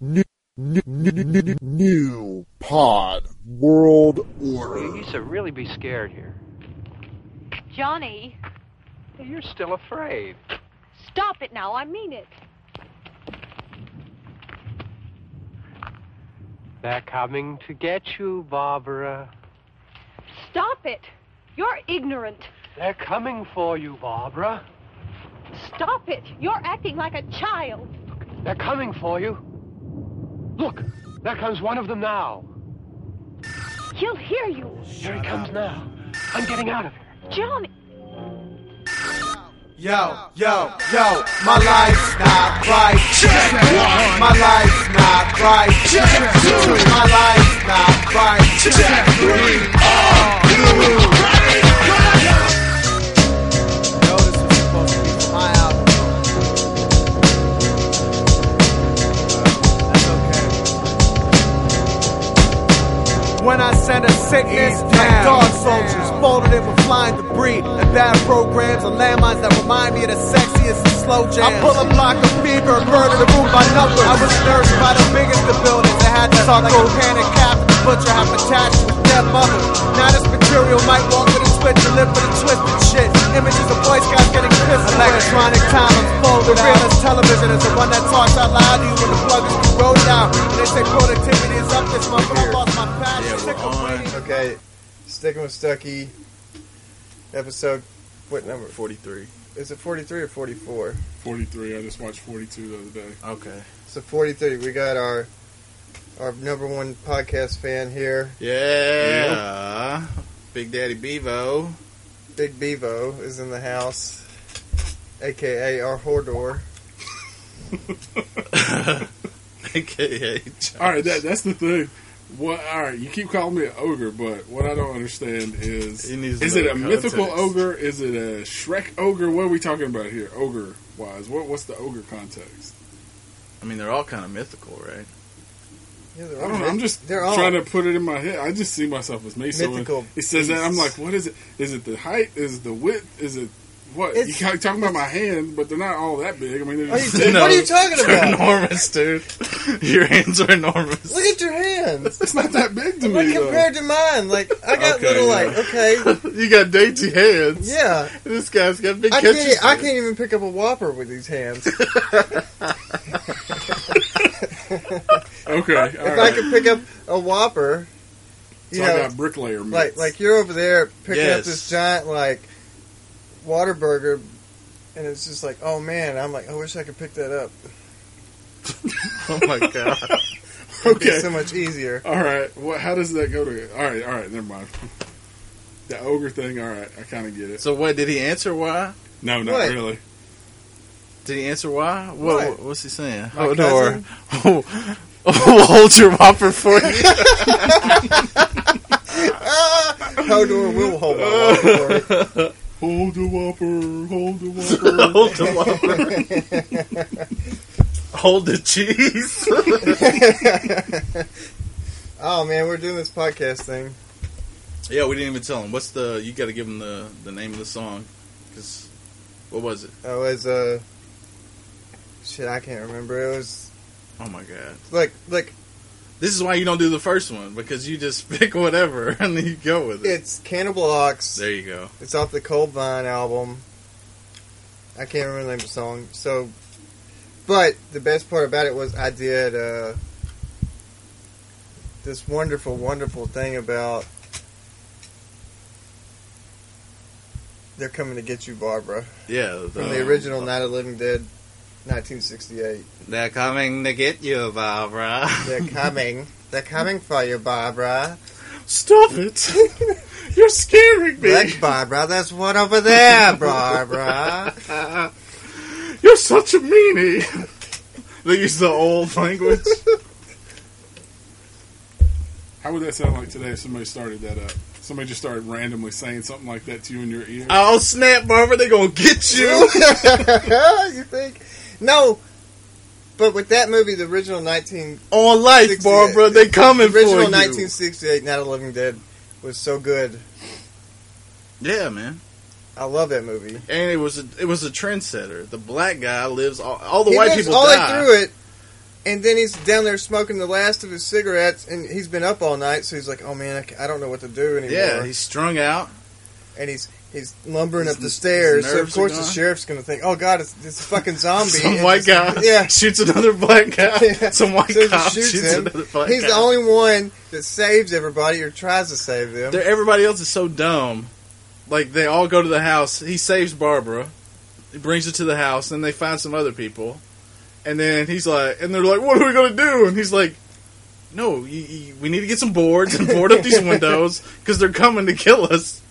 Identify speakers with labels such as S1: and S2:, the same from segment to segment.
S1: New, new, new, new, new pod world order.
S2: You should really be scared here.
S3: Johnny,
S2: You're still afraid.
S3: stop it now. I mean it.
S2: They're coming to get you, Barbara.
S3: Stop it. You're ignorant.
S2: They're coming for you, Barbara.
S3: Stop it. You're acting like a child.
S2: They're coming for you. Look, there comes one of them now.
S3: He'll hear you.
S2: Here he comes now. I'm getting out of here.
S3: Johnny.
S4: Yo, yo, yo, my life's not right. Check one. My life's not right. Check two. My life's not right. Check three. Yo, this was supposed to be for my album. That's okay. When I send a sickness, like dog soldiers folded in with flying debris and bad programs and landmines that remind me of the sexiest and slow jams. I pull a block of fever and murder the room by numbers. I was nursed by the biggest of buildings. I had to talk like a panic cap the butcher half attached with dead mothers. Now this material might walk with a switch and live for the twisted shit. Images of Boy Scouts getting pissed. Electronic time unfolded. The realest television is the one that talks out loud to you when the plug is corroded out. And they say productivity is up this month, but I lost my passion.
S5: Yeah, we're on.
S6: Okay, sticking with Stucky. Episode, what number?
S5: 43.
S6: Is it 43 or 44?
S7: 43. I just watched 42 the other day.
S5: Okay.
S6: So 43. We got our our number one podcast fan here,
S5: Yeah. Big Daddy Bevo.
S6: Big Bevo, is in the house, aka our Hordor.
S5: AKA Josh.
S7: All right, that, that's the thing. What? All right, you keep calling me an ogre, but what I don't understand is
S5: He needs
S7: is
S5: to
S7: it
S5: know
S7: a
S5: the
S7: mythical
S5: context.
S7: ogre? Is it a Shrek ogre? What are we talking about here, ogre wise? What what's the ogre context?
S5: I mean, they're all kind of mythical, right?
S6: Yeah,
S7: I don't know. I'm just
S6: They're all
S7: trying to put it in my head. I just see myself as me. So when
S6: Mythical
S7: it says that I'm
S6: beasts.
S7: like, what is it? Is it the height? Is it the width? Is it what? you
S6: It's-
S7: keep talking about my hand, but they're not all that big. I mean, they're
S6: Are
S7: just,
S6: you- Dude, what are you talking
S5: They're
S6: about?
S5: enormous, dude. Your hands are enormous.
S6: Look at your hands.
S7: it's not that big to
S6: Like
S7: me. though.
S6: compared to mine, like I got
S5: Okay,
S6: little,
S5: yeah.
S6: like okay,
S5: you got dainty hands.
S6: yeah.
S5: This guy's got big
S6: I
S5: catches.
S6: can't, I can't even pick up a whopper with these hands. If
S7: Okay, all right.
S6: I could pick up a whopper, you
S7: so
S6: know,
S7: I got bricklayer.
S6: like
S7: mitts.
S6: like you're over there picking up
S5: Yes.
S6: this giant like water burger and it's just like oh man i'm like i wish i could pick that up
S5: Oh my god.
S6: it'd be
S7: Okay.
S6: so much easier
S7: All right. Well, how does that go to? All right. All right. Never mind. The ogre thing. All right. I kind of get it.
S5: So what? Did he answer why?
S7: No, not
S6: What?
S7: really.
S5: Did he answer why? What?
S6: What?
S5: What's he saying?
S6: My
S5: Hold or we'll hold your whopper for you.
S6: hodor will hold my water for me.
S7: Hold the whopper. Hold the whopper.
S5: hold the whopper. hold the cheese.
S6: oh man we're doing this podcast thing
S5: yeah, we didn't even tell him. What's the? You got to give him the the name of the song. Cause what was it?
S6: i was uh shit i can't remember it was
S5: Oh my god.
S6: like like
S5: This is why you don't do the first one because you just pick whatever and then you go with it.
S6: it's cannibal ox
S5: There you go.
S6: It's off the Cold Vine album. I can't remember the name of the song. So, but the best part about it was I did uh, this wonderful, wonderful thing about they're coming to get you, Barbara,
S5: Yeah, um,
S6: from
S7: Oh,
S6: the original Night of the Living Dead, 1968.
S5: They're coming to get you, Barbara.
S6: They're coming. They're coming for you, Barbara.
S5: Stop it! You're scaring me.
S6: Look, Barbara, there's one over there, Barbara.
S5: You're such a meanie. they use the old language.
S7: how would that sound like today if somebody started that up? Somebody just started randomly saying something like that to you in your ear.
S5: oh snap, Barbara! They gonna get you.
S6: you think? No. But with that movie, the original 19,
S5: On life,
S6: 68.
S5: Barbara. They
S6: the
S5: coming for
S6: original
S5: you.
S6: 1968, Not a Living Dead was so good.
S5: Yeah, man.
S6: I love that movie.
S5: And it was a, it was a trendsetter. The black guy lives all, all the
S6: He
S5: white
S6: lives
S5: people
S6: all
S5: die.
S6: the way through it, And then he's down there smoking the last of his cigarettes, and he's been up all night, so he's like, "Oh man, I, ca- I don't know what to do anymore."
S7: Yeah, he's strung out.
S6: and he's he's lumbering
S7: His-
S6: up the
S7: his
S6: stairs. So of
S7: nerves are
S6: course the
S7: gone.
S6: sheriff's gonna think, "Oh God, it's, it's a fucking zombie."
S7: Some
S6: And
S7: white guy
S6: just- Yeah,
S7: shoots another black guy.
S6: Yeah.
S7: Some white
S6: So he
S7: cop
S6: shoots
S7: shoots,
S6: him.
S7: another black
S6: he's
S7: guy.
S6: the only one that saves everybody or tries to save them.
S7: They're- everybody else is so dumb. Like they all go to the house. He saves Barbara. He brings her to the house, and they find some other people. And then he's like, and they're like, "What are we gonna do?" And he's like, "No, you, you, we need to get some boards and board up these windows because they're coming to kill us."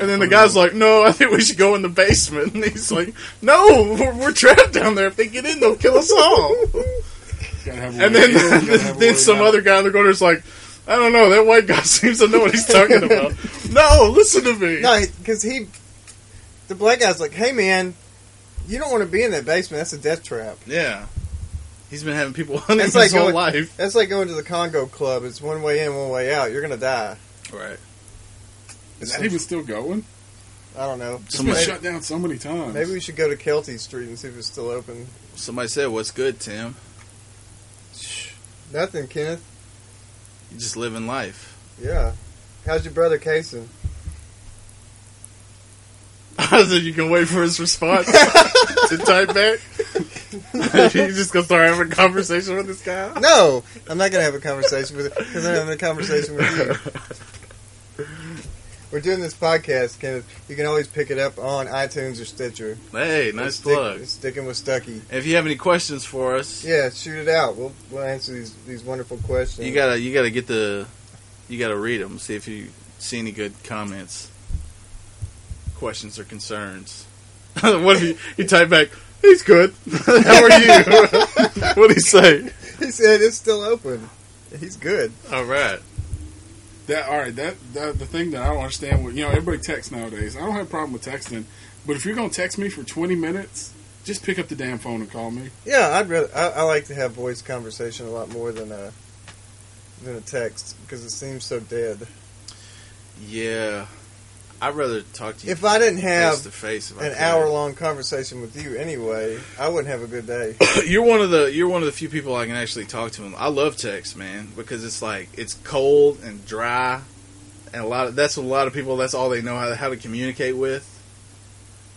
S7: And then the guy's like, "No, I think we should go in the basement." And he's like, "No, we're, we're trapped down there. If they get in, they'll kill us all."
S8: Gotta have a
S7: And
S8: way
S7: then,
S8: in, gotta have a way
S7: then some
S8: out.
S7: other guy in the corner is like, I don't know, that white guy seems to know what he's talking about. no, listen to me.
S6: No, because he, the black guy's like, "Hey man, you don't want to be in that basement. That's a death trap."
S7: Yeah. He's been having people hunting
S6: It's
S7: his
S6: like
S7: whole
S6: going-
S7: life.
S6: That's like going to the Congo Club. It's one way in, one way out. You're gonna die.
S7: Right.
S8: Is that even still going?
S6: I don't know.
S8: It's been
S7: Somebody-
S8: shut down so many times.
S6: Maybe we should go to Kelty Street and see if it's still open.
S7: Somebody said, What's good, Tim?
S6: Nothing, Kenneth.
S7: You just living life.
S6: Yeah. How's your brother Kason?
S7: I said, You can wait for his response to type back. you just gonna start having a conversation with this guy?
S6: No, I'm not gonna have a conversation with because I'm having a conversation with you. We're doing this podcast, Kenneth. You can always pick it up on iTunes or Stitcher.
S7: Hey, nice
S6: Stick-
S7: plug.
S6: Sticking with Stucky.
S7: If you have any questions for us,
S6: Yeah, shoot it out. We'll we'll answer these these wonderful questions.
S7: You gotta, you gotta get the, you gotta read them. See if you see any good comments, questions, or concerns. what if you, you type back? He's good. How are you? what do you say?
S6: He said it's still open. He's good.
S7: All right.
S8: That all right? That, that the thing that I don't understand. With, you know, everybody texts nowadays. I don't have a problem with texting, but if you're gonna text me for 20 minutes, just pick up the damn phone and call me.
S6: Yeah, I'd rather. I, I like to have voice conversation a lot more than a than a text because it seems so dead.
S7: Yeah, I'd rather talk to you
S6: If I didn't
S7: face to
S6: have
S7: face. if I
S6: an
S7: could.
S6: hour long conversation with you anyway, I wouldn't have a good day.
S7: you're one of the you're one of the few people I can actually talk to. I love text, man, because it's like it's cold and dry, and a lot of that's a lot of people. That's all they know how, how to communicate with.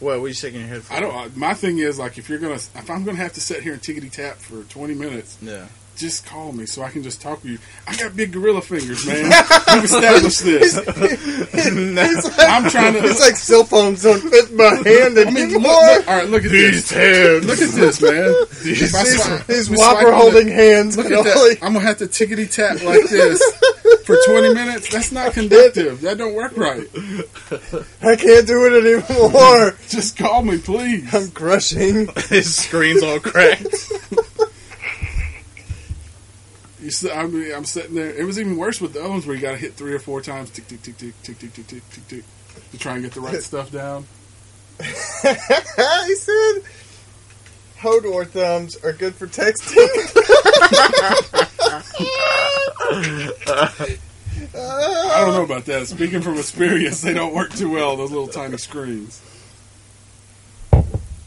S7: What? What are you shaking your head for?
S8: I don't. I- My thing is like, if you're gonna, if I'm gonna have to sit here and tickety tap for 20 minutes,
S7: Yeah.
S8: just call me so I can just talk with you. I got big gorilla fingers, man. We've established this. I'm trying to.
S6: It's like cell phones don't fit my hand
S8: I mean,
S6: anymore.
S8: look, look- all right, look at this. Look at this, man. If I
S6: These-
S8: swipe-
S6: these
S8: we
S6: whopper
S8: swipe on
S6: holding
S8: it,
S6: hands.
S8: Look
S6: can
S8: at
S6: only-
S8: that. I'm gonna have to tickety tap like this for 20 minutes. That's not conductive. That don't work right.
S6: I can't do it anymore.
S8: Just call me, please.
S6: I'm crushing.
S7: His screen's all cracked.
S8: You s- I mean, I'm sitting there. It was even worse with the other ones where you got to hit three or four times, tick tick tick tick tick tick tick tick tick tick, to try and get the right stuff down.
S6: he said, "Hodor thumbs are good for texting."
S8: I don't know about that. Speaking from experience, they don't work too well. Those little tiny screens.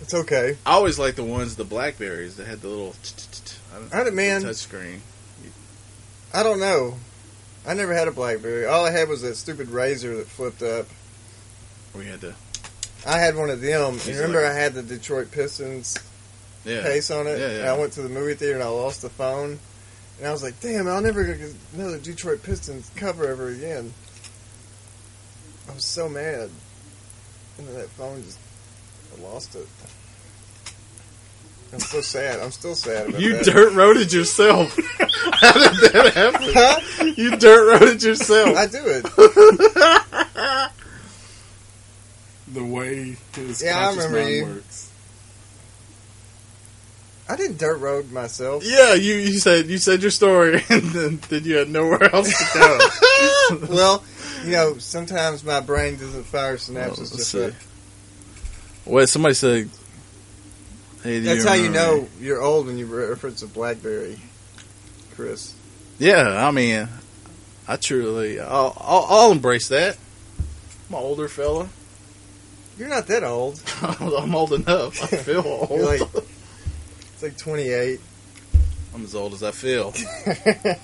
S6: it's okay.
S7: I always like the ones the blackberries that had the little. t- t- t- t- I don't
S6: I had a man-
S7: touch screen.
S6: I don't know. I never had a BlackBerry. All I had was that stupid razor that flipped up.
S7: We had to.
S6: I had one of them.
S7: He's
S6: You remember,
S7: like-
S6: I had the Detroit Pistons
S7: Yeah.
S6: case on it.
S7: Yeah, yeah.
S6: And I went to the movie theater and I lost the phone. And I was like, "Damn, I'll never get another Detroit Pistons cover ever again." I was so mad. And then that phone just, I lost it. I'm so sad. I'm still sad about
S7: You
S6: that.
S7: dirt roaded yourself. How did that happen?
S6: Huh?
S7: You dirt roaded yourself.
S6: I do it.
S8: The way his
S6: Yeah, I
S8: conscious
S6: remember
S8: mind
S6: you.
S8: works.
S6: I didn't dirt road myself.
S7: Yeah, you, you said you said your story, and then, then you had nowhere else to go.
S6: well, you know, sometimes my brain doesn't fire synapses.
S7: let's
S6: just
S7: see.
S6: right.
S7: Well, somebody said, "Hey, do
S6: That's how you
S7: remember me?
S6: know you're old when you reference a BlackBerry, Chris.
S7: Yeah, I mean, I truly, I'll, I'll, I'll embrace that. I'm an older fella.
S6: You're not that old.
S7: I'm old enough. I feel old.
S6: You're like, it's like 28.
S7: I'm as old as I feel. and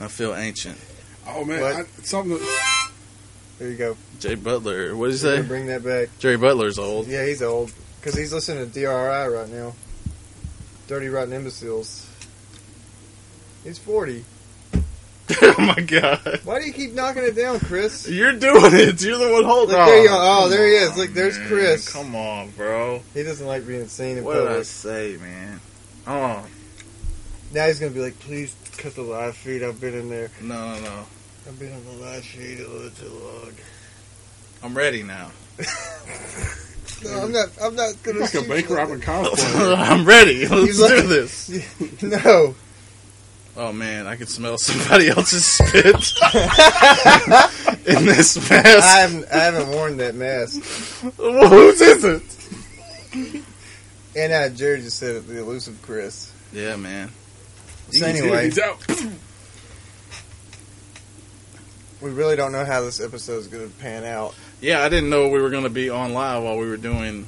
S7: I feel ancient.
S8: Oh man,
S6: What?
S8: I, something. That,
S6: There you go.
S7: Jay Butler. What did he
S6: We're gonna
S7: say?
S6: Bring that back.
S7: Jerry Butler's old.
S6: Yeah, he's old. Because he's listening to DRI right now. Dirty Rotten Imbeciles. He's 40.
S7: oh my god.
S6: Why do you keep knocking it down, Chris?
S7: You're doing it. You're the one holding
S6: Look, there you
S7: on.
S6: are. Oh,
S7: Come
S6: there he is.
S7: on,
S6: Look, there's
S7: man.
S6: Chris.
S7: Come on, bro.
S6: He doesn't like being seen in
S7: What did I
S6: public.
S7: say, man? Oh,
S6: Now he's going to be like, please cut the live feed. I've been in there.
S7: no, no, no.
S6: I've been on the live feed a little too long.
S7: I'm ready now.
S6: No, I'm not. I'm not going to
S8: like a Bank Robin cosplay.
S7: I'm ready. Let's
S6: like-
S7: do this.
S6: No.
S7: Oh man, I can smell somebody else's spit in this mess.
S6: I haven't, I haven't worn that mask.
S7: Whose is it?
S6: And uh, Jared just said it, the elusive Chris.
S7: Yeah, man.
S6: So anyway,
S8: he's out.
S6: we really don't know how this episode is going to pan out.
S7: Yeah, I didn't know we were gonna be on live while we were doing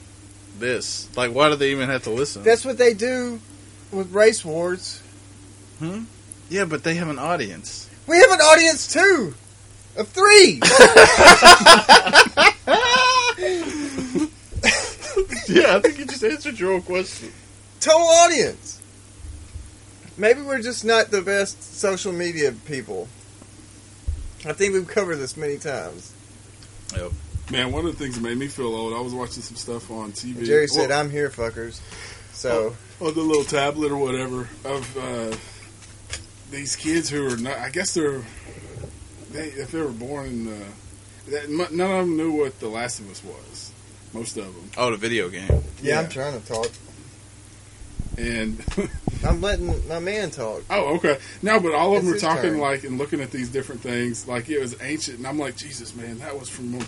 S7: this. Like, why did they even have to listen?
S6: That's what they do with race wars.
S7: yeah, but they have an audience.
S6: We have an audience too, of three.
S7: yeah, I think you just answered your own question.
S6: total audience. Maybe we're just not the best social media people. I think we've covered this many times.
S8: Man, one of the things that made me feel old, I was watching some stuff on TV.
S6: Jerry said,
S8: well,
S6: "I'm here, fuckers." So
S7: Oh,
S8: on the little tablet or whatever of uh, these kids who are not. I guess they're they if they were born in the that mu- none of them knew what The Last of Us was. Most of them,
S7: Oh, the video game.
S6: yeah,
S8: yeah.
S6: I'm trying to talk.
S8: and
S6: I'm letting my man talk.
S8: oh, okay, no, but all
S6: It's
S8: of them are
S6: his
S8: talking
S6: turn.
S8: like and looking at these different things like it was ancient, and I'm like, Jesus, man, that was from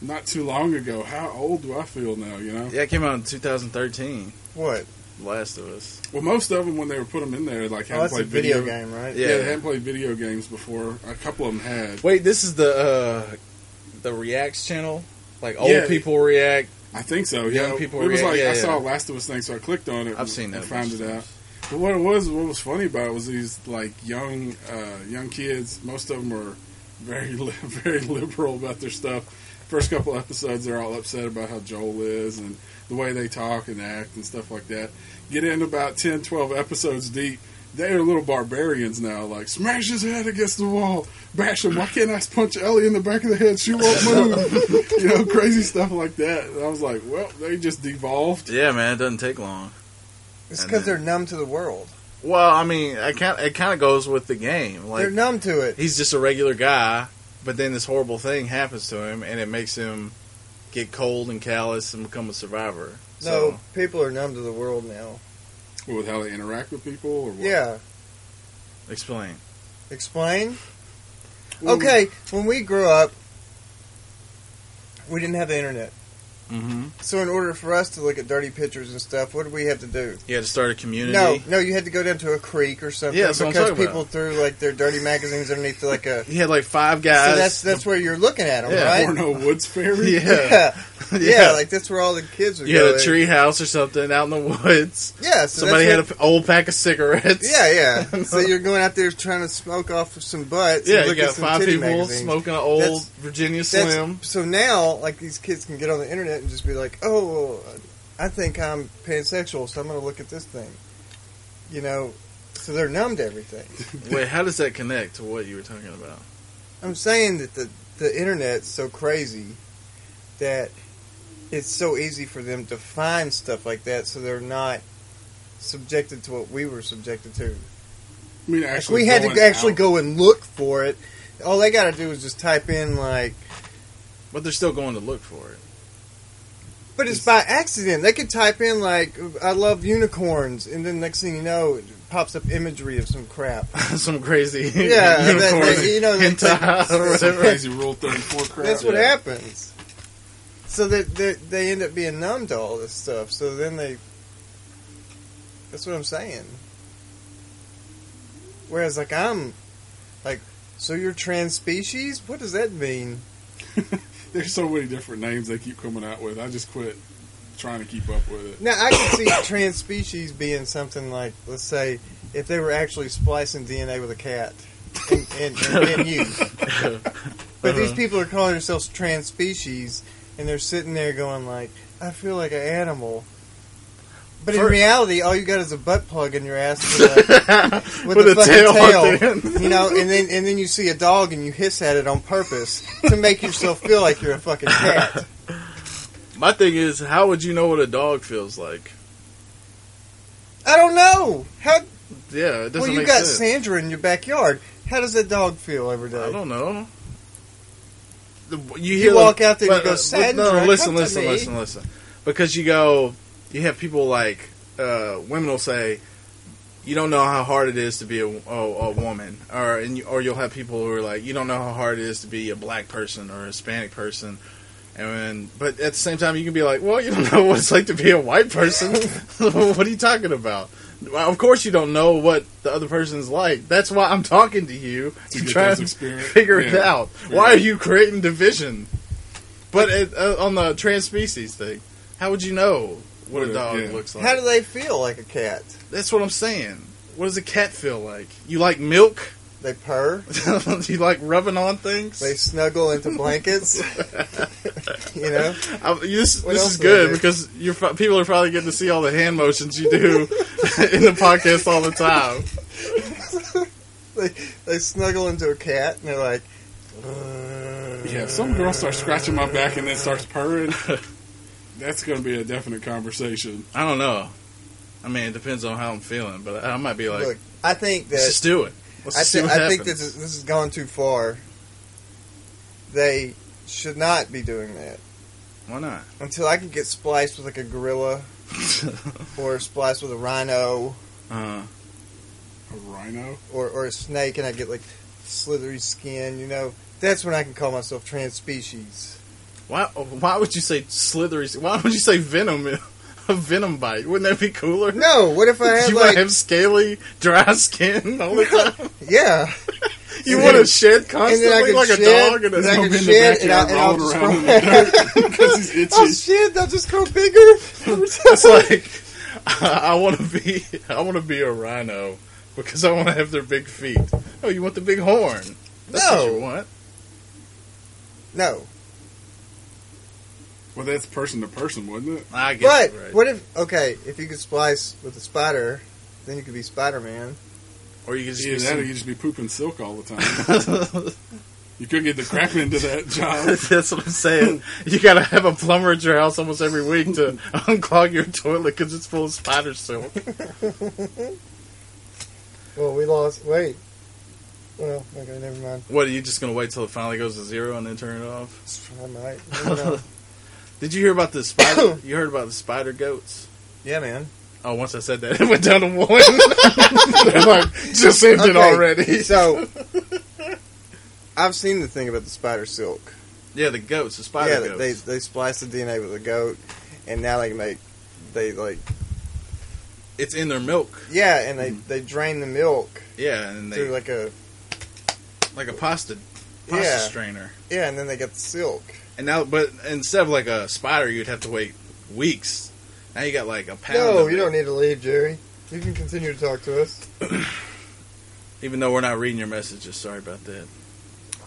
S8: not too long ago. How old do I feel now? You know.
S7: Yeah, it came out in 2013.
S6: What?
S7: Last of Us.
S8: Well, most of them when they were put them in there, like
S6: Oh,
S8: hadn't
S6: that's a
S8: played
S6: video, game, right?
S7: Yeah.
S8: Yeah, they hadn't played video games before. A couple of them had.
S7: Wait, this is the uh, the reacts channel. Like old
S8: Yeah.
S7: people react.
S8: I think so.
S7: Young
S8: yeah,
S7: people
S8: It was
S7: react-
S8: like
S7: yeah,
S8: I saw
S7: yeah.
S8: Last of Us thing, so I clicked on it.
S7: I've seen that.
S8: And found
S7: bunch
S8: it
S7: of
S8: out.
S7: times.
S8: But what it was, what was funny about it was these like young, uh, young kids. Most of them were very, li- very liberal about their stuff. First couple episodes, they're all upset about how Joel is and the way they talk and act and stuff like that. Get in about 10, 12 episodes deep. They are little barbarians now. Like smash his head against the wall, bash him. Why can't I punch Ellie in the back of the head? She won't move. you know, crazy stuff like that. And I was like, well, they just devolved.
S7: Yeah, man, it doesn't take long.
S6: It's
S7: And
S6: because
S7: then-
S6: they're numb to the world.
S7: Well, I mean, I kind it kind of goes with the game.
S6: they're
S7: Like
S6: numb to it.
S7: he's just a regular guy, but then this horrible thing happens to him, and it makes him get cold and callous and become a survivor.
S6: No,
S7: So
S6: people are numb to the world now.
S8: With how they interact with people, or what?
S6: Yeah.
S7: explain.
S6: Explain.
S8: Well,
S6: okay, when we grew up, we didn't have the internet.
S7: Mm-hmm.
S6: So in order for us to look at dirty pictures and stuff, what did we have to do?
S7: You had to start a community.
S6: No, no, you had to go down to a creek or something
S7: Yeah, that's what I'm
S6: because
S7: talking
S6: people threw like their dirty magazines underneath like a.
S7: He had like five guys.
S6: so that's that's where you're looking at them,
S7: Yeah.
S6: right?
S8: Porno Woods Ferry.
S7: yeah,
S6: Yeah.
S7: yeah.
S6: Yeah, like that's where all the kids would
S7: you
S6: go.
S7: had a tree house or something out in the woods.
S6: Yeah, so
S7: Somebody
S6: that's
S7: had an old pack of cigarettes.
S6: where- Yeah, yeah. so you're going out there trying to smoke off some butts. and
S7: yeah. You
S6: look at
S7: got
S6: some
S7: five
S6: titty
S7: people
S6: magazines.
S7: smoking an old
S6: That's-
S7: Virginia
S6: That's-
S7: Slim.
S6: So now, like these kids can get on the internet and just be like, "Oh, I think I'm pansexual, so I'm going to look at this thing," you know. So they're numb to everything.
S7: Wait, how does that connect to what you were talking about?
S6: I'm saying that the the internet's so crazy that it's so easy for them to find stuff like that, so they're not subjected to what we were subjected to.
S8: I mean,
S6: If
S8: actually,
S6: we had
S8: going
S6: to actually
S8: out.
S6: go and look for it. All they got to do is just type in like.
S7: But they're still going to look for it.
S6: But it's by accident. They could type in like "I love unicorns," and then next thing you know, it pops up imagery of some crap.
S7: Some crazy
S6: Yeah, that-
S7: unicorn
S6: that- you know, that-
S7: hentai or
S8: Some
S7: whatever.
S8: crazy Rule 34 crap.
S6: That's what
S7: Yeah.
S6: happens. So that they, they end up being numb to all this stuff. So then they. That's what I'm saying. Whereas, like I'm, like, so you're trans species. What does that mean?
S8: There's so many different names they keep coming out with. I just quit trying to keep up with it.
S6: Now I can see trans species being something like, let's say, if they were actually splicing DNA with a cat and, and, and, and you. But
S7: Uh-huh.
S6: these people are calling themselves trans species, and they're sitting there going like, "I feel like an animal." But in
S7: First-
S6: reality, all you got is a butt plug in your ass with a, with
S7: With
S6: a
S7: a
S6: fucking
S7: tail at the
S6: tail,
S7: end.
S6: you know. And then and then you see a dog and you hiss at it on purpose to make yourself feel like you're a fucking cat.
S7: My thing is, how would you know what a dog feels like?
S6: I don't know how.
S7: Yeah, it doesn't
S6: Well, you
S7: make
S6: got
S7: sense.
S6: Sandra in your backyard. How does that dog feel every day?
S7: I don't know. The- You
S6: You
S7: hear
S6: walk out there and you go,
S7: but-
S6: "Sandra,
S7: No,
S6: come
S7: listen,
S6: to
S7: listen,
S6: me."
S7: listen, listen. Because you go, you have people like uh, women will say, you don't know how hard it is to be a, a, a woman, or and you, or you'll have people who are like, you don't know how hard it is to be a black person or a Hispanic person. And then- but at the same time, you can be like, well, you don't know what it's like to be a white person. what are you talking about? Well, of course, you don't know what the other person's like. That's why I'm talking to you
S8: To
S7: to
S8: get
S7: try
S8: those
S7: and
S8: experience-
S7: figure it
S8: yeah.
S7: out. Why are you creating division? But it, uh, on the trans species thing, how would you know what a
S8: Yeah,
S7: dog
S8: yeah.
S7: looks like?
S6: How do they feel like a cat?
S7: That's what I'm saying. What does a cat feel like? You like milk?
S6: They purr.
S7: you like rubbing on things?
S6: They snuggle into blankets. you know,
S7: I, this
S6: What
S7: this
S6: else
S7: is
S6: do they
S7: good
S6: do?
S7: because you're, fi- people are probably getting to see all the hand motions you do in the podcast all the time.
S6: they they snuggle into a cat and they're like, "Uh."
S8: Yeah, if some girl starts scratching my back and then starts purring, that's going to be a definite conversation.
S7: I don't know. I mean, it depends on how I'm feeling, but I, I might be like,
S6: "Look, I think
S7: let's
S6: that
S7: just do it. Let's
S6: I,
S7: just see
S6: thi-
S7: what
S6: I think
S7: happens."
S6: this is, this has gone too far. They should not be doing that
S7: Why not?
S6: until I can get spliced with like a gorilla or spliced with a rhino
S7: uh,
S8: A rhino?
S6: or or a snake, and I get like slithery skin. You know, that's when I can call myself trans species.
S7: why? Why would you say slithery? Why would you say venom? A venom bite? Wouldn't that be cooler?
S6: No, what if I had
S7: you want
S6: like
S7: to have scaly, dry skin all the time.
S6: yeah?
S7: You
S6: And
S7: want
S6: then-
S7: to shed
S6: and then I
S7: constantly
S6: could
S7: like a
S6: shed,
S7: dog and a
S6: then I
S7: zombie.
S6: could
S8: in the
S6: shed, and, I,
S8: backyard
S6: and I'll
S8: rolling
S6: just
S8: around
S6: grow
S8: in the Because he's
S6: Oh
S8: itchy.
S6: shit! They'll just grow bigger.
S7: It's like I, I want to be I want to be a rhino because I want to have their big feet. Oh, you want the big horn? That's what you
S6: no,
S7: want.
S6: no.
S8: Well, that's person to person, wouldn't it?
S7: I guess
S6: But
S7: you're right.
S6: what if? Okay, if you could splice with a spider, then you could be Spider Man.
S7: Or you could just
S8: Yeah,
S7: be
S8: that or
S7: some-
S8: you just be pooping silk all the time. you could get the crap into that job.
S7: That's what I'm saying. You gotta have a plumber at your house almost every week to unclog your toilet because it's full of spider silk.
S6: Well, we lost. Wait. Well, okay, never mind.
S7: What are you just gonna wait till it finally goes to zero and then turn it off?
S6: I might. I don't know.
S7: Did you hear about the spider? you heard about the spider goats?
S6: yeah, man.
S7: Oh, once I said that, it went down to one. I'm like, just ended
S6: Okay,
S7: already.
S6: So, I've seen the thing about the spider silk.
S7: Yeah, the goats, the spider
S6: yeah,
S7: goats.
S6: they they splice the DNA with a goat, and now they make they like
S7: it's in their milk.
S6: yeah, and they they drain the milk
S7: Yeah, and Mm-hmm. they
S6: through
S7: like,
S6: like a
S7: a pasta pasta
S6: Yeah.
S7: strainer.
S6: yeah, and then they get the silk.
S7: And now, but instead of like a spider, you'd have to wait weeks. Now you got like a pound.
S6: No,
S7: of
S6: you
S7: it,
S6: don't need to leave, Jerry. You can continue to talk to us.
S7: Even though we're not reading your messages, sorry about that.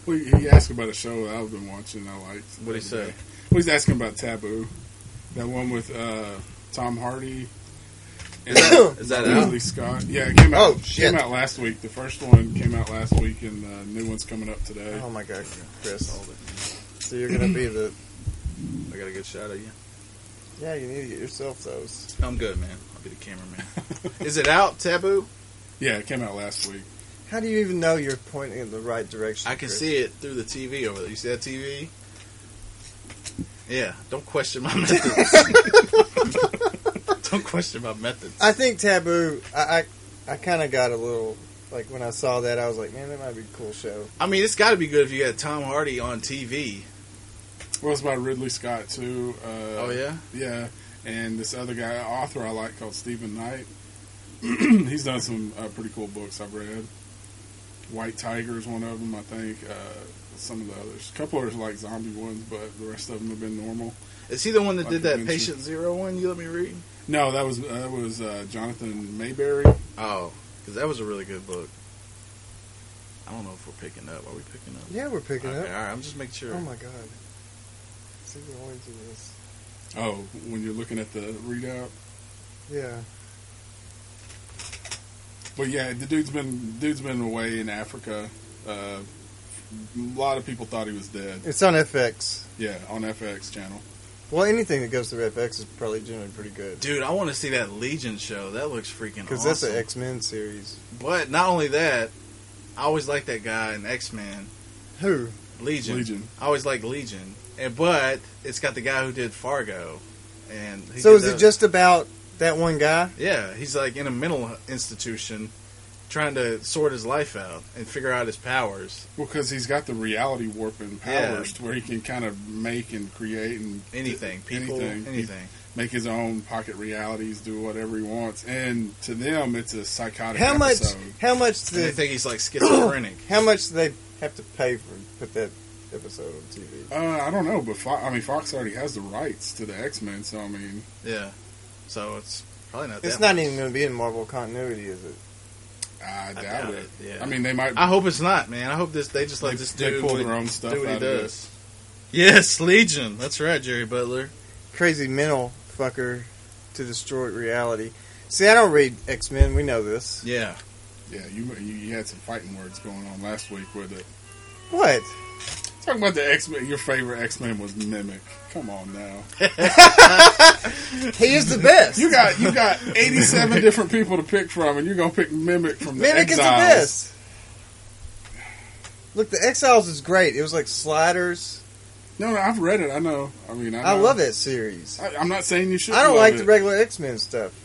S8: Well, He asked about a show I've been watching. I liked.
S7: What he say?
S8: Well, he's asking about Taboo, that one with uh, Tom Hardy.
S7: Is that, is that out?
S8: Ridley Scott. Yeah, it came out.
S6: Oh, shit.
S8: Came out last week. The first one came out last week, and the new one's coming up today.
S6: Oh my god, Chris! So you're gonna be the
S7: I got a good shot of you.
S6: yeah. You need to get yourself those.
S7: I'm good, man. I'll be the cameraman. is it out, Taboo?
S8: Yeah, it came out last week.
S6: How do you even know you're pointing in the right direction?
S7: I can
S6: Chris?
S7: see it through the TV over there. You see that TV? Yeah, don't question my methods. don't question my methods.
S6: I think Taboo. I I, I kind of got a little like when I saw that, I was like, man, that might be a cool show.
S7: I mean, it's got to be good if you got Tom Hardy on TV.
S8: Well, it's by Ridley Scott too. Uh,
S7: Oh yeah,
S8: yeah. And this other guy, author I like called Stephen Knight. he's done some uh, pretty cool books I've read. White Tiger is one of them, I think. Uh, some of the others, a couple others are like zombie ones, but the rest of them have been normal.
S7: is he the one that
S8: Like
S7: did
S8: you
S7: that
S8: mentioned.
S7: Patient Zero one? You let me read.
S8: No, that was that was uh, Jonathan uh, Mayberry.
S7: Oh, because that was a really good book. I don't know if we're picking up. Are we picking up?
S6: Yeah, we're picking
S7: okay,
S6: up.
S7: all right. I'm just making sure.
S6: Oh my god. See, we're always doing this.
S8: Oh, when you're looking at the readout.
S6: Yeah.
S8: But yeah, the dude's been dude's been away in Africa. Uh, a lot of people thought he was dead.
S6: It's on FX.
S8: Yeah, on FX channel.
S6: Well, anything that goes through FX is probably generally pretty good.
S7: Dude, I want to see that Legion show. That looks freaking
S6: Because
S7: awesome.
S6: that's an X Men series.
S7: but not only that, I always liked that guy in X Men
S6: Who?
S7: Legion.
S8: Legion.
S7: I always liked Legion, and but it's got the guy who did Fargo, and he
S6: so
S7: did
S6: is it
S7: the-
S6: just about that one guy?
S7: yeah? He's like in a mental institution, trying to sort his life out and figure out his powers,
S8: Well, because he's got the reality warping
S7: Yeah.
S8: powers to where he can kind of make and create and
S7: anything, people,
S8: Anything.
S7: anything.
S8: make his own pocket realities, do whatever he wants. And to them, it's a psychotic.
S6: How much?
S8: episode.
S6: How much?
S7: And they
S6: Did,
S7: think he's like schizophrenic.
S6: how much do they have to pay for put that episode on TV?
S8: Uh, I don't know, but Fo- I mean, Fox already has the rights to the X Men, so I mean,
S7: yeah, so it's probably not.
S6: It's
S7: that
S6: not
S7: much.
S6: even going to be in Marvel continuity, is it?
S8: I doubt,
S7: doubt
S8: it.
S7: it, yeah.
S8: I mean, they might.
S7: I hope it's not, man. I hope this they just let
S8: They-
S7: this
S8: they
S7: dude
S8: pull
S7: do-
S8: their own stuff
S7: do what he
S8: out of it.
S7: does. Yes, Legion. That's right, Jerry Butler.
S6: Crazy mental fucker to destroy reality. See, I don't read X Men. We know this.
S7: Yeah,
S8: yeah, you, you you had some fighting words going on last week with it.
S6: What?
S8: Talking about the X Men, your favorite X Men was Mimic. Come on now,
S6: He is the best.
S8: you got you got eighty seven different people to pick from, and you're gonna pick Mimic from the
S6: Mimic is the
S8: Exiles.
S6: best. Look, the Exiles is great. It was like Sliders.
S8: No, no, I've read it. I know. I mean, I,
S6: I
S8: know.
S6: love that series.
S8: Uh-huh. I, I'm not saying you should.
S6: I don't
S8: love
S6: like
S8: it.
S6: the regular X Men stuff.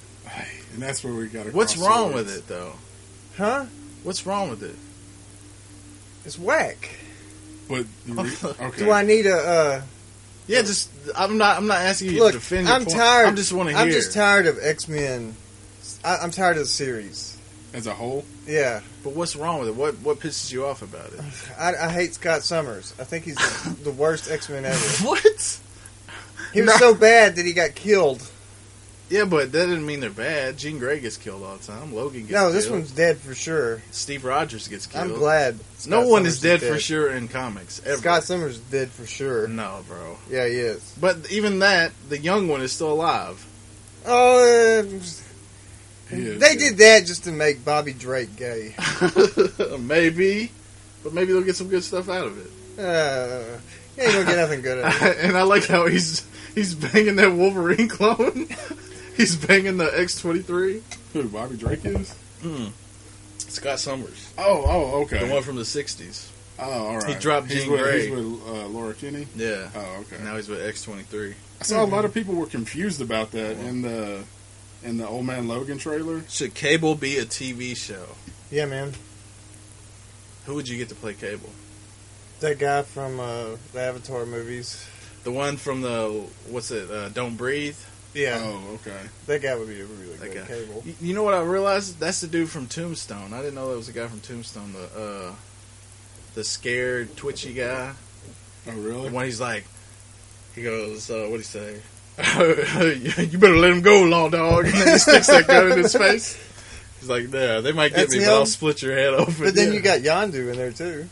S8: And that's where we got. to
S7: what's wrong with it though?
S6: Huh?
S7: What's wrong with it?
S6: It's whack.
S8: But the re- okay,
S6: Do I need a? Uh,
S7: Yeah, just I'm not. I'm not asking you
S6: Look,
S7: to defend. Your
S6: I'm
S7: point.
S6: tired.
S7: I'm just want to hear.
S6: I'm just tired of X Men. I'm tired of the series.
S8: as a whole,
S6: Yeah,
S7: but what's wrong with it? What what pisses you off about it?
S6: I, I hate Scott Summers. I think he's the, the worst X Men ever.
S7: what?
S6: He was so bad that he got killed.
S7: Yeah, but that didn't mean they're bad. Gene Gray gets killed all the time. Logan gets
S6: No,
S7: killed.
S6: this one's dead for sure.
S7: Steve Rogers gets killed.
S6: I'm glad.
S7: No
S6: Scott
S7: one
S6: Summers
S7: is dead, for sure in comics. Ever. Mm.
S6: Scott Summers is dead for sure.
S7: No, bro.
S6: Yeah, he is.
S7: But even that, the young one is still alive.
S6: Oh, uh,
S8: he is.
S6: they did that just to make Bobby Drake gay.
S7: maybe, but maybe they'll get some good stuff out of it.
S6: Uh, he ain't gonna get nothing good out of it.
S7: and I like how he's he's banging that Wolverine clone. he's banging the X twenty three.
S8: Who Bobby Drake is?
S7: Scott Summers,
S8: Oh, oh, okay.
S7: the one from the sixties.
S8: Oh, all right.
S7: He dropped
S8: he's
S7: Jean
S8: with,
S7: Grey.
S8: He's with uh, Laura Kinney.
S7: Yeah.
S8: Oh, okay.
S7: Now he's with X twenty three.
S8: I saw a lot of people were confused about that in the in the Old Man Logan trailer.
S7: Should Cable be a TV show?
S6: Yeah, man.
S7: Who would you get to play Cable?
S6: That guy from uh, the Avatar movies.
S7: The one from the what's it? Uh, Don't breathe.
S6: Yeah,
S8: Oh, okay.
S6: that guy would be a really
S7: That
S6: good
S7: guy.
S6: cable.
S7: Y- You know what I realized? That's the dude from Tombstone. I didn't know that was a guy from Tombstone. The uh, the scared, twitchy guy.
S8: Oh, really?
S7: And when he's like, he goes, uh, what do he say? you better let him go, law dog. And then he sticks that gun in his face. He's like, yeah, they might get
S6: That's
S7: me, but I'll
S6: him?
S7: split your head open.
S6: But then
S7: yeah.
S6: you got Yondu in there too.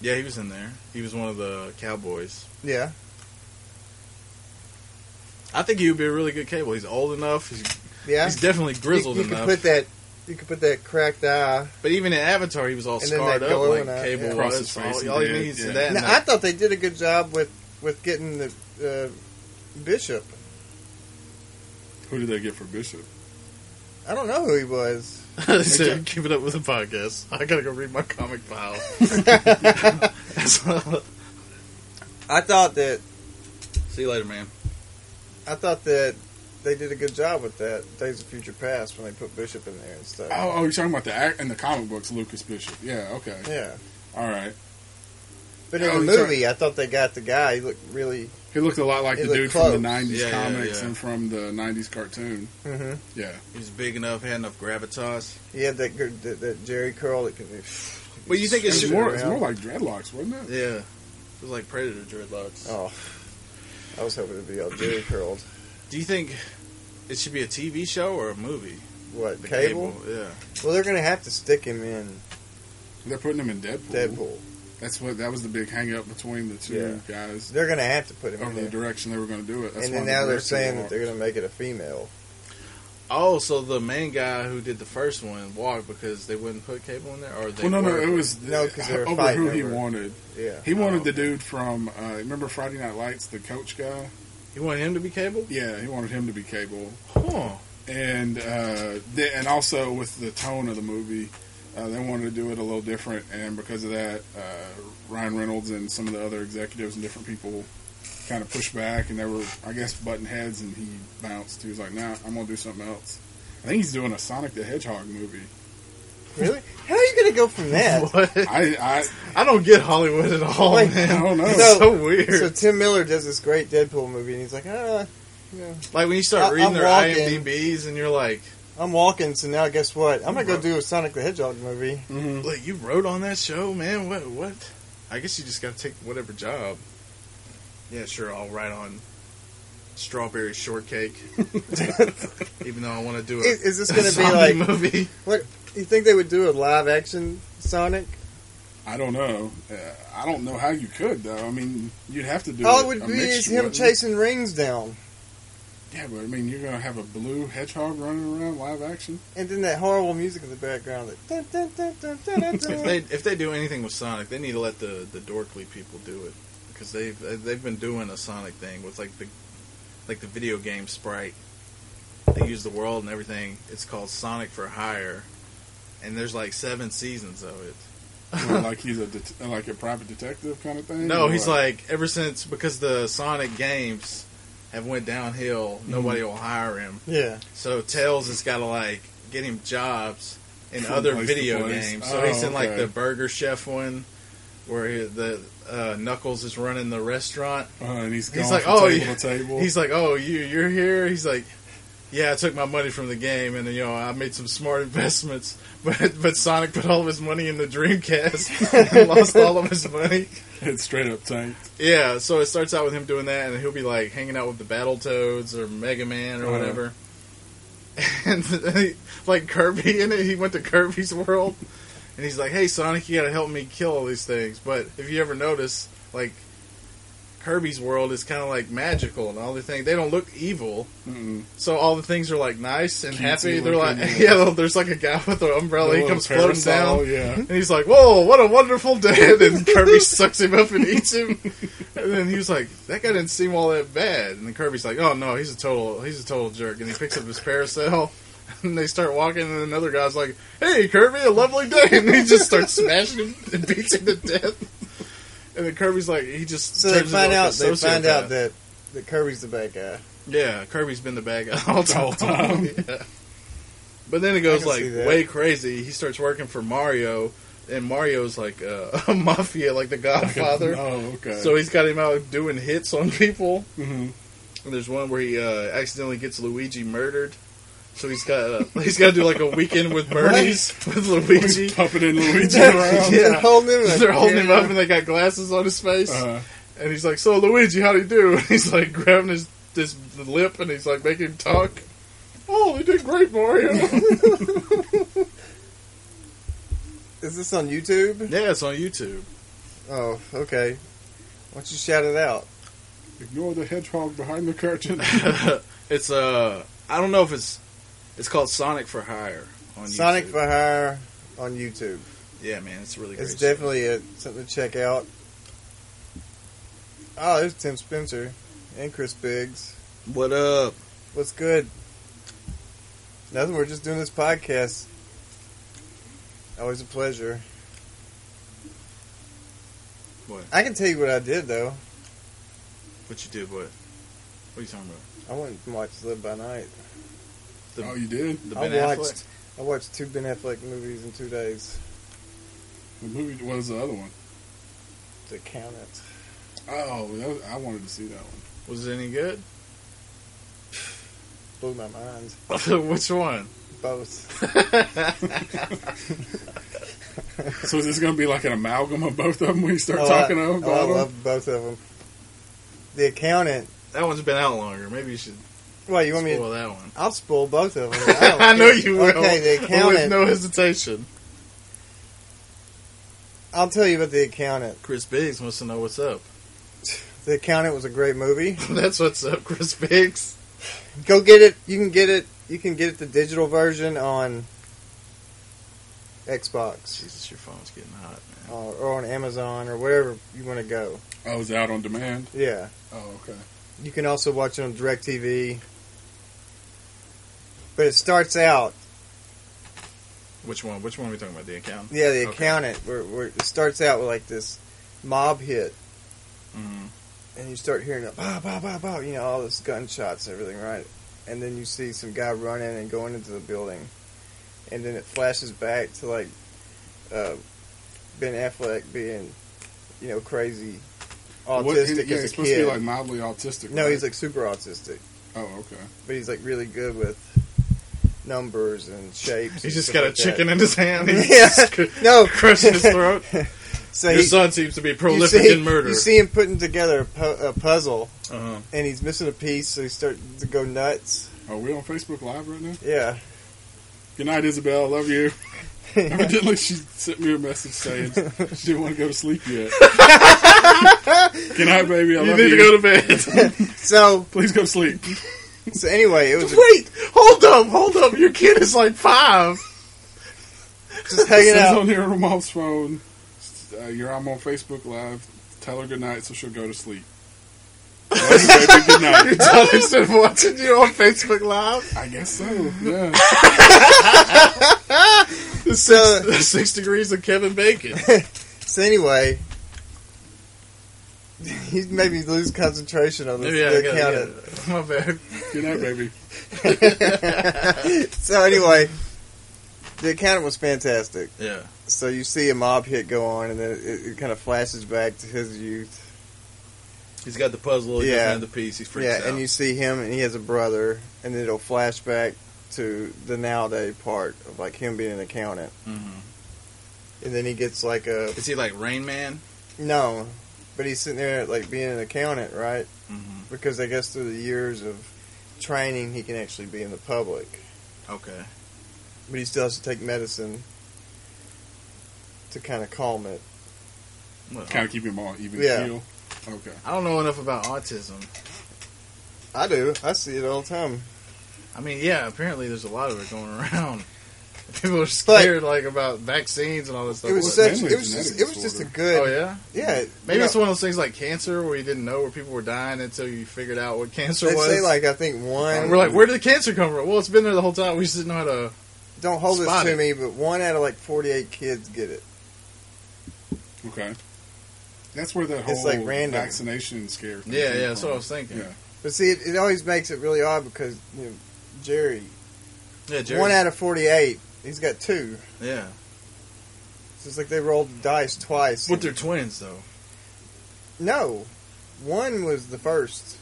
S7: yeah, he was in there. He was one of the cowboys.
S6: Yeah,
S7: I think he would be a really good cable. He's old enough. He's,
S6: yeah.
S7: he's definitely grizzled
S6: you, you
S7: enough.
S6: could put that. You could put that cracked eye.
S7: but even in Avatar, he was all
S6: And then
S7: scarred
S6: that
S7: up like
S6: glowing eye,
S7: cable
S6: yeah.
S7: was.
S8: Cross his face
S7: all,
S8: and
S7: all he
S8: dead,
S7: needs is
S8: yeah.
S7: that. and
S6: Now, I
S7: that-
S6: thought they did a good job with with getting the uh, bishop.
S8: Who did they get for Bishop?
S6: I don't know who he was.
S7: so, keep it up with the podcast. I gotta go read my comic pile.
S6: I thought that
S7: See you later, man.
S6: I thought that they did a good job with that Days of Future Past when they put Bishop in there and stuff.
S8: Oh, oh, you're talking about the act in the comic books, Lucas Bishop. Yeah, okay.
S6: Yeah,
S8: All right.
S6: but in
S8: Oh,
S6: the
S8: he's
S6: movie, I thought they got the guy. He looked really.
S8: He looked a lot like
S6: He
S8: the
S6: looked
S8: dude
S6: close.
S8: from the '90s
S7: Yeah, yeah,
S8: comics
S7: yeah.
S8: and from the '90s cartoon.
S6: hmm
S8: Yeah.
S7: He was big enough, had enough gravitas.
S6: He had that good, that, that Jerry curl that could be.
S7: But you think
S8: It's,
S7: it's
S6: Shoot
S8: more,
S6: it
S8: it's
S6: around.
S8: more like dreadlocks, wasn't it?
S7: Yeah. It was like Predator dreadlocks.
S6: Oh, I was hoping it'd be all Jerry curled.
S7: Do you think it should be a TV show or a movie?
S6: What
S7: The
S6: cable?
S7: Yeah.
S6: Well, they're gonna have to stick him in
S8: They're putting him in Deadpool.
S6: Deadpool.
S8: That's what that was the big hang up between the two guys
S6: They're gonna have to put him
S8: over
S6: in
S8: the
S6: there.
S8: direction they were going to do it. Oh, That's
S6: and
S8: why
S6: then
S8: the
S6: now they're
S8: directors
S6: saying that
S8: walked.
S6: they're gonna make it a female.
S7: Oh, so the main guy who did the first one walked because they wouldn't put Cable in there, or they
S8: Well, no, no,
S7: were?
S8: it was
S6: No, 'cause they were
S8: over
S6: fighting
S8: who he
S6: over-
S8: wanted.
S6: Yeah.
S8: He wanted
S7: Oh.
S8: the dude from uh, remember Friday Night Lights, the coach guy.
S7: You want him to be Cable?
S8: Yeah, he wanted him to be Cable,
S7: Huh.
S8: and uh, th- and also with the tone of the movie, uh, they wanted to do it a little different, and because of that, uh, Ryan Reynolds and some of the other executives and different people kind of pushed back, and they were, I guess, button heads, and he bounced. He was like, "Nah, I'm gonna do something else." I think he's doing a Sonic the Hedgehog movie.
S6: Really? How are you gonna go from that?
S7: What?
S8: I, I,
S7: I don't get Hollywood at all,
S6: Like,
S8: I
S7: man.
S8: don't know.
S7: It's
S6: So-
S7: so weird.
S6: So Tim Miller does this great Deadpool movie, and he's like, ah,
S7: like when you
S6: I-
S7: start reading
S6: I'm
S7: their
S6: walking.
S7: IMDb's and you're like,
S6: I'm walking, so now guess what? I'm gonna go do a Sonic the Hedgehog movie.
S8: Mhm.
S7: "Look, you wrote on that show, man. What? What? I guess you just got to take whatever job." Yeah, sure. I'll write on strawberry shortcake, even though I want to do it.
S6: Is- is this gonna be like-
S7: movie?
S6: You think they would do a live action Sonic?
S8: I don't know. Uh, I don't know how you could though. I mean, you'd have to do.
S6: All it would
S8: a
S6: be
S8: mixture,
S6: is him
S8: wouldn't it?
S6: chasing rings down,
S8: Yeah, but I mean, you're gonna have a blue hedgehog running around live action.
S6: and then that horrible music in the background. That dun, dun, dun, dun, dun, dun,
S7: if
S6: dun.
S7: they if they do anything with Sonic, they need to let the the dorkly people do it because they've uh, they've been doing a Sonic thing with like the like the video game sprite. They use the world and everything. It's called Sonic for Hire, and there's like seven seasons of it.
S8: You know, like he's a det- like a private detective kind of thing.
S7: No,
S8: or
S7: he's
S8: what?
S7: like ever since because the Sonic games have went downhill. Nobody will hire him,
S6: yeah,
S7: so Tails has got to like get him jobs in
S8: From
S7: other
S8: place to
S7: video
S8: place.
S7: games. So
S8: Oh,
S7: he's in like
S8: okay.
S7: the Burger Chef one, where he, the uh, Knuckles is running the restaurant.
S8: uh, and he's,
S7: he's
S8: going
S7: like,
S8: from
S7: "Oh,
S8: table
S7: yeah."
S8: to table.
S7: He's like, "Oh, you you're here." He's like. Yeah, I took my money from the game, and you know I made some smart investments. But but Sonic put all of his money in the Dreamcast and lost all of his money.
S8: it's straight up tank.
S7: Yeah, so it starts out with him doing that, and he'll be like hanging out with the Battle Toads or Mega Man or
S8: Uh-huh.
S7: whatever. And they- like Kirby in it, he went to Kirby's world, and he's like, "Hey Sonic, you gotta help me kill all these things." But if you ever notice, like Kirby's world is kind of like magical and all the things. They don't look evil,
S8: Mm-mm.
S7: so all the things are like nice and
S8: Cutesy
S7: happy. They're like,
S8: looking,
S7: yeah, there's like a guy with an umbrella. He
S8: The
S7: comes
S8: little
S7: floating down.
S8: parasol, Yeah,
S7: And he's like, "Whoa, what a wonderful day!" And then Kirby sucks him up and eats him. And then he was like, "That guy didn't seem all that bad." And then Kirby's like, "Oh no, he's a total, he's a total jerk." And he picks up his parasol, and they start walking. And another guy's like, "Hey, Kirby, a lovely day!" And he just starts smashing him and beats him to death. And then Kirby's like, he just
S6: so they
S7: turns
S6: find
S7: into
S6: out.
S7: a
S6: They find
S7: sociopath.
S6: out that that Kirby's the bad guy.
S7: Yeah, Kirby's been the bad guy all the
S8: All the
S7: time.
S8: time.
S7: Yeah. But then it goes
S6: can
S7: like
S6: see that.
S7: way crazy. He starts working for Mario, and Mario's like uh, a mafia, like the Godfather.
S8: Oh, okay.
S7: So he's got him out doing hits on people.
S8: Mhm.
S7: And there's one where he uh, accidentally gets Luigi murdered. So he's got uh, he's got to do like a weekend with birdies with Luigi.
S8: he's puppeting Luigi around.
S7: Yeah.
S6: They're holding him. like,
S7: They're holding him up
S6: yeah.
S7: and they got glasses on his face.
S8: Uh,
S7: And he's like, "So Luigi, how do you do?" And he's like grabbing his this lip and he's like making him talk. Oh, you did great, Mario.
S6: Is this on YouTube?
S7: yeah, it's on YouTube.
S6: Oh, okay. Why don't you shout it out?
S8: ignore the hedgehog behind the curtain.
S7: it's uh, I don't know if it's it's called Sonic for Hire on
S6: Sonic
S7: YouTube.
S6: for Hire on YouTube.
S7: yeah, man, it's really great.
S6: It's definitely a, something to check out. Oh, there's Tim Spencer and Chris Biggs.
S7: what up?
S6: What's good? Nothing. We're just doing this podcast. Always a pleasure.
S7: What?
S6: I can tell you what I did though.
S7: What you did? What? What are you talking about?
S6: I went and watched Live by Night.
S7: The,
S8: oh, you did
S7: the
S6: I
S7: Ben Affleck?
S6: watched. I watched two Ben Affleck movies in two days.
S8: the movie. What was the other one?
S6: To count it.
S8: Oh, that was- I wanted to see that one.
S7: Was it any good?
S6: Blew my mind.
S7: Which one?
S6: Both.
S8: So is this going to be like an amalgam of both of them when you start
S6: Oh,
S8: talking
S6: I,
S8: about
S6: oh, I
S8: them?
S6: love both of them. The accountant.
S7: That one's been out longer. Maybe you should
S6: Why you want me?
S7: Spoil
S6: To,
S7: that one.
S6: I'll spoil both of them. I, don't
S7: I know
S6: care.
S7: you will.
S6: Okay, the
S7: with
S6: accountant.
S7: no hesitation.
S6: I'll tell you about the accountant.
S7: Chris Biggs wants to know what's up.
S6: The accountant was a great movie.
S7: That's what's up, Chris Biggs.
S6: Go get it. You can get it. You can get it the digital version on Xbox
S7: Jesus, your phone's getting hot, man.
S6: or, or on Amazon or wherever you want to go.
S8: Oh, it's out on demand.
S6: Yeah,
S8: Oh, okay.
S6: you can also watch it on DirecTV. But it starts out
S7: Which one? Which one are we talking about? The account?
S6: Yeah, the
S7: Okay.
S6: accountant. Where, where it starts out with like this mob hit,
S8: Mm-hmm.
S7: Mhm.
S6: and you start hearing a bah bah bah bah, you know, all this gunshots and everything, right? And then you see some guy running and going into the building, and then it flashes back to like uh, Ben Affleck being, you know, crazy, autistic
S8: What- and- yeah,
S6: as
S8: he's
S6: a
S8: supposed to
S6: kid.
S8: be like mildly autistic.
S6: no,
S8: right?
S6: he's like super autistic,
S8: Oh, okay.
S6: but he's like really good with numbers and shapes.
S7: He's
S6: and
S7: just
S6: stuff
S7: got a
S6: like that.
S7: chicken in his hand. He's
S6: Yeah.
S7: just cr-
S6: No.
S7: crushing his throat.
S6: So
S7: Your
S6: he-
S7: son seems to be
S6: you
S7: prolific
S6: see,
S7: in murder.
S6: You see him putting together a, pu- a puzzle,
S7: uh-huh.
S6: and he's missing a piece, so he's starting to go nuts.
S8: Are we on Facebook Live right now?
S6: Yeah.
S8: Good night, Isabel. I love you. Evidently, she sent me a message saying she didn't want to go to sleep yet. Good night, baby. I
S7: You
S8: love
S7: need to
S8: you.
S7: go to bed.
S6: so,
S8: Please go sleep.
S6: so anyway, it was
S7: Wait, hold up, hold up. Your kid is like five.
S6: just hanging
S8: It says
S6: out.
S8: on here on her mom's phone. Uh, you're I'm on Facebook Live. Tell her good night so she'll go to sleep. Love you, baby. Good night.
S7: Instead of watching you on Facebook Live,
S8: I guess so. Yeah.
S6: So,
S7: six degrees of Kevin Bacon.
S6: so anyway, he made me lose concentration on this
S7: Maybe I
S6: the
S7: gotta get
S6: accountant.
S7: it. My bad.
S8: Good night, baby.
S6: So anyway, the accountant was fantastic.
S7: Yeah.
S6: So you see a mob hit go on, and then it, it kind of flashes back to his youth.
S7: He's got the puzzle. He
S6: Yeah.
S7: doesn't have the piece. He freaks
S6: yeah,
S7: out.
S6: and you see him, and he has a brother, and it'll flash back to the nowadays part of like him being an accountant,
S7: Mhm. Mm-hmm.
S6: and then he gets like a
S7: Is he like Rain Man?
S6: no, but he's sitting there like being an accountant, right?
S7: Mm-hmm.
S6: Because I guess through the years of training, he can actually be in the public,
S7: Okay.
S6: but he still has to take medicine to kind of calm it.
S7: Well,
S8: Kind of keep him on even
S6: Yeah.
S8: keel. Okay.
S7: I don't know enough about autism.
S6: I do, I see it all the time.
S7: I mean, yeah, apparently there's a lot of it going around. People are scared like about vaccines and all this stuff.
S6: It was
S7: What-
S8: so-
S6: such,
S8: mainly
S6: it was just,
S8: genetic
S6: it was just a
S8: disorder.
S6: good,
S7: oh yeah,
S6: yeah.
S7: maybe
S6: you
S7: it's
S6: know,
S7: one of those things like cancer where you didn't know where people were dying until you figured out what cancer
S6: they
S7: was.
S6: say like I think
S7: and
S6: one.
S7: we're like, where did the cancer come from? Well, it's been there the whole time. We just didn't know how to.
S6: Don't hold this
S7: Spotted.
S6: to me, but one out of like 48 kids get it.
S8: Okay. That's where that whole
S6: It's like random.
S8: vaccination scare. thing
S7: Yeah,
S8: came
S7: yeah. That's
S8: from.
S7: what I was thinking.
S8: Yeah.
S6: But see, it, it always makes it really odd because, you know, Jerry,
S7: Yeah, Jerry.
S6: one out of 48, he's got two.
S7: yeah.
S6: So it's like they rolled the dice twice.
S7: But they're twins though.
S6: no, one was the first,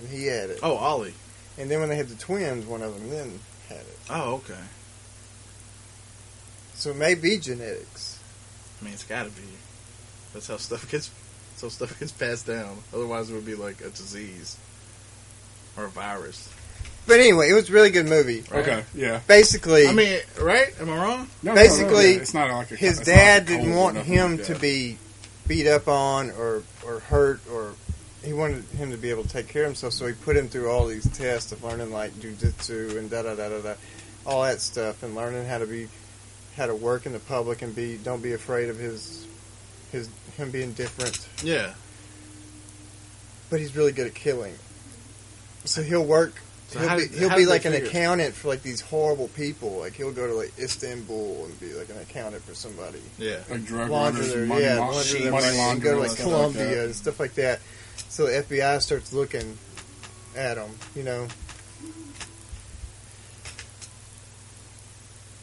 S6: and he had it.
S7: Oh, Ollie.
S6: And then when they had the twins, one of them then had it.
S7: Oh, okay.
S6: So it may be genetics.
S7: I mean, it's got to be. That's how stuff gets. That's how stuff gets passed down. Otherwise, it would be like a disease or a virus.
S6: But anyway, it was a really good movie.
S7: Right?
S8: Okay. Yeah.
S6: Basically,
S7: I mean, right? Am I wrong?
S8: No, no, no,
S6: Basically,
S8: yeah, it's not like a,
S6: his
S8: it's not
S6: dad
S8: a
S6: didn't
S8: cold or
S6: want
S8: nothing
S6: him
S8: like
S6: to
S8: that.
S6: be beat up on or or hurt or he wanted him to be able to take care of himself so he put him through all these tests of learning like jujitsu and da da da da da all that stuff and learning how to be how to work in the public and be don't be afraid of his his him being different
S7: Yeah.
S6: but he's really good at killing so he'll work
S7: So
S6: he'll
S7: how
S6: be,
S7: did-
S6: he'll
S7: how
S6: be
S7: did they
S6: like an
S7: figure-
S6: accountant for like these horrible people like he'll go to like Istanbul and be like an accountant for somebody
S7: Yeah.
S8: Like drug
S6: launder
S8: runners,
S6: their,
S8: money,
S6: yeah,
S8: laun-
S6: launder
S8: money
S6: their money and go
S8: laundering,
S6: to
S8: and
S6: like
S8: stuff like
S6: Colombia
S8: that.
S6: and stuff like that. So the FBI starts looking at them, you know,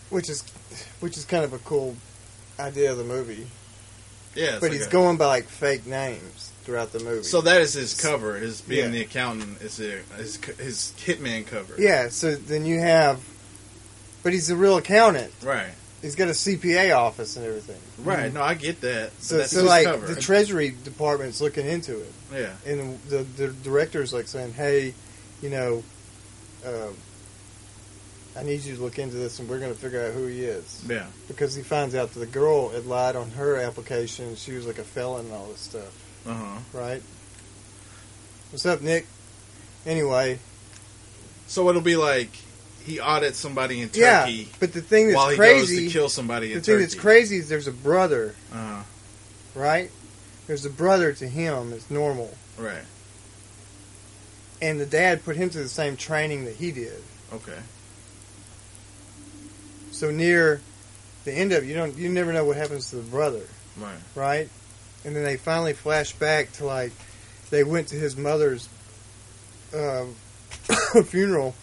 S6: which is which is kind of a cool idea of the movie.
S7: Yeah. it's
S6: but
S7: like
S6: he's
S7: a-
S6: going by like fake names throughout the movie.
S7: So that is his cover. Is being
S6: Yeah.
S7: the accountant is their- his co- his hitman cover.
S6: yeah, so then you have, but he's a real accountant.
S7: Right.
S6: He's got a CPA office and everything.
S7: Right. No, I get that.
S6: Mm-hmm.
S7: So
S6: So,
S7: that's
S6: so
S7: his
S6: like
S7: cover.
S6: the Treasury Department's looking into it.
S7: yeah.
S6: and the, the director's like saying, "Hey, you know, um, I need you to look into this, and we're going to figure out who he is.
S7: Yeah.
S6: Because he finds out that the girl had lied on her application. She was like a felon and all this stuff,
S7: Uh huh.
S6: right? What's up, Nick? Anyway,
S7: So it'll be like he audits somebody in
S6: yeah.
S7: Turkey
S6: But the thing that's
S7: while he
S6: crazy,
S7: goes to kill somebody in
S6: the thing
S7: Turkey.
S6: that's crazy is there's a brother,
S7: Uh,
S6: right? There's a brother to him. It's normal,
S7: right.
S6: and the dad put him through the same training that he did.
S7: Okay.
S6: So near the end of it, you don't you never know what happens to the brother.
S7: Right.
S6: right? And then they finally flash back to like they went to his mother's uh, funeral,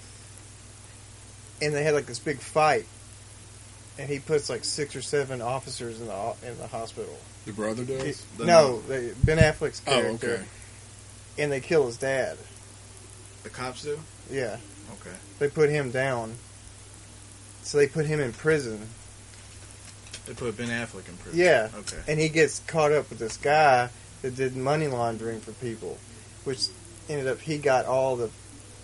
S6: and they had like this big fight, and he puts like six or seven officers in the ho- in the hospital.
S8: The brother does.
S7: The-
S6: no, they, Ben Affleck's
S8: Oh,
S6: character,
S8: okay.
S6: and they kill his dad.
S7: The cops do.
S6: Yeah,
S7: Okay.
S6: they put him down. So they put him in prison,
S7: They put Ben Affleck in prison.
S6: Yeah.
S7: Okay.
S6: and he gets caught up with this guy that did money laundering for people, which ended up he got all the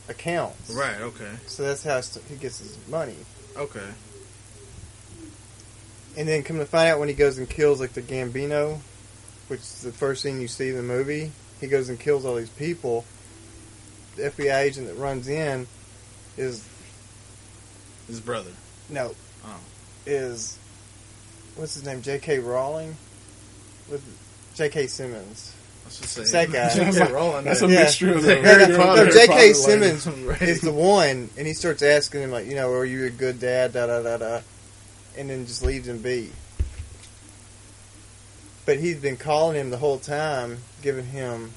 S6: accounts.
S7: Right. Okay.
S6: So that's how st- he gets his money.
S7: Okay.
S6: And then come to find out when he goes and kills like the Gambino, which is the first thing you see in the movie, he goes and kills all these people. The FBI agent that runs in is
S7: His brother.
S6: no
S7: Oh.
S6: is what's his name? J.K. Rowling with J.K. Simmons.
S7: Let's just say
S6: It's that guy.
S7: J.K.
S6: Yeah.
S7: Rowling.
S8: That's a
S6: Yeah.
S8: mixture of the
S7: Yeah,
S8: Harry
S7: no,
S8: Potter.
S7: no,
S8: and
S7: J.K.
S8: Potter
S6: Simmons
S7: Right.
S6: is the one, and he starts asking him like, you know, are you a good dad? Da da da da, and then just leaves him be. But he's been calling him the whole time, giving him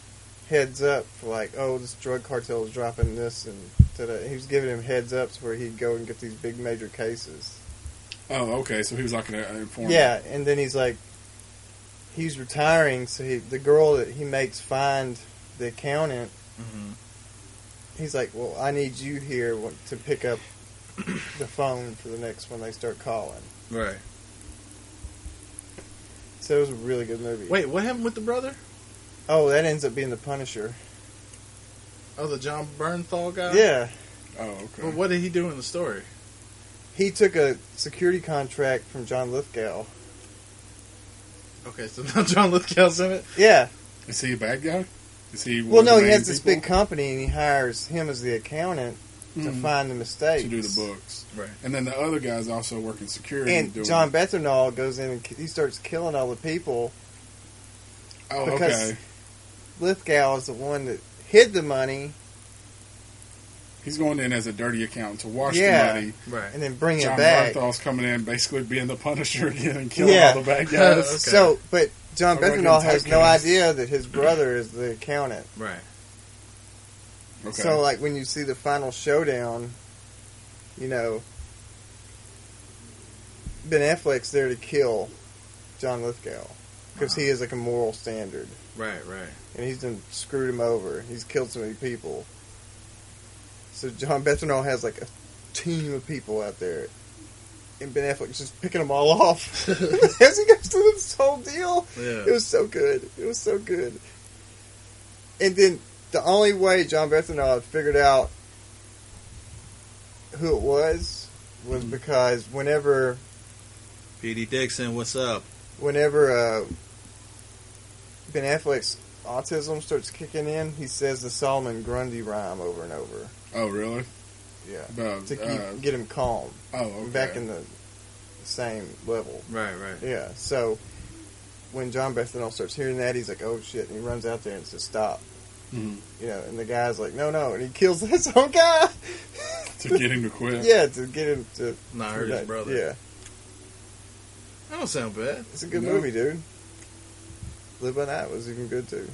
S6: heads up for like, oh, this drug cartel is dropping this, and da-da. he was giving him heads ups where he'd go and get these big major cases.
S8: Lane. Oh, okay. So he was like an uh, informant.
S6: Yeah, and then he's like, he's retiring, so he, the girl that he makes find the accountant.
S8: Mm-hmm.
S7: Mhm.
S6: He's like, well, I need you here wa- to pick up the phone for the next one they start calling.
S7: Right.
S6: So it was a really good movie.
S7: Wait. What happened with the brother?
S6: Oh, that ends up being the Punisher.
S7: Oh, the John Bernthal guy.
S6: yeah,
S8: Oh, okay.
S7: Well, what did he do in the story?
S6: he took a security contract from John Lithgow.
S7: Okay, so now John Lithgow's in it.
S6: Yeah.
S8: Is he a bad guy? Is he?
S6: Well,
S8: one of
S6: no,
S8: the
S6: he
S8: main
S6: has this
S8: people
S6: big company, and he hires him as the accountant to
S8: Mhm.
S6: find the mistakes.
S8: to do the books,
S7: Right.
S8: and then the other guy's also working security.
S6: And
S8: doing,
S6: John Bethenol goes in and ki- he starts killing all the people.
S8: Oh,
S6: because-
S8: okay.
S6: Lithgow is the one that hid the money
S8: He's going in as a dirty accountant to wash
S6: Yeah.
S8: the money.
S7: Right.
S6: and then bring it
S8: John
S6: back.
S8: Bernthal's coming in, basically being the Punisher again and killing
S6: Yeah.
S8: all the bad
S7: Okay.
S8: guys.
S6: So, but John
S8: I work in
S6: Bethenol has no
S8: typecast.
S6: idea that his brother is the accountant.
S7: Right.
S8: okay.
S6: So, like when you see the final showdown, you know, Ben Affleck's there to kill John Lithgow because
S8: Uh-huh.
S6: he is like a moral standard,
S7: Right. Right.
S6: and he's done screwed him over. He's killed so many people. So John Bethenol has like a team of people out there. And Ben Affleck's just picking them all off as he goes through this whole deal.
S7: Yeah.
S6: It was so good. It was so good. And then the only way John Bethanol had figured out who it was was because whenever
S7: P.D. Dixon, what's up?
S6: whenever uh, Ben Affleck's autism starts kicking in, he says the Solomon Grundy rhyme over and over.
S8: oh, really?
S6: Yeah.
S8: About,
S6: To keep,
S8: uh,
S6: get him calm,
S8: oh, okay.
S6: back in the same level.
S7: Right. Right.
S6: Yeah. So when John Bethanol starts hearing that, he's like, "Oh shit!" and he runs out there and says, "Stop."
S8: Mhm.
S6: You know, and the guy's like, "No, no," and he kills his own guy.
S8: to get him to quit.
S6: yeah, to get him to.
S7: Not hurt his brother.
S6: Yeah,
S7: That don't sound bad.
S6: it's a good
S8: No.
S6: movie, dude. Live by Night was even good too.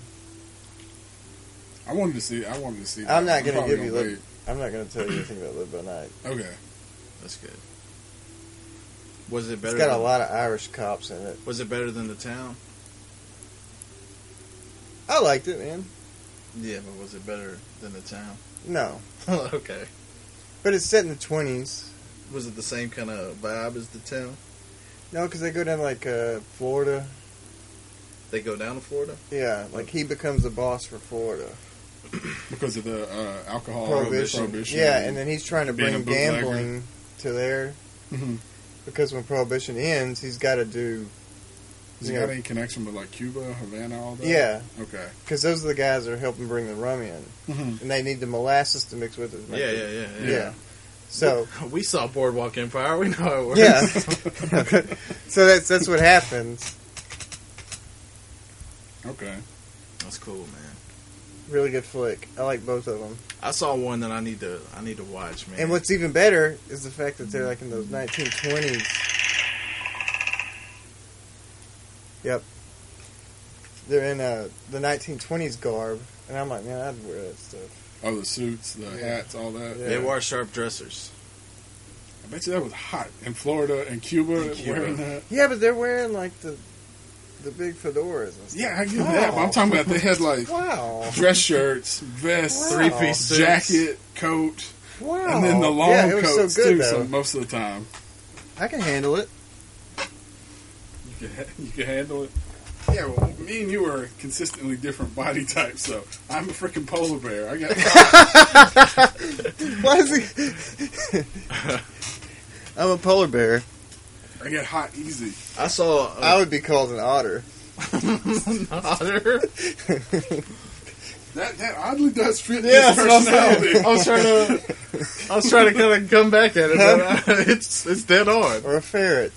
S8: I wanted to see. I wanted to see.
S6: I'm not
S8: that.
S6: gonna
S8: probably
S6: give you
S8: gonna
S6: lip- I'm not going to tell you anything about Live by Night.
S8: wait. Okay.
S7: That's good. Was it
S6: It's
S7: better?
S6: got
S7: than,
S6: a lot of Irish cops in it.
S7: Was it better than the town?
S6: I liked it, man.
S7: Yeah, but was it better than the town?
S6: No,
S7: okay.
S6: but it's set in the 20s.
S7: Was it the same kind of vibe as the town?
S6: No, because they go down like uh, Florida.
S7: They go down to Florida.
S6: Yeah, like he becomes the boss for Florida.
S8: because of the uh,
S7: Oh,
S8: alcohol
S6: prohibition.
S8: And the prohibition.
S6: Yeah, and then he's trying to
S8: Being
S6: bring
S8: a bootlegger.
S6: gambling to there
S7: Mm-hmm.
S8: Mhm.
S6: because when prohibition ends, he's got to do
S8: Has he
S6: Yeah.
S8: got any connection with like Cuba, Havana, all that?
S6: yeah
S8: Okay.
S6: because those are the guys that are helping bring the rum in,
S8: Mhm.
S6: and they need the molasses to mix with it.
S7: Mm-hmm. Yeah, yeah, yeah, yeah.
S6: yeah. So
S7: We saw Boardwalk Empire. We know how it works.
S6: yeah, so that's that's what happens.
S8: Okay.
S7: that's cool, man.
S6: Really good flick. I like both of them.
S7: I saw one that I need to I need to watch, man.
S6: And what's even better is the fact that they're like in those 1920s. Yep. They're in uh, the 1920s garb, and I'm like, man, I'd wear that stuff.
S8: Oh, the suits, the
S6: Yeah.
S8: hats, all that.
S6: Yeah.
S7: they wore sharp dressers.
S8: I bet you that was hot in Florida and Cuba,
S7: In Cuba.
S8: wearing that.
S6: Yeah, but they're wearing like the the big fedoras and stuff.
S8: Yeah, I get that. But I'm talking about they had like
S6: Wow!
S8: dress shirts, vests,
S6: Wow. Three-piece
S7: suits.
S8: jacket, coat,
S6: Wow!
S8: and then the long
S6: yeah, it was
S8: coats
S6: so good
S8: too.
S6: though.
S8: So most of the time,
S6: I can handle it.
S8: you can, you can handle it. Yeah, well, me and you are consistently different body types, so I'm a freaking polar bear. I got
S6: Why is he? I'm a polar bear.
S8: I get hot easy.
S7: I saw a
S6: I would be called an otter.
S7: otter.
S8: That that oddly does fit
S7: Yeah,
S8: yeah,
S7: that's what I'm
S8: personality.
S7: saying. I was trying to, I was trying to kind of come back at it, but I, it's it's dead on.
S6: or a ferret.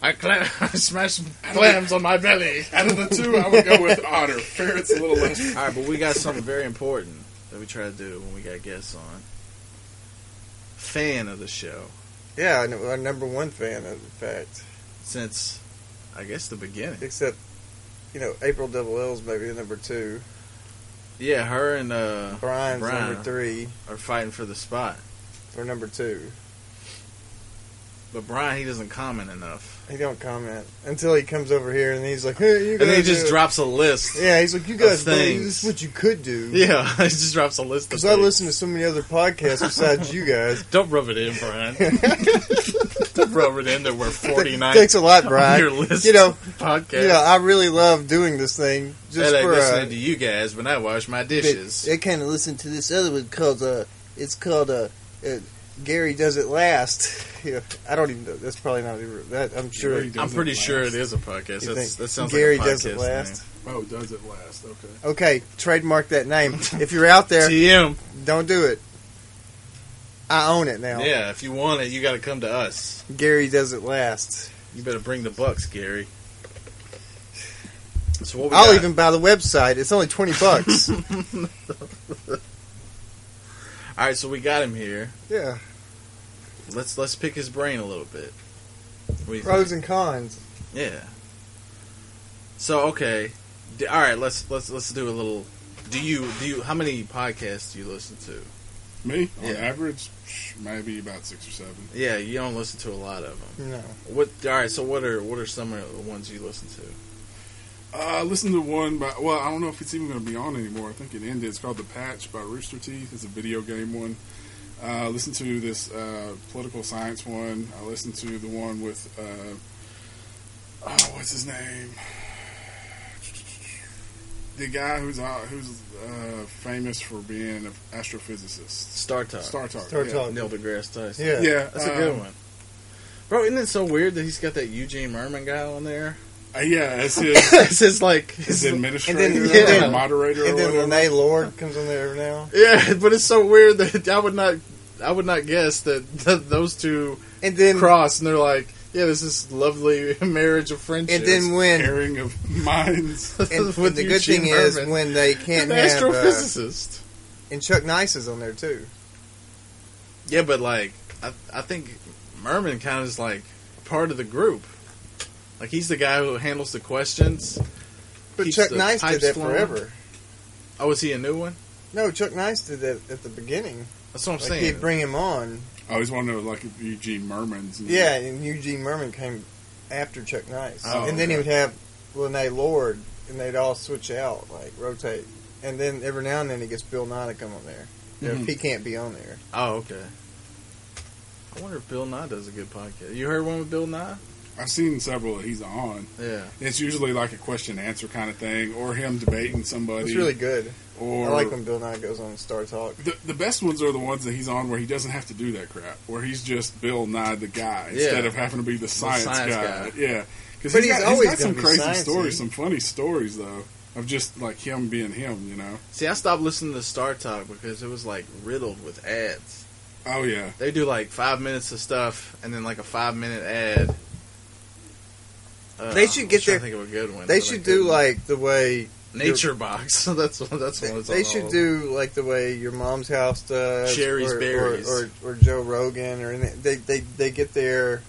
S7: I, cla- I smashed clams on my belly.
S8: Out of the two, I would go with otter. Ferret's a little less.
S7: All right, but we got something very important that we try to do when we got guests on. Fan of the show
S6: Yeah, I'm our number one fan, in fact.
S7: since, I guess, the beginning.
S6: Except, you know, April Double L's maybe the number two.
S7: Yeah, her and uh,
S6: Brian's
S7: Brian
S6: number three
S7: are fighting for the spot,
S6: or number two.
S7: but Brian he doesn't comment enough,
S6: He don't comment until he comes over here and he's like, "Hey, you guys."
S7: and then he just
S6: do it."
S7: drops a list.
S6: Yeah, he's like, "You guys,
S7: Of
S6: believe
S7: things.
S6: this is what you could do."
S7: Yeah, he just drops a list. of
S6: Because I
S7: things.
S6: listen to so many other podcasts besides you guys.
S7: Don't rub it in, Brian. Don't rub it in that we're 49
S6: Takes a lot,
S7: on
S6: Brian.
S7: your list.
S6: You know,
S7: podcast.
S6: you know, I really love doing this thing just
S7: that ain't
S6: for
S7: listening
S6: uh,
S7: to you guys when I wash my dishes.
S6: They, kind of listen to this other one called uh, it's called uh, uh, Gary does it last. You know, I don't even. know. That's probably not even. That I'm sure.
S8: Gary
S7: I'm
S8: does
S7: pretty
S8: it
S7: sure
S8: last.
S7: it is a podcast.
S6: You
S7: That's,
S6: think
S7: that sounds
S6: Gary
S7: like a podcast
S6: does it last.
S8: Oh, does it last? Okay.
S6: Okay, trademark that name. If you're out there,
S7: Name. TM.
S6: don't do it. I own it now.
S7: Yeah, if you want it, you got to come to us.
S6: Gary does it last.
S7: You better bring the bucks, Gary. So what we
S6: I'll
S7: got?
S6: even buy the website. It's only twenty bucks.
S7: All right, so we got him here.
S6: yeah,
S7: Let's let's pick his brain a little bit. What do you think?
S6: pros and cons.
S7: Yeah. So okay, D- all right. Let's let's let's do a little. Do you do you? How many podcasts do you listen to?
S8: Me on
S7: Yeah.
S8: average, psh, maybe about six or seven.
S7: Yeah, you don't listen to a lot of them.
S6: No,
S7: What? All right. So what are what are some of the ones you listen to?
S8: Uh, I listened to one by well, I don't know if it's even going to be on anymore. I think it ended. It's called The Patch by Rooster Teeth. It's a video game one. Uh, I listened to this uh, political science one. I listened to the one with uh, oh, what's his name? The guy who's out, who's uh, famous for being an astrophysicist.
S7: Star Talk.
S8: Star Talk.
S6: Star
S8: yeah.
S6: Talk.
S7: Neil deGrasse Tyson.
S6: Yeah.
S8: Yeah,
S7: that's a good
S8: um,
S7: one. Bro, isn't it so weird that he's got that Eugene Merman guy on there?
S8: Uh, yeah, it's his,
S7: it's just like,
S8: his administrator,
S6: And then-
S8: or
S6: yeah.
S8: moderator, or
S6: and then
S8: whatever.
S6: Renee Lord comes on there every now.
S7: yeah, but it's so weird that I would not, I would not guess that th- those two
S6: And then
S7: cross and they're like, yeah, this is lovely marriage of friendship.
S6: and then when
S8: pairing of minds.
S6: and, and the good thing is when they can't
S7: an
S6: have uh,
S7: astrophysicist.
S6: and Chuck Nice is on there too.
S7: yeah, but like, I, I think Merman kind of is like part of the group. Like he's the guy who handles the questions.
S6: But
S7: Keeps
S6: Chuck
S7: the
S6: Nice did
S7: pipes
S6: that
S7: flowing.
S6: forever.
S7: Oh, is he a new one?
S6: No, Chuck Nice did that at the beginning.
S7: That's what I'm
S6: Like
S7: saying.
S6: he'd bring him on.
S8: I always wanted to know, like if Eugene Merman's. name.
S6: Yeah, and Eugene Merman came after Chuck Nice,
S7: Oh,
S6: and then
S7: okay.
S6: he would have Lene Lord, and they'd all switch out, like rotate. And then every now and then he gets Bill Nye to come on there. You know,
S7: Mm-hmm.
S8: Mhm.
S6: If he can't be on there,
S7: Oh, okay. I wonder if Bill Nye does a good podcast. You heard one with Bill Nye?
S8: I've seen several that he's on.
S7: Yeah.
S8: It's usually like a question and answer kind of thing, or him debating somebody.
S6: It's really good.
S8: or
S6: I like when Bill Nye goes on Star Talk.
S8: The, the best ones are the ones that he's on where he doesn't have to do that crap, where he's just Bill Nye the guy
S7: Yeah.
S8: instead of having to be the science,
S7: science
S8: guy.
S7: guy.
S8: Yeah, because
S6: But
S8: he's,
S6: he's
S8: got,
S6: always
S8: he's got
S6: gonna
S8: some
S6: be
S8: crazy
S6: sciencey.
S8: stories, some funny stories though, of just like him being him. You know?
S7: See, I stopped listening to Star Talk because it was like riddled with ads.
S8: Oh yeah,
S7: They do like five minutes of stuff and then like a five minute ad. Uh,
S6: They should
S7: I'm
S6: get
S7: trying
S6: their-
S7: to think of a good one.
S6: They
S7: but I
S6: should do
S7: couldn't.
S6: like the way
S7: Nature Box. that's one- that's
S6: they,
S7: one. that's
S6: they
S7: on
S6: should
S7: all-
S6: do like the way your mom's house does,
S7: Cherries,
S6: or, or-
S7: berries.
S6: or, or, Joe Rogan, or anything. they they they get their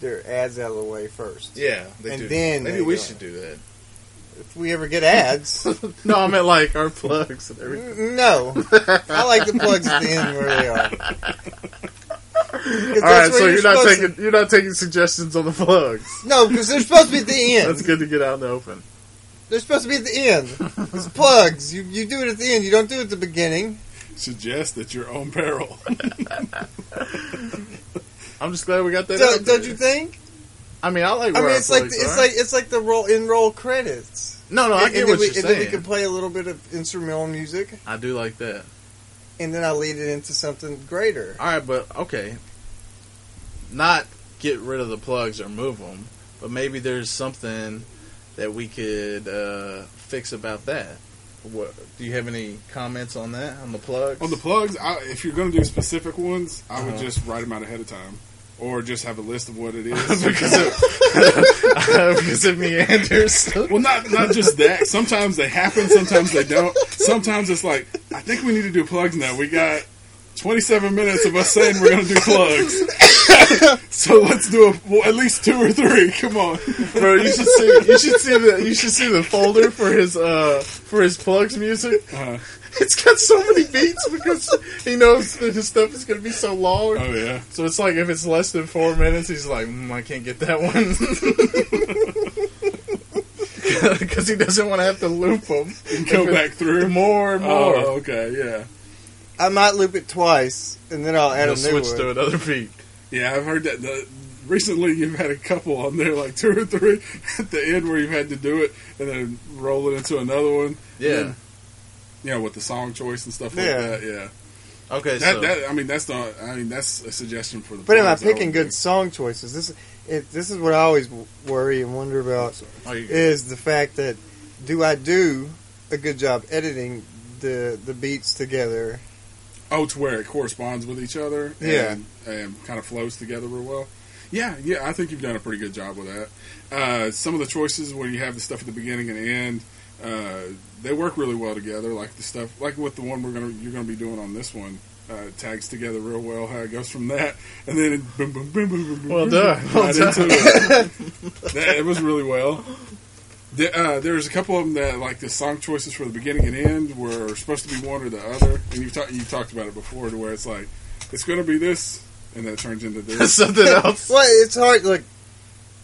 S6: their ads out of the way first.
S7: Yeah, they
S6: and
S7: do.
S6: then
S7: maybe
S6: they
S7: we
S6: go.
S7: should do that.
S6: If we ever get ads,
S7: no, I meant like our plugs and everything.
S6: n- no, I like the plugs at the end where they are. 'Cause that's
S7: All
S6: where
S7: right, so you're not
S6: supposed to-
S7: taking you're not taking suggestions on the plugs.
S6: no because they're supposed to be at the end.
S7: That's good to get out in the open.
S6: They're supposed to be at the end. It's plugs. You you do it at the end. You don't do it at the beginning.
S8: suggest that your own peril.
S7: I'm just glad we got that.
S6: Don't,
S7: out
S6: don't
S7: there.
S6: you think?
S7: I mean, I like.
S6: I
S7: where
S6: mean,
S7: our
S6: it's like
S7: plugs
S6: it's
S7: are.
S6: like it's like the roll in roll credits.
S7: no, no. I
S6: and,
S7: get
S6: and then
S7: what
S6: we,
S7: you're
S6: and then we
S7: saying.
S6: can play a little bit of instrumental music,
S7: I do like that.
S6: and then I lead it into something greater.
S7: All right, but okay. Not get rid of the plugs or move them, but maybe there's something that we could uh, fix about that. What do you have any comments on that on the plugs?
S8: On the plugs, I, if you're going to do specific ones, I would
S7: Uh-huh.
S8: just write them out ahead of time, or just have a list of what it is.
S7: because of, because of meanders.
S8: well, not not just that. Sometimes they happen, sometimes they don't. Sometimes it's like I think we need to do plugs now. We got 27 minutes of us saying we're going to do plugs, so let's do a, well, at least two or three. Come on,
S7: Bro, you should see you should see the you should see the folder for his uh for his plugs music.
S8: Uh-huh.
S7: It's got so many beats because he knows that his stuff is gonna be so long.
S8: oh yeah.
S7: So it's like if it's less than four minutes, he's like, mm, I can't get that one. Because he doesn't want to have to loop them.
S8: Go back through.
S7: more and more.
S8: Oh, okay, yeah,
S6: I might loop it twice, and then I'll add
S7: He'll
S6: a new
S7: switch
S6: one.
S7: to another beat.
S8: yeah. I've heard that. The, recently, you've had a couple on there, like two or three at the end, where you've had to do it and then roll it into another one.
S7: Yeah.
S8: Yeah, with the song choice and stuff like
S6: Yeah.
S8: that. Yeah.
S7: Okay.
S8: That,
S7: so
S8: that I mean that's the I mean that's a suggestion for the.
S6: But am I
S8: plugs,
S6: picking
S8: would
S6: good
S8: think.
S6: song choices? This it, this is what I always w- worry and wonder about
S7: Oh, you-
S6: is the fact that do I do a good job editing the the beats together?
S8: Oh, to where it corresponds with each other.
S6: Yeah.
S8: And, and kind of flows together real well. Yeah, yeah. I think you've done a pretty good job with that. Uh, some of the choices where you have the stuff at the beginning and end, uh, they work really well together. Like the stuff, like with the one we're gonna you're gonna be doing on this one. Uh, tags together real well. How it goes from that, and then it boom, boom, boom, boom, boom, boom.
S7: Well
S8: boom,
S7: done.
S8: boom,
S7: Well
S8: right
S7: done.
S8: into it. That- it was really well. The, uh, there's a couple of them that like the song choices for the beginning and end were supposed to be one or the other, and you've talked you've talked about it before, to where it's like it's going to be this, and that turns into this.
S7: something else.
S6: Well, it's hard. Look,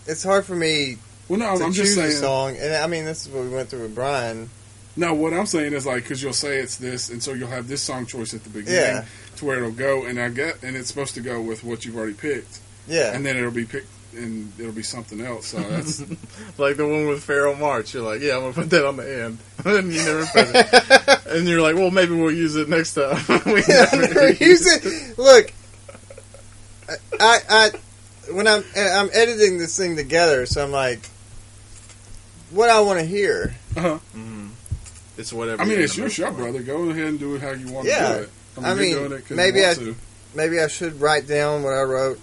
S6: it's hard for me
S8: well, no,
S6: to
S8: I'm just
S6: choose a
S8: saying.
S6: song, and I mean this is what we went through with Brian.
S8: No, what I'm saying is like because you'll say it's this, and so you'll have this song choice at the beginning
S6: Yeah.
S8: to where it'll go, and I get, and it's supposed to go with what you've already picked,
S6: Yeah,
S8: and then it'll be picked, and it'll be something else. So that's
S7: Like the one with Feral March. You're like, yeah, I'm going to put that on the end. and you never put it. and you're like, well, maybe we'll use it next time. we
S6: I never use it. Look, I, I when I'm I'm editing this thing together, so I'm like, what I want to hear.
S7: It's whatever.
S8: I mean
S7: you're
S8: it's
S7: in the
S8: your
S7: mood
S8: show,
S7: for.
S8: brother. Go ahead and do it how you want
S6: Yeah.
S8: to do it.
S6: I
S8: you're
S6: mean,
S8: doing it 'cause you
S6: maybe
S8: want
S6: I-
S8: to.
S6: Maybe I should write down what I wrote.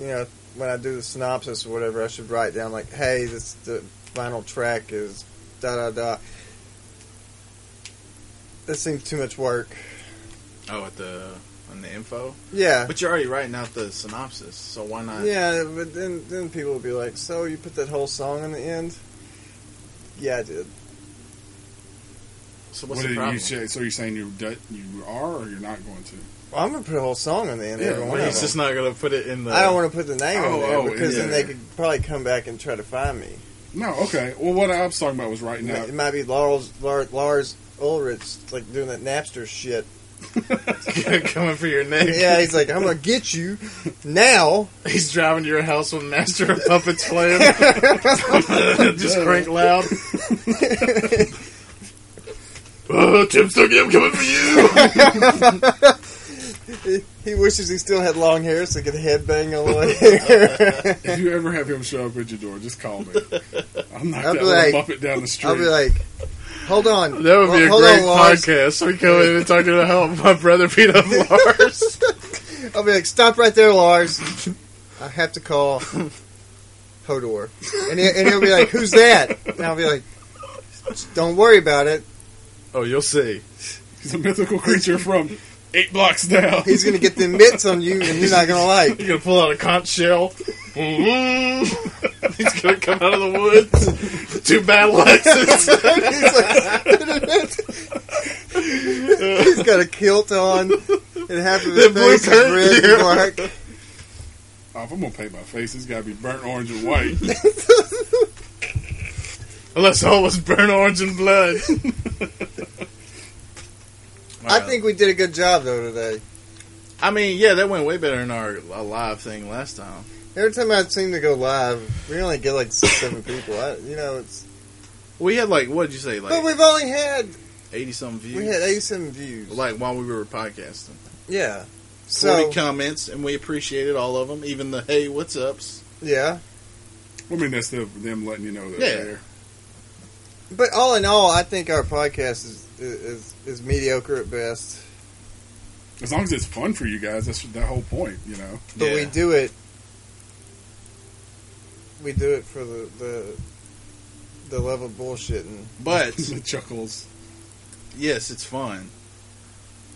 S6: You know, when I do the synopsis or whatever, I should write down like, hey, this the final track is da da da. That seems too much work.
S7: Oh, at the on the info.
S6: Yeah.
S7: But you're already writing out the synopsis, so why not?
S6: Yeah, but then then people will be like, "So you put that whole song in the end?" Yeah, I did.
S7: So what's
S8: What
S7: the
S8: did
S7: problem?
S8: You say, so you're saying you're du- you are or you're not going to?
S6: Well, I'm gonna put a whole song in the end.
S8: Yeah,
S6: every one
S7: Well,
S6: of
S7: he's
S6: them.
S7: just not gonna put it in the.
S6: I don't want to put the name
S8: Oh,
S6: in there
S8: oh,
S6: because
S7: yeah.
S6: then they could probably come back and try to find me.
S8: No, okay. Well, what I was talking about was right
S6: It might-
S8: now.
S6: It might be Lars Lars, Lars Ulrich like doing that Napster shit
S7: Coming for your neck.
S6: Yeah, he's like, I'm gonna get you now.
S7: He's driving to your house with Master of Puppets playing. Just crank loud.
S6: Uh,
S7: oh, Tim Stuckey, I'm coming for you.
S6: He wishes he still had long hair so he could headbang all the way.
S8: If you ever have him show up at your door, just call me. I'll knock
S6: I'll
S8: that
S6: be
S8: little
S6: like-
S8: Muppet down the street.
S6: I'll be like, hold on,
S7: That would be a
S6: hold
S7: great
S6: on, Lars.
S7: podcast. We go in and talk about how my brother beat up Lars.
S6: I'll be like, stop right there, Lars. I have to call Hodor, and, he, and he'll be like, who's that? And I'll be like, don't worry about it.
S7: oh, you'll see.
S8: He's a mythical creature from eight blocks down.
S6: He's gonna get the mitts on you, and you're not gonna like.
S7: You're gonna pull out a conch shell. He's gonna come out of the woods. Two battle axes.
S6: He's like, he's got a kilt on, and half of his
S7: The blue
S6: face is red and black.
S8: Oh, if I'm gonna paint my face, it's gotta be burnt orange and white.
S7: Unless all was burnt orange and blood.
S6: I think we did a good job though today.
S7: I mean, yeah, that went way better than our uh, live thing last time.
S6: Every time I seem to go live, we only get like six, seven people. I, you know, it's
S7: We had like what did you say,
S6: but
S7: like
S6: we've only had
S7: eighty something views,
S6: we had eighty-seven views.
S7: like while we were podcasting.
S6: Yeah. So
S7: Forty comments, and we appreciated all of them, even the hey, what's ups.
S6: yeah,
S8: I mean, that's the, them letting you know that
S7: Yeah.
S8: they're there.
S6: but all in all, I think our podcast is is, is mediocre at best.
S8: As long as it's fun for you guys, that's the whole point, you know.
S6: But we
S7: Yeah.
S6: do it. We do it for the the the love of bullshit and
S7: But
S8: the chuckles.
S7: yes, it's fun.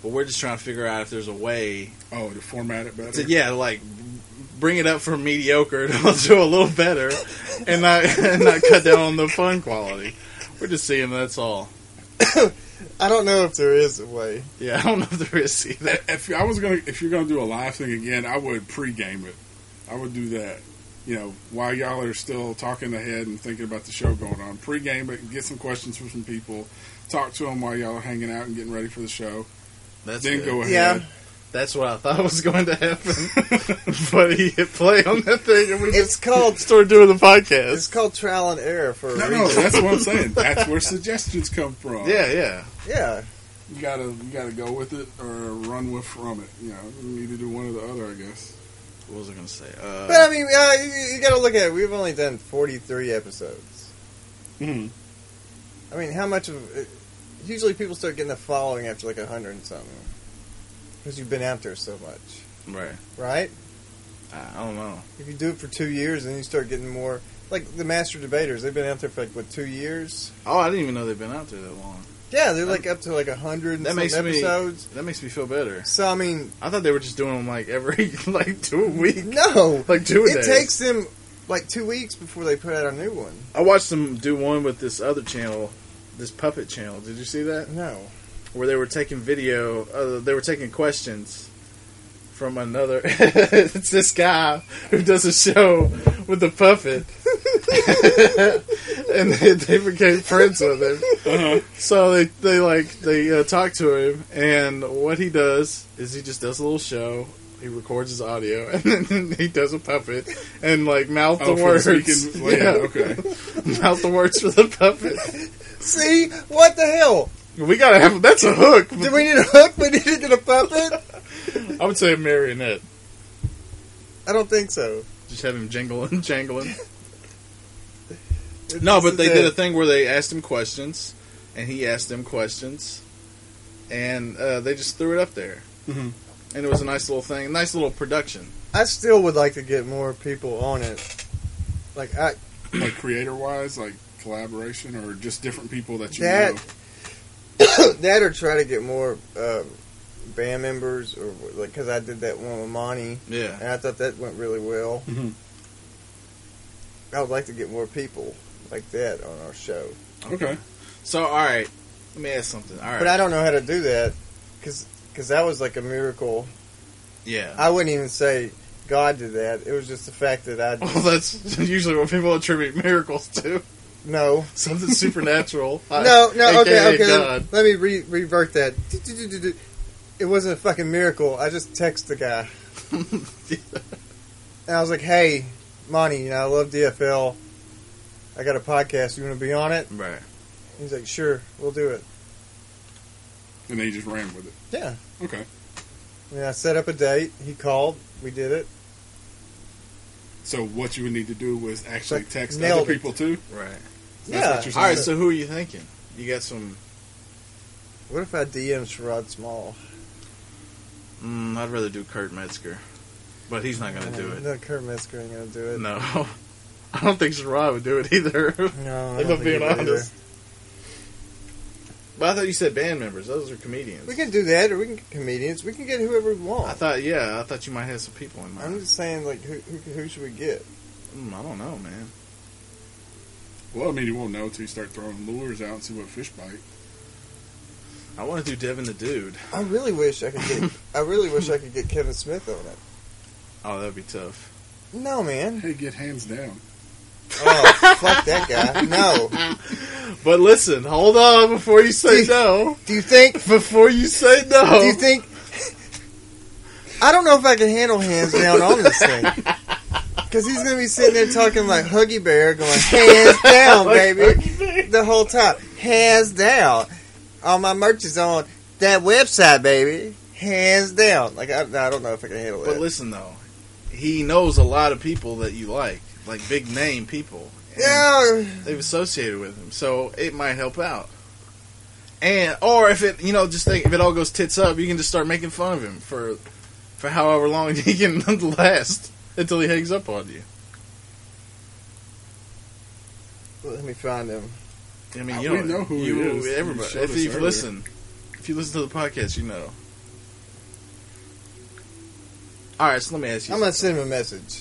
S7: But we're just trying to figure out if there's a way
S8: Oh, to format it better.
S7: to yeah, like bring it up from mediocre to, to a little better, and not and not cut down on the fun quality. We're just seeing that's all.
S6: I don't know if there is a way.
S7: Yeah, I don't know if there is either.
S8: If I was gonna, if you're gonna do a live thing again, I would pre-game it. I would do that. You know, while y'all are still talking ahead and thinking about the show going on, pre-game it, get some questions from some people, talk to them while y'all are hanging out and getting ready for the show.
S7: That's
S8: then
S7: good.
S8: go ahead.
S6: Yeah.
S7: That's what I thought was going to happen. but he hit play on that thing, and we
S6: It's called
S7: started doing the
S6: it's
S7: podcast.
S6: called trial and error for a
S8: No,
S6: reason.
S8: no, that's what I'm saying. That's where suggestions come from.
S7: Yeah, yeah.
S6: Yeah.
S8: you gotta you gotta go with it or run with from it. You know, you need to do one or the other, I guess.
S7: What was I going to say? Uh,
S6: But I mean, uh, you, you got to look at it. We've only done 43 episodes.
S7: Mm-hmm.
S8: Mhm.
S6: I mean, how much of. It, usually people start getting a following after like 100 and something. Because you've been out there so much,
S7: right.
S6: right?
S7: I I don't know.
S6: If you do it for two years, then you start getting more. Like the Master Debaters, they've been out there for like, what, two years?
S7: Oh, I didn't even know they've been out there that long.
S6: Yeah, they're like up to like 100 and
S7: That
S6: some
S7: makes me-
S6: episodes.
S7: That makes me feel better.
S6: So, I mean,
S7: I thought they were just doing them like every like two a week,
S6: no.
S7: like two a
S6: It
S7: day.
S6: takes them like two weeks before they put out a new one.
S7: I watched them do one with this other channel, this puppet channel. Did you see that?
S6: No.
S7: Where they were taking video, uh, they were taking questions from another. it's this guy who does a show with the puppet, and they, they became friends with him. So they they like they uh, talk to him, and what he does is he just does a little show. He records his audio, and then he does a puppet and like mouth the
S8: Oh, for
S7: words.
S8: the speaking- well, yeah, okay.
S7: mouth the words for the puppet.
S6: See? What the hell?
S7: We gotta have that's a hook.
S6: Did we need a hook? We needed a puppet?
S7: I would say a marionette.
S6: I don't think so.
S7: Just have him jingling, jangling. No, but they did a thing where they asked him questions, and he asked them questions, and uh, they just threw it up there.
S8: Mhm.
S7: And it was a nice little thing, nice little production.
S6: I still would like to get more people on it. Like I,
S8: Like creator wise, like collaboration or just different people that you
S6: That-
S8: know.
S6: that or try to get more um, band members, or like because I did that one with Monty,
S7: Yeah. Mm-hmm.
S6: and I thought that went really well.
S8: Mhm.
S6: I would like to get more people like that on our show,
S8: Okay.
S7: So, all right, let me ask something. All right,
S6: but I don't know how to do that because that was like a miracle.
S7: yeah.
S6: I wouldn't even say God did that. It was just the fact that I
S7: well, that's usually what people attribute miracles to.
S6: no.
S7: Something supernatural.
S6: No, no,
S7: AKA
S6: okay, okay.
S7: God.
S6: Let, let me re- revert that. it wasn't a fucking miracle. I just text the guy. And I was like, hey, Monty, you know, I love DFL. I got a podcast. You want to be on it?
S7: Right.
S6: He's like, sure, we'll do it.
S8: And they just ran with it.
S6: Yeah.
S8: Okay.
S6: And I set up a date. He called. We did it.
S8: So what you would need to do was actually
S6: But
S8: text
S6: nailed
S8: other
S6: it.
S8: people too.
S7: Right.
S8: That's what you're
S6: yeah.
S7: All right. So who are you thinking? You got some.
S6: What if I DM Sherrod Small?
S7: Mm, I'd rather do Kurt Metzger, but he's not going to do it.
S6: No, Kurt Metzger ain't going to do it.
S7: No, I don't think Sherrod would do it either.
S6: Uh, No, I don't
S7: if I'm
S6: think
S7: being
S6: he would either.
S7: honest. But I thought you said band members. Those are comedians.
S6: We can do that, or we can get comedians. We can get whoever we
S7: I
S6: want.
S7: thought, yeah, I thought you might have some people in
S6: I'm
S7: mind.
S6: just saying, like, who, who, who should we get?
S7: Mm, I don't know, man.
S8: Well, I mean, you won't know until you start throwing lures out and see what fish bite.
S7: I want to do Devin the Dude.
S6: I really wish I could get. I really wish I could get Kevin Smith on it.
S7: Oh, that'd be tough.
S6: No, man.
S8: Hey, get hands down.
S6: Oh, fuck that guy. No.
S7: But listen, hold on before you say
S6: Dude.
S7: no.
S6: Do you think?
S7: Before you say no.
S6: Do you think? I don't know if I can handle hands down on this thing. Because he's going to be sitting there talking like Huggy Bear, going hands down, baby, the whole time. Hands down. All my merch is on that website, baby. Hands down. Like I, I don't know if I can handle
S7: But
S6: it.
S7: listen though, he knows a lot of people that you like, like big name people. And
S6: Yeah,
S7: they've associated with him, so it might help out. And or if it, you know, just think if it all goes tits up, you can just start making fun of him for for however long he can last until he hangs up on you.
S6: let me find him.
S7: I mean,
S8: Uh,
S7: you
S8: we
S7: don't-
S8: know who he
S7: you,
S8: is. You
S7: Everybody,
S8: showed
S7: if
S8: us
S7: you
S8: earlier.
S7: listen, if you listen to the podcast, you know. All right, so let me ask you.
S6: I'm gonna send him a message.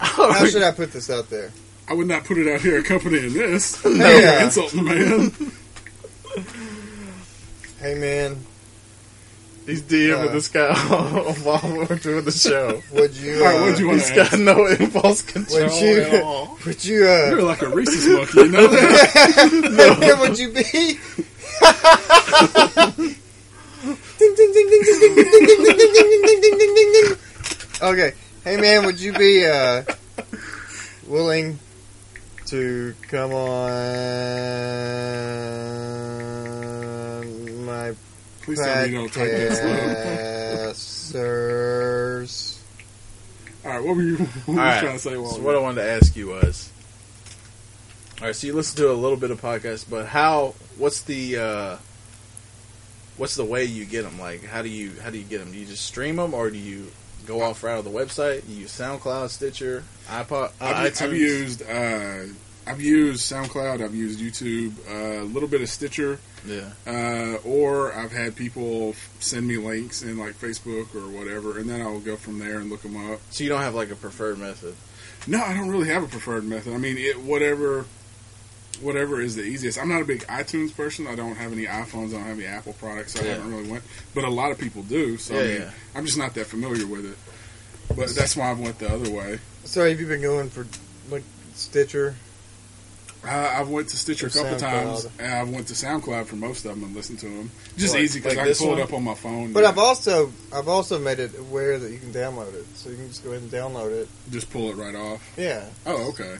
S7: something.
S6: How should I put this out there?
S8: I would not put it out here accompanying this.
S7: No.
S8: You're insulting the man.
S6: Hey man,
S7: He's DMing
S6: Uh,
S7: this guy while we're doing the show.
S6: would you?
S8: All right,
S6: uh,
S8: what'd you want
S7: He's
S8: to ask?
S7: got no impulse control
S6: Would you-
S7: at all.
S6: Would you? Uh,
S8: You're like a Reese's monkey, you know that?
S6: would you be? ding, ding, ding, ding, ding, ding, ding, ding, ding, ding, ding, ding, ding, ding, ding, ding, ding. Okay. Hey, man, would you be uh, willing to come on my
S8: Please tell me you don't type that slow.
S6: podcasters?
S8: All right, what were you, what were you
S7: All right.
S8: trying to say? While
S7: so what I wanted to ask you was, all right. So you listen to a little bit of podcasts, but how? What's the uh, what's the way you get them? Like, how do you how do you get them? Do you just stream them, or do you go off right of the website? You use SoundCloud, Stitcher, iPod, uh,
S8: I've,
S7: iTunes.
S8: I've used uh, I've used SoundCloud, I've used YouTube, uh, a little bit of Stitcher,
S7: yeah.
S8: uh, or I've had people f- send me links in like Facebook or whatever, and then I'll go from there and look them up.
S7: So you don't have like a preferred method.
S8: No, I don't really have a preferred method. I mean, it whatever whatever is the easiest. I'm not a big iTunes person. I don't have any iPhones. I don't have any Apple products. So
S7: Yeah.
S8: I haven't really went, but a lot of people do. So I
S7: Yeah,
S8: mean,
S7: yeah.
S8: I'm just not that familiar with it. But that's why I went the other way.
S6: Sorry, have you been going for like Stitcher?
S8: Uh, I've went to Stitcher a
S6: Or
S8: couple times,
S6: SoundCloud.
S8: and I've went to SoundCloud for most of them and listened to them. Just
S7: Like-
S8: easy 'cause
S7: like
S8: easy
S7: this
S8: because I can pull
S7: one?
S8: it up on my phone.
S6: But
S8: and
S6: I've also I've also made it aware that you can download it, so you can just go ahead and download it.
S8: just pull it right off.
S6: Yeah,
S8: Oh, okay.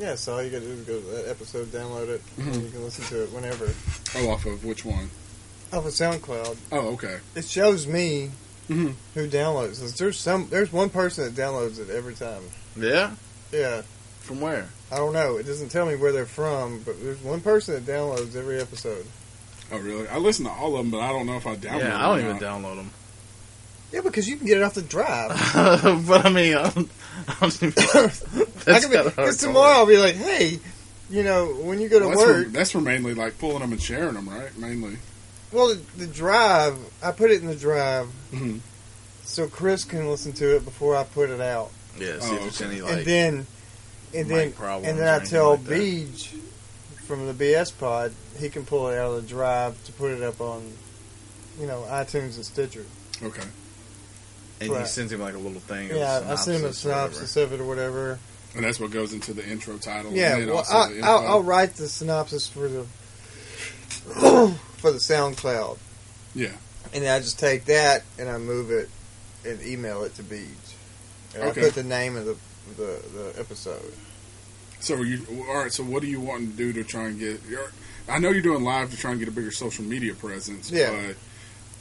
S6: yeah. So all you gotta do is go to that episode, download it,
S7: Mm-hmm.
S6: and you can listen to it whenever.
S8: Oh, off of which one?
S6: Off of SoundCloud,
S8: Oh, okay.
S6: it shows me
S7: Mm-hmm.
S8: Mhm.
S6: who downloads. This. There's some. There's one person that downloads it every time.
S7: Yeah.
S6: Yeah,
S7: From where?
S6: I don't know. It doesn't tell me where they're from, but there's one person that downloads every episode.
S8: Oh, really? I listen to all of them, but I don't know if I
S7: yeah,
S8: download.
S7: I
S8: them or
S7: don't even
S8: not.
S7: download them.
S6: Yeah, because you can get it off the drive.
S7: but I mean, I'm, I'm,
S6: I
S7: that's
S6: can be,
S7: kinda hard
S6: because
S7: to
S6: tomorrow I'll be like, hey, you know, when you go to
S8: Well, that's,
S6: work,
S8: for, that's for mainly like pulling them and sharing them, right? Mainly.
S6: Well, the, the drive, I put it in the drive
S7: Mm-hmm.
S8: Mhm.
S6: so Chris can listen to it before I put it out.
S7: Yeah. See
S8: Oh,
S7: if there's
S8: okay.
S7: any like.
S6: and then, and
S7: mic
S6: then,
S7: problems
S6: and then
S7: or
S6: I
S7: anything
S6: tell
S7: like that.
S6: Beej from the BS pod, he can pull it out of the drive to put it up on, you know, iTunes and Stitcher.
S8: Okay.
S7: and he
S6: Right.
S7: sends him like a little thing. of
S6: yeah, I send him a
S7: or whatever.
S6: synopsis of it or whatever.
S8: And that's what goes into the intro title.
S6: Yeah,
S8: And then
S6: well,
S8: also
S6: I,
S8: the info.
S6: I'll, I'll write the synopsis for the for the SoundCloud.
S8: Yeah.
S6: And I just take that and I move it and email it to Beads. And
S8: Okay.
S6: I put the name of the the, the episode.
S8: So are you all right? So what are you wanting to do to try and get? you're- I know you're doing live to try and get a bigger social media presence.
S6: Yeah.
S8: But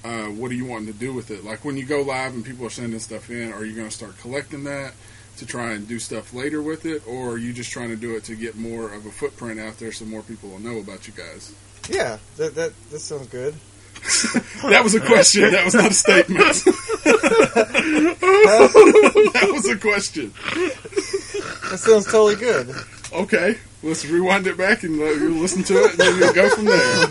S8: uh, what are you wanting to do with it? Like when you go live and people are sending stuff in, are you going to start collecting that to try and do stuff later with it, or are you just trying to do it to get more of a footprint out there so more people will know about you guys?
S6: Yeah, that that that sounds good.
S8: That was a question. That was not a statement. that was a question.
S6: That sounds totally good.
S8: Okay, let's rewind it back and let you listen to it, and then you'll go from there.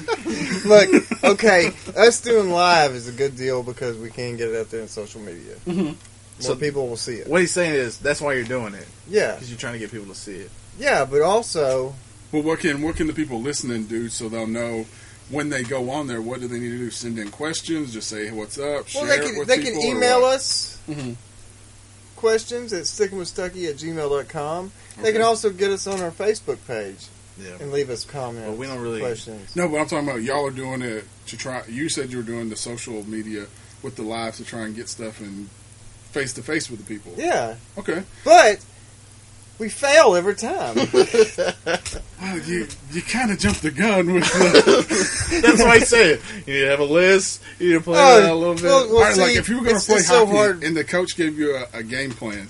S6: Look, okay, us doing live is a good deal because we can get it out there in social media. Mm-hmm. So
S7: So-
S6: people will see it.
S7: What he's saying is that's why you're doing it
S6: Yeah,
S7: because you're trying to get people to see it.
S6: yeah, but also
S8: Well, what can what can the people listening do so they'll know when they go on there? What do they need to do? Send in questions. Just say hey, what's up.
S6: Well,
S8: share
S6: they
S8: it
S6: can
S8: with
S6: they can
S8: people, or
S6: email
S8: what?
S6: us
S8: Mhm.
S6: questions at stickingwithstucky at gmail.com. They
S8: Okay.
S6: can also get us on our Facebook page
S7: Yeah.
S6: and leave us comments.
S7: Well, we don't really-
S6: questions.
S8: No, but I'm talking about y'all are doing it to try. You said you were doing the social media with the live to try and get stuff and face to face with the people.
S6: Yeah,
S8: Okay.
S6: but we fail every time. Oh,
S8: Well, you you kind of jumped the gun with. The,
S7: That's why he said you need to have a list. You need to play
S6: Oh,
S7: it out a little bit.
S6: well, well,
S8: all right, like
S6: see,
S8: if you were going
S6: it's
S8: to play
S6: just so
S8: hockey
S6: hard.
S8: and the coach gave you a, a game plan,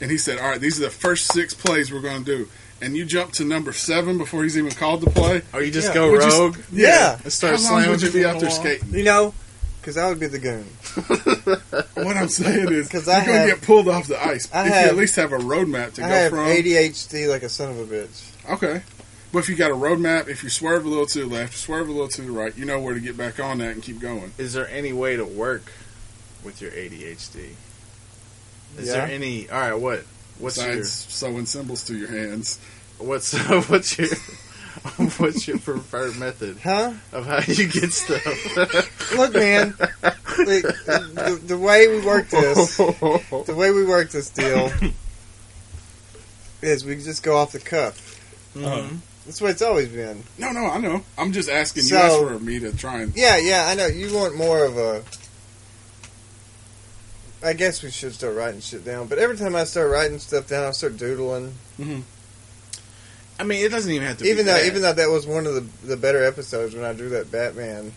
S8: and he said, "All right, these are the first six plays we're going to do," and you jump to number seven before he's even called to play.
S7: or you just
S6: Yeah.
S7: go
S8: Would you-
S7: rogue
S6: Yeah.
S7: and start
S8: How long
S7: slamming
S8: would you be
S7: people
S8: out
S7: on the
S8: there
S7: wall.
S8: skating?
S6: you know, because I would be the goon.
S8: What I'm saying is, you're
S6: 'Cause I
S8: going to
S6: have-
S8: get pulled off the ice.
S6: I
S8: if you
S6: have-
S8: at least have a roadmap to
S6: I
S8: go
S6: have
S8: from.
S6: ADHD like a son of a bitch.
S8: Okay. But if you got a roadmap, if you swerve a little to the left, swerve a little to the right, you know where to get back on that and keep going.
S7: Is there any way to work with your ADHD? Is
S6: Yeah.
S7: there any? All right, what? What's
S8: Besides sewing symbols to your hands.
S7: your what's what's your what's your preferred method
S6: Huh?
S7: of how you get stuff?
S6: Look, man, like, the, the way we work this, the way we work this deal is we just go off the cuff.
S7: Mm-hmm.
S6: That's what it's always been.
S8: No, no, I know. I'm just asking
S6: So-
S8: you asked for me to try and
S6: Yeah, yeah, I know. You want more of a. I guess we should start writing shit down, but every time I start writing stuff down, I start doodling.
S7: I mean, it doesn't even have to.
S6: Even
S7: be
S6: though,
S7: that.
S6: even though that was one of the the better episodes when I drew that Batman.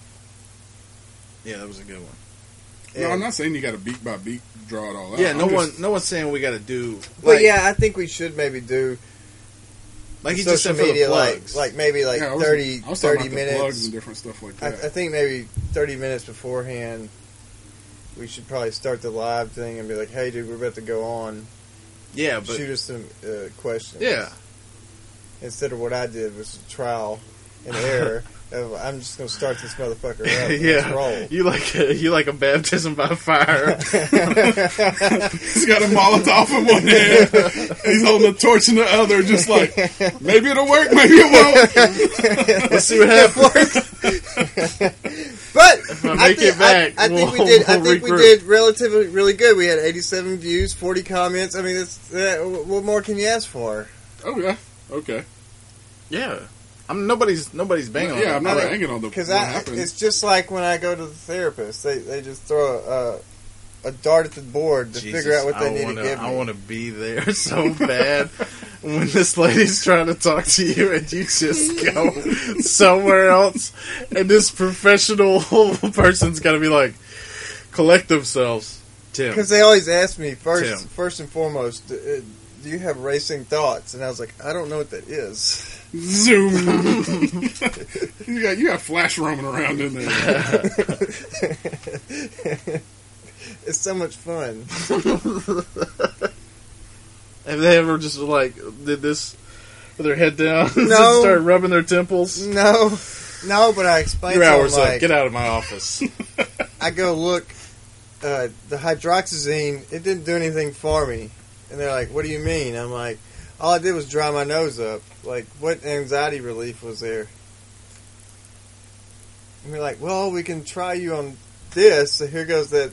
S7: yeah, that was a good one.
S8: No, I'm
S6: And-
S8: not saying you got to beat by beat draw it all out.
S7: yeah,
S8: I'm
S7: no
S8: just-
S7: one, no one's saying we got to do.
S6: But
S7: Like,
S6: yeah, I think we should maybe do
S7: like he just
S6: social
S7: said for the
S6: media,
S7: plugs.
S6: like like maybe like
S8: Yeah, I was-
S6: 30,
S8: I was talking
S6: 30
S8: about the plugs
S6: minutes.
S8: and different stuff like
S6: I, I
S8: that.
S6: think maybe thirty minutes beforehand, we should probably start the live thing and be like, "Hey, dude, we're about to go on.
S7: yeah, but
S6: Shoot us some uh, questions."
S7: yeah,
S6: Instead of what I did, was a trial and error. of, I'm just gonna start this motherfucker up. and let's
S7: yeah. You like a, you like a baptism by fire.
S8: He's got a Molotov in one hand. He's holding a torch in the other, just like maybe it'll work, maybe it won't.
S7: Let's see what happens.
S6: But
S7: I
S6: I
S7: make
S6: think,
S7: it back,
S6: I, I think
S7: we'll-
S6: we did. I
S7: we'll
S6: think we
S7: regroup.
S6: did relatively really good. We had 87 views, 40 comments. I mean, that's, uh, what more can you ask for?
S8: Okay, Oh, okay.
S7: yeah, I'm nobody's nobody's banging.
S8: yeah,
S7: on
S8: I'm
S7: it.
S8: not
S6: I mean,
S8: hanging on the what
S6: Because it's
S8: happened.
S6: just like when I go to the therapist, they they just throw a, a, a dart at the board to figure out what they
S7: I
S6: need
S7: wanna,
S6: to give me.
S7: I want to be there so bad when this lady's trying to talk to you and you just go somewhere else, and this professional person's got to be like, collect themselves, Tim.
S6: Because they always ask me first,
S7: Tim.
S6: first and foremost, uh, do you have racing thoughts? And I was like, I don't know what that is.
S8: Zoom. you got you got flash roaming around in there.
S6: It's so much fun.
S7: Have they ever just like did this with their head down, and
S6: No.
S7: start rubbing their temples?
S6: No, no, but I explained
S7: Your
S6: to them
S7: hours up.
S6: like,
S7: Get out of my office.
S6: I go look, uh, the hydroxyzine, it didn't do anything for me. And they're like, what do you mean? I'm like, all I did was dry my nose up. Like, what anxiety relief was there? And they're like, well, we can try you on this. So here goes that,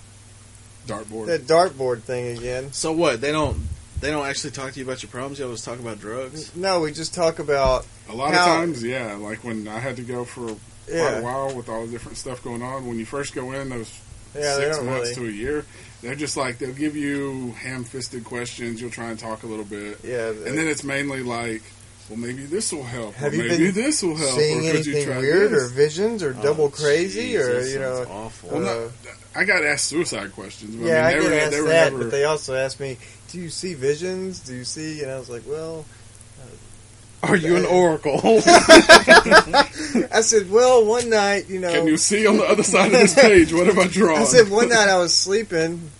S8: Dartboard.
S6: that dartboard thing again.
S7: so what? They don't. They don't actually talk to you about your problems. You always talk about drugs.
S6: No, we just talk about,
S8: A lot
S6: Now-
S8: of times, yeah. Like when I had to go for quite
S6: Yeah.
S8: a while with all the different stuff going on. When you first go in, those
S6: Yeah, they
S8: six
S6: don't
S8: months
S6: really.
S8: to a year, they're just like they'll give you ham-fisted questions. You'll try and talk a little bit,
S6: Yeah.
S8: and then it's mainly like, well, maybe this will help.
S6: Have
S8: or
S6: you
S8: maybe
S6: been
S8: this will help.
S6: seeing
S8: or could you
S6: anything
S8: try
S6: weird
S8: this?
S6: or visions or Mm-hmm. double
S9: Oh,
S6: crazy
S9: jeez,
S6: or
S9: that
S6: you know?
S9: sounds awful.
S6: uh,
S8: Well, no, I got asked suicide questions. But
S6: yeah, I,
S8: I mean, they
S6: did
S8: were,
S6: ask
S8: they were
S6: that,
S8: never,
S6: but they also asked me, "Do you see visions? Do you see?" And I was like, "Well." uh,
S7: Are you an oracle?
S6: I said, well, one night, you know,
S8: Can you see on the other side of this page? What have I drawn?
S6: I said one night I was sleeping,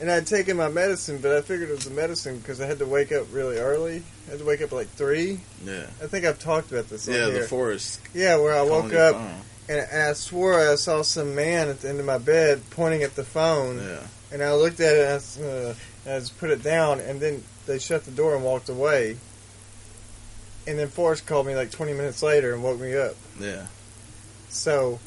S6: and I'd taken my medicine, but I figured it was the medicine because I had to wake up really early. I had to wake up at, like three.
S9: Yeah.
S6: I think I've talked about this. on
S9: Yeah,
S6: oh, here.
S9: the forest.
S6: yeah, where I woke
S9: colony
S6: up
S9: farm.
S6: and, and I swore I saw some man at the end of my bed pointing at the phone,
S9: Yeah.
S6: and I looked at it and I, s- uh, and I just put it down, and then they shut the door and walked away. And then Forrest called me like 20 minutes later and woke me up.
S9: Yeah.
S6: So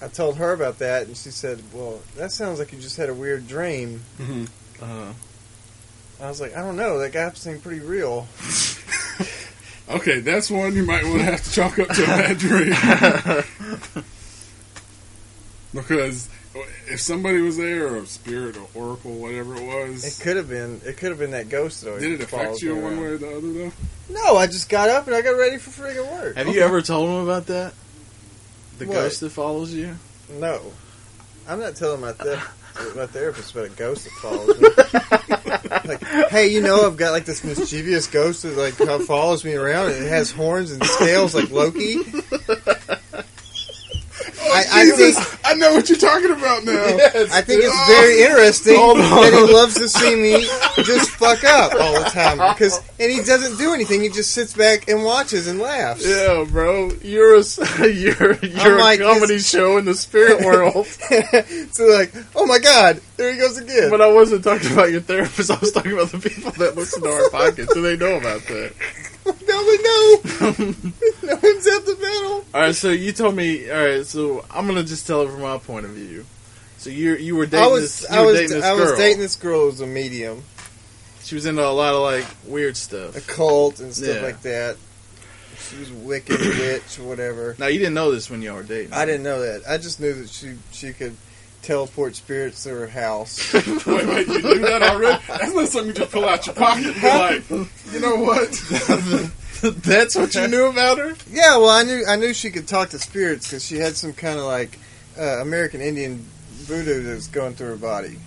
S6: I told her about that, and she said, "Well, that sounds like you just had a weird dream."
S8: Mhm.
S7: Uh-huh.
S9: Uh,
S6: I was like, "I don't know. That guy seemed pretty real."
S8: Okay, that's one you might want to have to chalk up to a bad dream. because if somebody was there, or a spirit, or oracle, whatever it
S6: It
S8: was,
S6: could have been. It could have been that ghost story.
S8: did it affect you in one way
S6: way?
S8: or the other, though?
S6: No, I just got up and I got ready for freaking work.
S9: have you ever told him about that? The
S6: What?
S9: ghost that follows you?
S6: No, I'm not telling my ther- my therapist about a ghost that follows me. like, hey, you know, I've got like this mischievous ghost that like kind of follows me around. And it has horns and scales like Loki. I, I think
S8: I know what you're talking about now.
S6: I think it's very interesting that he loves to see me just fuck up all the time because, and he doesn't do anything. He just sits back and watches and laughs.
S7: yeah, bro. You're a s- you're you're
S6: I'm like,
S7: a comedy show in the spirit world.
S6: so like, oh my god, there he goes again.
S7: but I wasn't talking about your therapist. I was talking about the people that listen to our podcast, so they know about that.
S6: no, but no, no one's at the battle.
S7: All right, so you told me. All right, so I'm gonna just tell it from my point of view. So you you were dating
S6: I was,
S7: this. You
S6: I
S7: were
S6: was,
S7: dating this
S6: I
S7: girl.
S6: was dating this girl who was a medium,
S7: She was into a lot of like weird stuff.
S6: a cult, and stuff
S7: Yeah.
S6: like that. She was a wicked witch or whatever.
S7: Now you didn't know this when y'all were dating.
S6: I didn't know that. I just knew that she she could teleport spirits to her house.
S8: wait, wait, you knew that already? That's not something you just pull out your pocket and be like, you know what?
S7: That's what you knew about her.
S6: Yeah, well, I knew I knew she could talk to spirits because she had some kind of like uh, American Indian voodoo that's going through her body,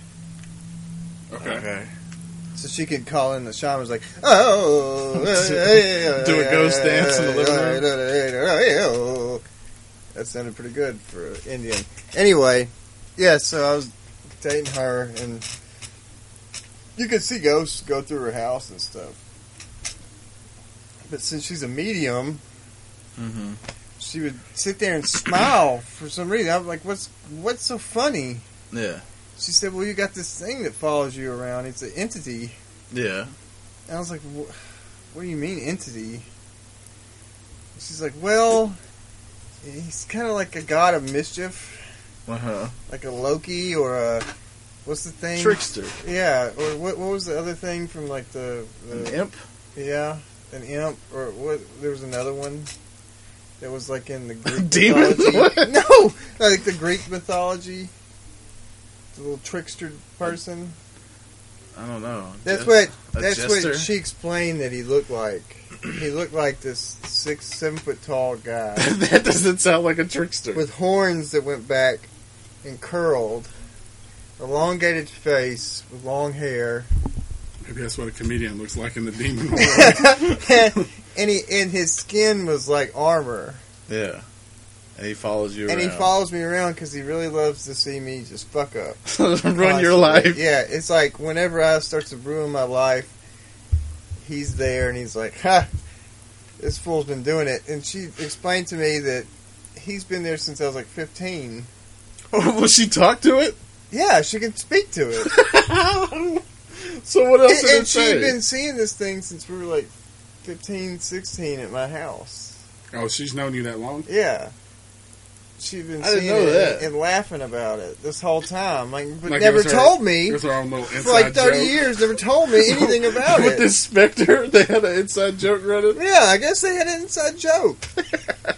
S8: okay.
S6: so she could call in the shamans like, oh,
S7: Do a ghost dance in the
S6: living room. oh." That sounded pretty good for an Indian. Anyway, yeah, so I was dating her, and you could see ghosts go through her house and stuff. But since she's a medium,
S9: Mm-hmm.
S6: she would sit there and smile for some reason. I'm like, "What's what's so funny?"
S9: Yeah.
S6: She said, "Well, you got this thing that follows you around. It's an entity."
S9: Yeah.
S6: And I was like, "Wha- "What do you mean entity?" She's like, "Well, he's kind of like a god of mischief,
S9: Uh
S7: uh-huh.
S9: huh.
S6: like a Loki or a what's the thing?
S9: Trickster.
S6: Yeah, or what, what was the other thing from like the,
S9: An
S6: the
S9: imp.
S6: yeah, an imp or what? There was another one that was like in the Greek
S7: Demon?
S6: mythology. no, like the Greek mythology. The little trickster person.
S9: I don't know.
S6: That's
S9: Just-
S6: what
S9: a
S6: that's
S9: jester?
S6: what she explained that he looked like. He looked like this six, seven foot tall guy
S7: that doesn't sound like a trickster.
S6: with horns that went back and curled, elongated face with long hair.
S8: Maybe that's what a comedian looks like in the demon world.
S6: and he and his skin was like armor.
S9: Yeah. And he follows you
S6: and
S9: around.
S6: he follows me around because he really loves to see me just fuck up.
S7: Run your
S6: Constantly.
S7: life.
S6: Yeah, it's like whenever I start to ruin my life, he's there and he's like, "Ha, this fool's been doing it." And she explained to me that he's been there since I was like 15.
S7: Will she talk to it?
S6: Yeah, she can speak to it,
S7: So what else
S6: and,
S7: did it
S6: and she'd
S7: say?
S6: been seeing this thing since we were like 15, 16 at my house.
S8: Oh, she's known you that long?
S6: Yeah. she's been
S7: I didn't
S6: seeing
S7: know
S6: it
S7: that.
S6: and laughing about it this whole time. Like, but
S8: Like, it
S6: never
S8: was her-
S6: told me.
S8: It was our own little inside
S6: For like 30
S8: joke.
S6: years, never told me anything about
S10: With
S6: it.
S10: this Spectre, they had an inside joke running.
S6: Yeah, I guess they had an inside joke.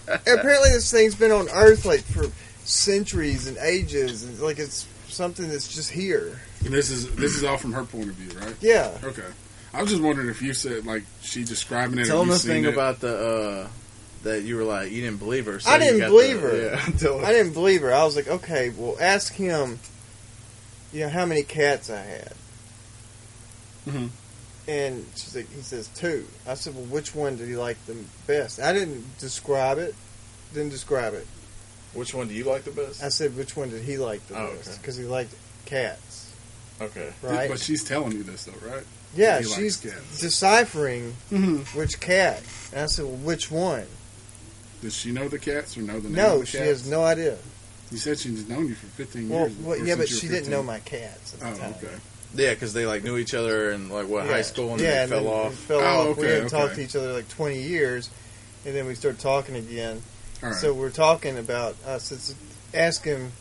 S6: Apparently, this thing's been on Earth like for centuries and ages, and like it's something that's just here.
S8: And this is this is all from her point of view, right?
S6: Yeah,
S8: Okay. I was just wondering if you said like she describing it.
S7: Tell
S8: have
S7: them
S8: you
S7: the
S8: seen
S7: thing
S8: it?
S7: about the uh, that you were like you didn't believe her. so
S6: I
S7: you
S6: didn't
S7: got
S6: believe
S7: the-
S6: her.
S7: Yeah.
S10: Until
S6: I didn't believe her. I was like, okay, well, ask him. You know how many cats I had,
S7: Mm-hmm.
S8: Mhm.
S6: and she's like, he says two. I said, well, which one did you like the best? I didn't describe it. Didn't describe it.
S10: Which one do you like the best?
S6: I said, which one did he like the
S10: Oh,
S6: best? 'Cause
S10: okay.
S6: best? Because he liked cats,
S10: Okay.
S6: right?
S8: But she's telling you this though, right?
S6: Yeah,
S8: He likes
S6: she's
S8: cats.
S6: deciphering
S8: Mm-hmm.
S6: which cat. And I said, well, which one?
S8: Does she know the cats or know the name of
S6: No,
S8: the
S6: she
S8: cats?
S6: has no idea.
S8: You said she's known you for 15
S6: Well,
S8: years.
S6: well
S8: or
S6: yeah, but
S8: since
S6: she
S8: you were
S6: didn't
S8: 15.
S6: know my cats at the
S8: Oh,
S6: time.
S8: okay.
S7: Yeah, because they like knew each other and like what
S6: Yeah.
S7: high school and
S6: yeah,
S7: then they fell
S6: and then we
S7: off.
S6: fell
S8: Oh,
S6: off. we
S8: okay,
S6: hadn't talked to
S8: okay.
S6: each other like 20 years, and then we started talking again.
S8: All right.
S6: So we're talking about us. It's ask him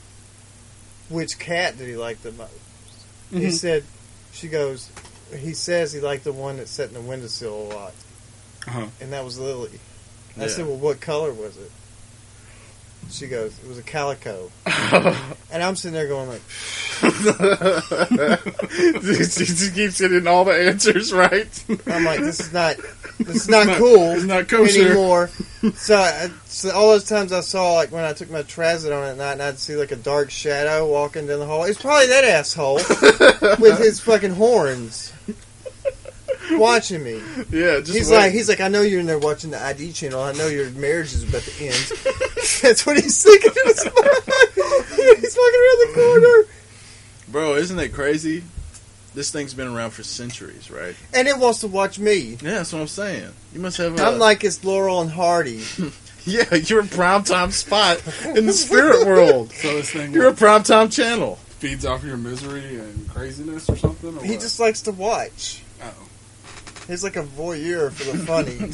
S6: which cat did he like the most. He
S8: Mhm.
S6: said, she goes, he says he liked the one that sat in the windowsill a lot,
S8: Uh-huh.
S6: and that was Lily. I
S7: Yeah.
S6: said, well, what color was it? She goes, it was a calico. and I'm sitting there going like,
S10: she just keeps getting all the answers right.
S6: I'm like, this is not, this is not cool
S8: It's not kosher.
S6: anymore. so, I, so all those times I saw, like when I took my transit on at night, and I'd see like a dark shadow walking down the hallway. It's probably that asshole with his fucking horns watching me.
S10: Yeah, just
S6: he's
S10: wait.
S6: like, he's like, I know you're in there watching the ID channel. I know your marriage is about to end. That's what he's thinking. in his mind. he's fucking around the corner,
S7: Bro, isn't it crazy? This thing's been around for centuries, right?
S6: and it wants to watch me.
S7: Yeah, that's what I'm saying. You must have. A,
S6: I'm like it's Laurel and Hardy.
S7: yeah, you're a primetime spot in the spirit world.
S8: So this thing
S7: You're a primetime channel.
S8: feeds off your misery and craziness or something? Or
S6: He
S8: what?
S6: just likes to watch.
S8: Oh.
S6: He's like a voyeur for the funny.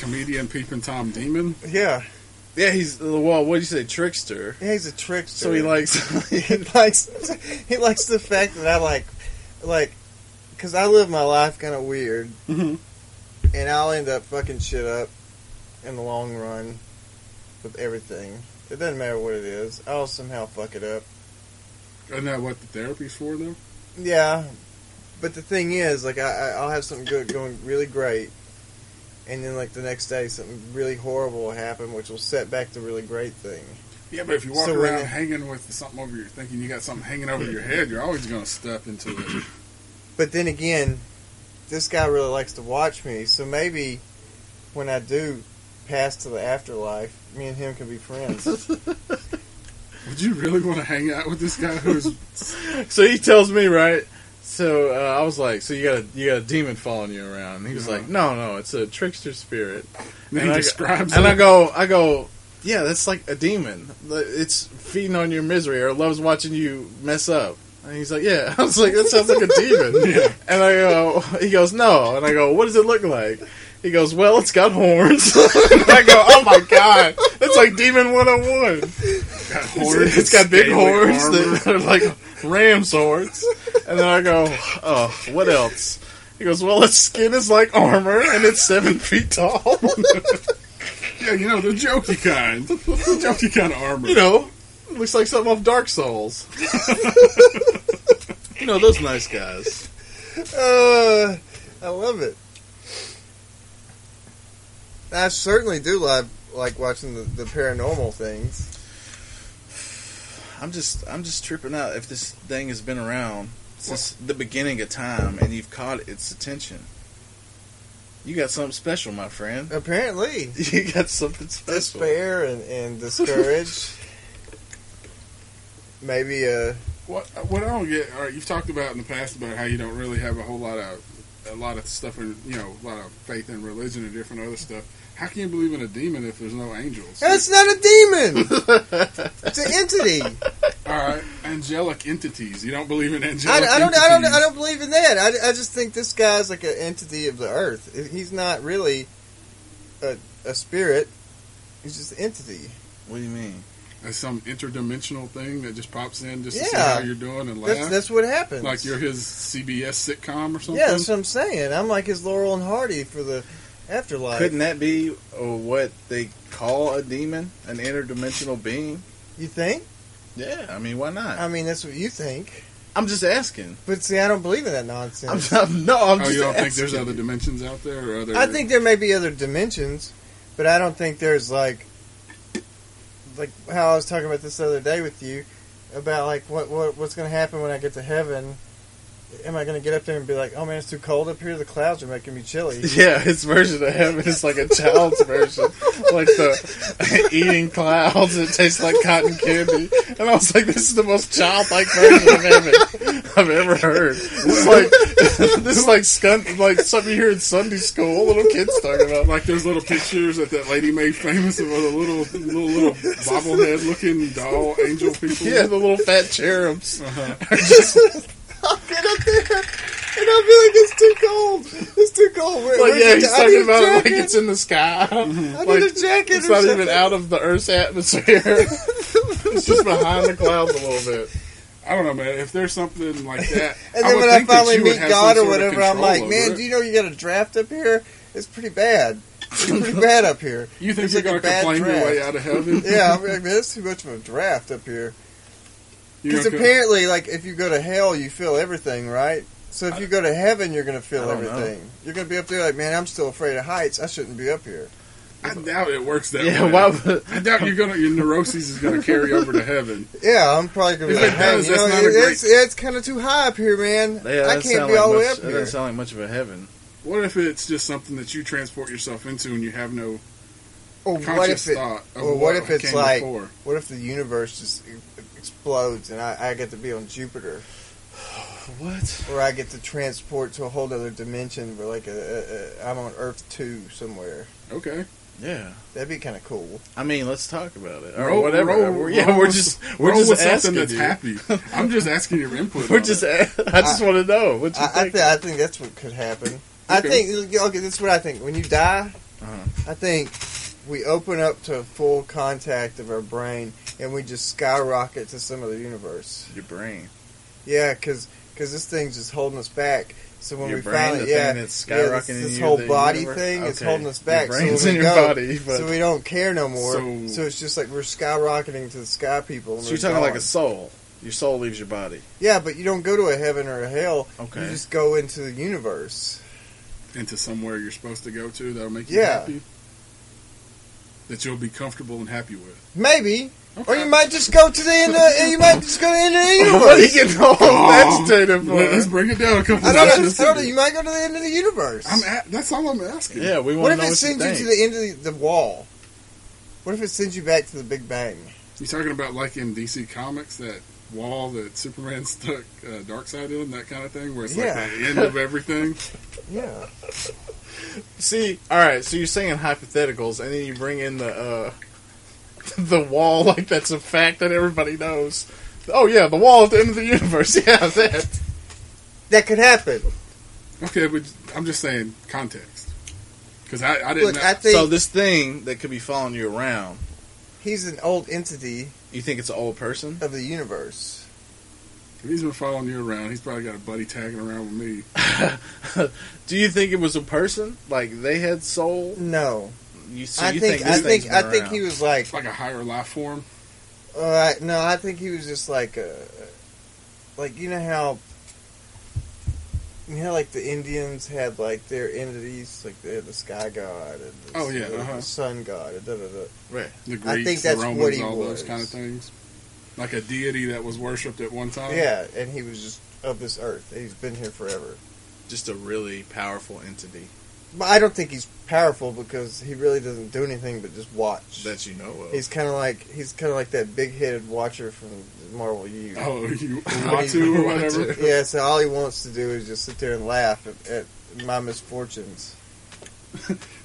S8: Comedian peeping Tom Demon?
S6: yeah.
S7: Yeah, he's the well, What do you say, trickster?
S6: yeah, he's a trickster.
S7: So he likes.
S6: he likes he likes the fact that I like like because I live my life kind of weird,
S7: Mm-hmm.
S8: Mhm.
S6: and I'll end up fucking shit up in the long run with everything. It doesn't matter what it is. I'll somehow fuck it up.
S8: Isn't that what the therapy's for, though?
S6: Yeah, but the thing is, like, I, I- I'll have something good going really great, and then like the next day, something really horrible will happen, which will set back the really great thing.
S8: Yeah, but if you walk
S6: So when
S8: around
S6: it-
S8: hanging with something over your thinking you got something hanging over your head, you're always going to step into it.
S6: But then again, this guy really likes to watch me, so maybe when I do pass to the afterlife, me and him can be friends.
S8: Would you really want to hang out with this guy who's
S7: so he tells me, right? So uh, I was like, so you got a you got a demon following you around? And he was
S8: Yeah.
S7: like, no, no, it's a trickster spirit.
S8: and he
S7: I go-
S8: describes
S7: and
S8: it?
S7: I go, I go, yeah, that's like a demon. It's feeding on your misery or loves watching you mess up. And he's like, yeah. I was like, that sounds like a demon. And I go, he goes, no. And I go, what does it look like? He goes, well, it's got horns. and I go, oh my god, that's like demon one hundred and one.
S8: got horns,
S7: It's got big
S8: scaly
S7: horns
S8: armor.
S7: that are like ram's horns. And then I go, oh, what else? He goes, well, its skin is like armor and it's seven feet tall.
S8: Yeah, you know, the jokey kind. The jokey kind of armor.
S7: you know, looks like something off Dark Souls. you know those nice guys.
S6: uh, I love it. I certainly do love like watching the, the paranormal things.
S7: I'm just, I'm just tripping out. If this thing has been around since the beginning of time and you've caught its attention, you got something special, my friend.
S6: Apparently,
S7: You got something special.
S6: despair and, and discourage. Maybe uh,
S8: What what I don't get, all right, you've talked about in the past about how you don't really have a whole lot of a lot of stuff in you know a lot of faith in religion and different other stuff. How can you believe in a demon if there's no angels?
S6: that's not a demon. it's an entity.
S8: all right, angelic entities. You don't believe in
S6: I,
S8: angelic.
S6: I don't,
S8: entities.
S6: I don't, I don't believe in that. I, I just think this guy's like an entity of the earth. He's not really a, a spirit. He's just an entity.
S7: What do you mean?
S8: as some interdimensional thing that just pops in just to see
S6: Yeah.
S8: how you're doing and laugh.
S6: That's, that's what happens.
S8: like you're his CBS sitcom or something.
S6: yeah, that's what I'm saying. I'm like his Laurel and Hardy for the afterlife.
S7: Couldn't that be uh, what they call a demon, an interdimensional being?
S6: You think?
S7: Yeah, I mean, why not?
S6: I mean, that's what you think.
S7: I'm just asking.
S6: But see, I don't believe in that nonsense.
S7: I'm, I'm- no, I'm
S8: oh,
S7: just
S8: you don't
S7: asking.
S8: think there's other dimensions out there or other?
S6: I think there may be other dimensions, but I don't think there's like like how I was talking about this the other day with you about like what what what's going to happen when I get to heaven. Am I going to get up there and be like, "Oh man, it's too cold up here. The clouds are making me chilly."
S7: Yeah, his version of heaven is like a child's version, like the eating clouds. It tastes like cotton candy, and I was like, "This is the most childlike version of heaven I've ever heard." It's like this is like scun- like something you hear in Sunday school. Little kids talking about.
S8: like those little pictures that that lady made famous of a little little little bobblehead looking doll angel people.
S7: Yeah, the little fat cherubs.
S6: I'll get up there and I'll be like, "It's too cold. It's too cold." Where, where's
S7: Like, Oh, yeah,
S6: the-
S7: he's
S6: I need
S7: talking
S6: a
S7: about it like
S6: jacket.
S7: it's in the sky.
S6: I need
S7: like,
S6: a jacket.
S7: it's
S6: or
S7: not even
S6: something.
S7: out of the Earth's atmosphere. it's just behind the clouds a little bit.
S8: I don't know, man. If there's something like that,
S6: And
S8: I
S6: then
S8: would
S6: when I
S8: think that
S6: finally
S8: you would
S6: meet
S8: have
S6: God
S8: some
S6: or
S8: sort of
S6: whatever, I'm
S8: control
S6: like,
S8: over
S6: man,
S8: it.
S6: do you know you got a draft up here? It's pretty bad. It's pretty bad up here.
S8: You think
S6: It's
S8: you're
S6: like a
S8: gonna
S6: bad
S8: complain your
S6: draft.
S8: way out of heaven?
S6: Yeah, I'm like, man, it's too much of a draft up here.
S8: You're
S6: Because
S8: gonna co-
S6: apparently, like, if you go to hell, you feel everything, right? So if you go to heaven, you're going to feel everything. You're going to be up there like, man, I'm still afraid of heights. I shouldn't be up here.
S8: I doubt it works that
S7: Yeah,
S8: way.
S7: why would?
S8: I doubt you're gonna your neuroses is gonna carry over to heaven.
S6: Yeah, I'm probably going to
S8: If
S6: be
S8: it
S6: like, hey,
S8: does,
S6: you know,
S8: that's not a
S6: it-
S8: great-
S6: it's, it's kind of too high up here, man.
S7: Yeah,
S6: I
S7: uh, that
S6: can't
S7: sound
S6: be
S7: like
S6: all the
S7: much,
S6: way up
S7: that
S8: uh,
S6: here.
S7: doesn't sound like much of a heaven.
S8: What if it's just something that you transport yourself into and you have no
S6: Or what
S8: conscious
S6: if it,
S8: thought of
S6: or what if it's
S8: came
S6: like-
S8: before?
S6: What if the universe just e- explodes and I, I get to be on Jupiter,
S7: What?
S6: or I get to transport to a whole other dimension where like a, a, a, I'm on Earth two somewhere?
S8: Okay.
S7: Yeah.
S6: That'd be kind of cool.
S7: I mean, let's talk about it or
S8: Roll-
S7: whatever.
S8: roll-
S7: We're- yeah,
S8: roll
S7: we're
S8: with-
S7: just we're
S8: roll
S7: just
S8: with
S7: asking
S8: something that's
S7: you.
S8: happy. I'm just asking your input.
S7: We're
S8: on
S7: just.
S8: it.
S7: a- I just want to know what you
S6: I, I,
S7: think.
S6: th- I think that's what could happen. I
S8: Okay.
S6: think okay, this is what I think. When you die,
S7: Uh-huh.
S6: I think we open up to full contact of our brain and we just skyrocket to some other universe.
S7: Your brain.
S6: Yeah, because this thing's just holding us back. So when
S7: Your
S6: we
S7: brain,
S6: finally,
S7: the
S6: yeah,
S7: thing that's
S6: yeah, this,
S7: skyrocketing
S6: this
S7: you,
S6: whole
S7: the
S6: body
S7: universe?
S6: thing is
S7: Okay.
S6: holding us
S7: Your
S6: back.
S7: brain's
S6: so when
S7: in
S6: we
S7: your
S6: go,
S7: body, but-
S6: so we don't care no more. So,
S8: So-
S6: it's just like we're skyrocketing to the sky people. and
S7: So you're
S6: we're
S7: talking like
S6: gone.
S7: a soul. Your soul leaves your body.
S6: yeah, but you don't go to a heaven or a hell.
S7: Okay.
S6: you just go into the universe.
S8: into somewhere you're supposed to go to that'll make you
S6: Yeah.
S8: happy. That you'll be comfortable and happy with.
S6: Maybe, or you might just go to the end. Of, you might just go to the end of the universe.
S7: What are you getting all vegetative
S8: Let- Let's
S7: for?
S8: bring it down a couple
S6: I don't know.
S8: notches.
S6: I don't know, You might go to the end of the universe.
S8: I'm at, that's all I'm asking.
S7: Yeah, we
S6: what
S7: want to
S6: if
S7: know
S6: it
S7: what you
S6: sends you,
S7: think.
S6: to the end of the, the wall? What if it sends you back to the Big Bang?
S8: You talking about like in DC Comics that wall that Superman stuck uh, Darkseid in, that kind of thing, where it's
S6: Yeah.
S8: like the end of everything.
S6: Yeah.
S7: See, all right. So you're saying hypotheticals, and then you bring in the uh, the wall like that's a fact that everybody knows. Oh yeah, the wall at the end of the universe. Yeah, that.
S6: That could happen.
S8: Okay, but I'm just saying context because I, I didn't.
S6: Look,
S8: know-
S6: I think
S7: so this thing that could be following you around,
S6: he's an old entity
S7: you think it's an old person?
S6: of the universe.
S8: he's been following you around. He's probably got a buddy tagging around with me.
S7: Do you think it was a person? Like they had soul?
S6: No,
S7: You, so
S6: I
S7: you
S6: think,
S7: think,
S6: I
S7: this
S6: think
S7: thing's been
S6: I think he
S7: around.
S6: was like
S8: It's like a higher life form.
S6: uh, no, I think he was just like a like you know how you know like the Indians had like their entities like they had the sky god and the,
S8: Oh, yeah,
S6: the
S8: uh-huh.
S6: sun god and da, da, da.
S8: The Greeks,
S6: I think that's
S8: the Romans,
S6: what he
S8: all
S6: was.
S8: those kind of things. Like a deity that was worshipped at one time.
S6: yeah, and he was just of this earth. He's been here forever.
S7: just a really powerful entity
S6: But I don't think he's powerful because he really doesn't do anything but just watch.
S7: that you know of.
S6: He's kind of like he's kind of like that big-headed watcher from Marvel U.
S8: Oh, you Uatu or whatever.
S6: Yeah, so all he wants to do is just sit there and laugh at, at my misfortunes.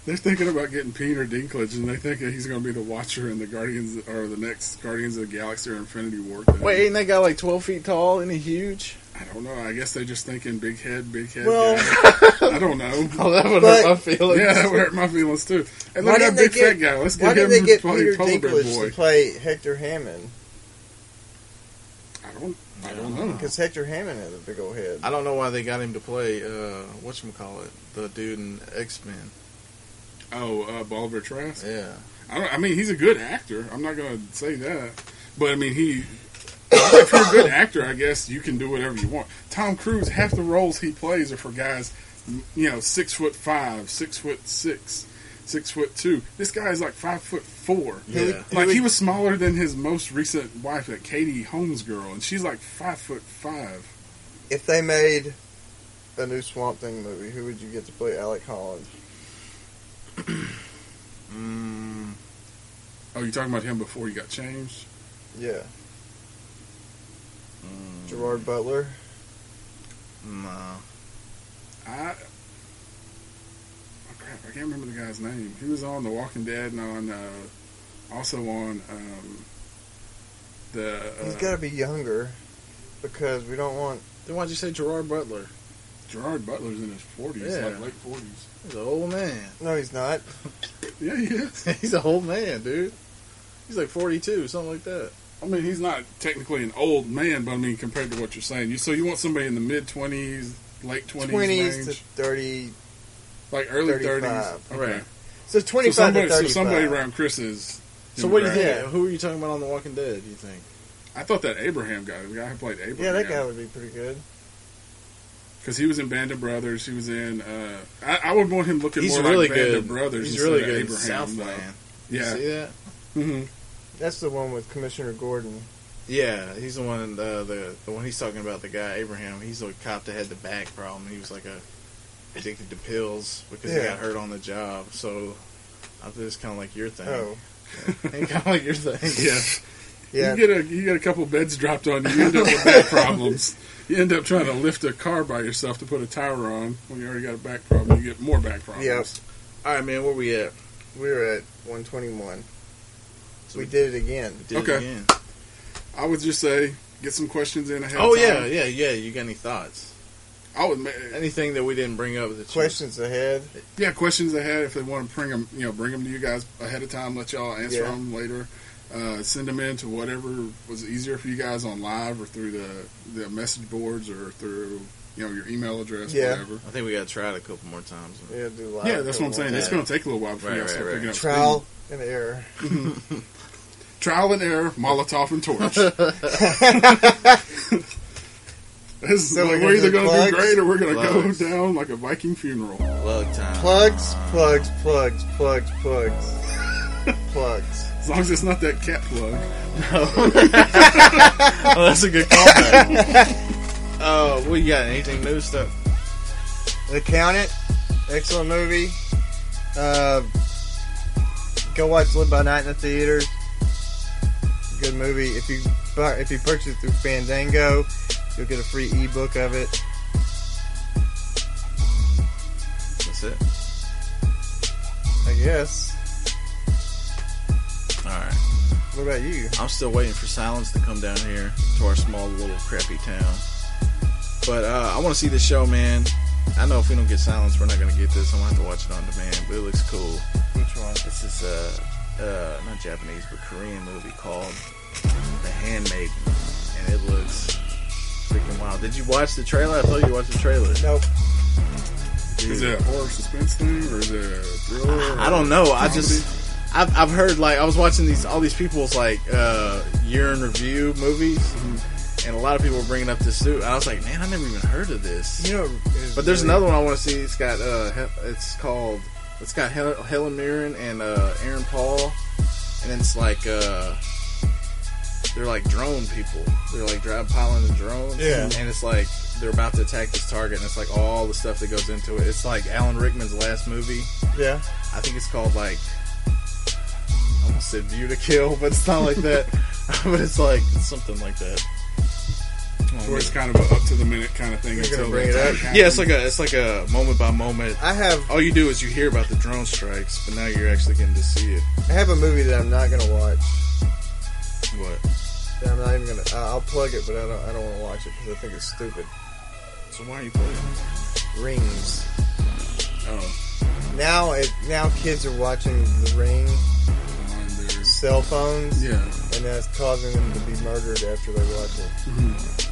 S8: They're thinking about getting Peter Dinklage, and they think that he's going to be the Watcher in the Guardians or the next Guardians of the Galaxy or Infinity War. thing.
S7: Wait, ain't that guy like twelve feet tall? Isn't he huge?
S8: I don't know. I guess they're just thinking big head, big head.
S6: Well-
S8: guy. I don't know.
S7: Oh, that would
S6: But-
S7: hurt my feelings.
S8: Yeah, that would hurt my feelings too. And
S6: Why
S8: look
S6: didn't
S8: at that
S6: they
S8: big
S6: get-
S8: fat guy. Let's
S6: Why
S8: get
S6: did
S8: him
S6: they
S8: to
S6: get
S8: play
S6: Peter
S8: Polar Bear
S6: Dinklage to
S8: Boy.
S6: play Hector Hammond?
S8: I don't. I don't know.
S6: Because Hector Hammond has a big old head.
S7: I don't know why they got him to play uh, whatchamacallit, the dude in X Men.
S8: Oh, uh, Bolivar Trask.
S7: Yeah.
S8: I, don't, I mean, he's a good actor. I'm not gonna say that, but I mean, he. if you're a good actor, I guess you can do whatever you want. Tom Cruise, half the roles he plays are for guys, you know, six foot five, six foot six, six foot two. This guy is like five foot four.
S7: Yeah.
S8: Like he was smaller than his most recent wife, that Katie Holmes girl, and she's like five foot five.
S6: If they made a new Swamp Thing movie, who would you get to play Alec Holland?
S7: Mm,
S8: Oh, you're talking about him before he got changed?
S6: Yeah.
S8: Mm.
S6: Gerard Butler.
S7: no.
S8: I oh crap, I can't remember the guy's name. He was on The Walking Dead and on uh, also on um, the
S6: He's
S8: uh,
S6: got to be younger because we don't want.
S7: Then why'd you say Gerard Butler?
S8: Gerard Butler's in his forties,
S7: Yeah.
S8: like late forties.
S7: He's an old man.
S6: No, he's not.
S8: Yeah, he is.
S7: He's an old man, dude. He's like 42, something like that.
S8: I mean, he's not technically an old man, but I mean, compared to what you're saying, you so you want somebody in the mid twenties, late
S6: Twenties
S8: twenties
S6: to
S8: range,
S6: thirty.
S8: like early thirties.
S6: 35.
S8: Okay,
S6: So
S8: so
S6: twenty-five
S8: somebody,
S6: to thirty-five.
S8: so somebody around Chris's.
S7: So what do you
S8: demographic.
S7: think?
S6: Yeah.
S7: Who are you talking about on The Walking Dead, you think?
S8: I thought that Abraham guy, the guy who played Abraham,
S6: yeah, that guy would be pretty good.
S8: because he was in Band of Brothers. He was in. Uh, I, I would want him looking
S7: He's
S8: more
S7: really
S8: like Band
S7: good.
S8: of Brothers.
S7: He's
S8: instead
S7: really
S8: of
S7: good in
S8: Abraham,
S7: Southland.
S8: though.
S7: You
S8: Yeah.
S7: see that?
S8: Mhm.
S6: That's the one with Commissioner Gordon.
S7: Yeah, he's the one. Uh, the the one he's talking about, the guy Abraham. He's a cop that had the back problem. He was like a addicted to pills because he
S6: Yeah.
S7: got hurt on the job. So I think it's kind of like your thing.
S6: Oh,
S7: kind of like your thing.
S8: Yeah.
S6: yeah.
S8: You get a you get a couple beds dropped on you. You end up with back problems. You end up trying to lift a car by yourself to put a tire on when you already got a back problem. You get more back problems.
S6: Yep.
S7: All right, man. Where we at?
S6: We were at 121. we did it again.
S7: Did it
S8: Okay.
S7: again.
S8: I would just say get some questions in ahead.
S7: Oh
S8: of
S7: yeah,
S8: time.
S7: yeah, yeah. You got any thoughts?
S8: I would. Ma-
S7: Anything that we didn't bring up? That you-
S6: Questions ahead.
S8: yeah, questions ahead if they want to bring them. You know, bring them to you guys ahead of time. Let y'all answer
S6: Yeah.
S8: them later. Uh, send them in to whatever was easier for you guys on live or through the the message boards or through you know your email address,
S6: Yeah.
S8: whatever.
S7: I think we got to try it a couple more times.
S6: Yeah, do live
S8: Yeah, that's what I'm
S6: for a
S8: saying. It's
S7: Yeah.
S8: going to take a little while before
S7: Right,
S8: y'all
S7: right,
S8: start
S7: right.
S8: picking up
S6: while.
S8: steam.
S6: Trial and error.
S8: trial and error, Molotov and torch. This is
S6: So
S8: like,
S6: we're
S8: we're either
S6: gonna do
S8: going to do
S6: plugs?
S8: great or we're going to go
S7: Plugs.
S8: down like a Viking funeral.
S7: Plug time.
S6: Plugs, plugs, plugs, plugs, plugs. plugs.
S8: As long as it's not that cat plug.
S7: Oh, that's a good callback. uh, what you got? Anything new stuff?
S6: The Count excellent movie. Uh, go watch Live by Night in the theater. Good movie. If you buy, if you purchase it through Fandango, you'll get a free ebook of it.
S7: That's it.
S6: I guess.
S7: All right.
S6: What about you?
S7: I'm still waiting for silence to come down here to our small little crappy town. But uh, I want to see this show, man. I know if we don't get silence, we're not gonna get this. I'm gonna have to watch it on demand, but it looks cool.
S6: Which one?
S7: This is uh, uh, not Japanese but Korean movie called The Handmaiden, and it looks freaking wild. Did you watch the trailer? I thought you watched the trailer.
S6: Nope.
S8: Is it a horror suspense thing or is it a thriller? or
S7: I don't know. I
S8: comedy?
S7: just I've, I've heard like I was watching these all these people's like uh, year in review movies,
S6: Mm-hmm.
S7: and a lot of people were bringing up this suit. I was like, man, I never even heard of this.
S6: You know, it's
S7: But there's
S6: really-
S7: another one I want to see. It's got uh, Hel- it's called it's got Hel- Helen Mirren and uh, Aaron Paul, and it's like uh, they're like drone people. They're like drive piloting the drones.
S6: Yeah.
S7: and it's like they're about to attack this target, and it's like all the stuff that goes into it. It's like Alan Rickman's last movie.
S6: Yeah.
S7: I think it's called like I almost said View to Kill, but it's not like that. but it's like something like that.
S6: Oh,
S8: Or it's kind of a up to the minute kind of thing until
S6: bring
S8: the
S6: it
S8: attack
S6: up?
S8: happens.
S7: Yeah, it's like a it's like a moment by moment.
S6: I have
S7: All you do is you hear about the drone strikes, but now you're actually getting to see it.
S6: I have a movie that I'm not gonna watch.
S7: What?
S6: That I'm not even gonna. I- I'll plug it, but I don't. I don't want to watch it because I think it's stupid.
S7: So why are you playing?
S6: Rings.
S8: Oh,
S6: Now, it, now kids are watching The Ring
S8: on there.
S6: cell phones,
S8: Yeah.
S6: and that's causing them to be murdered after they watch it.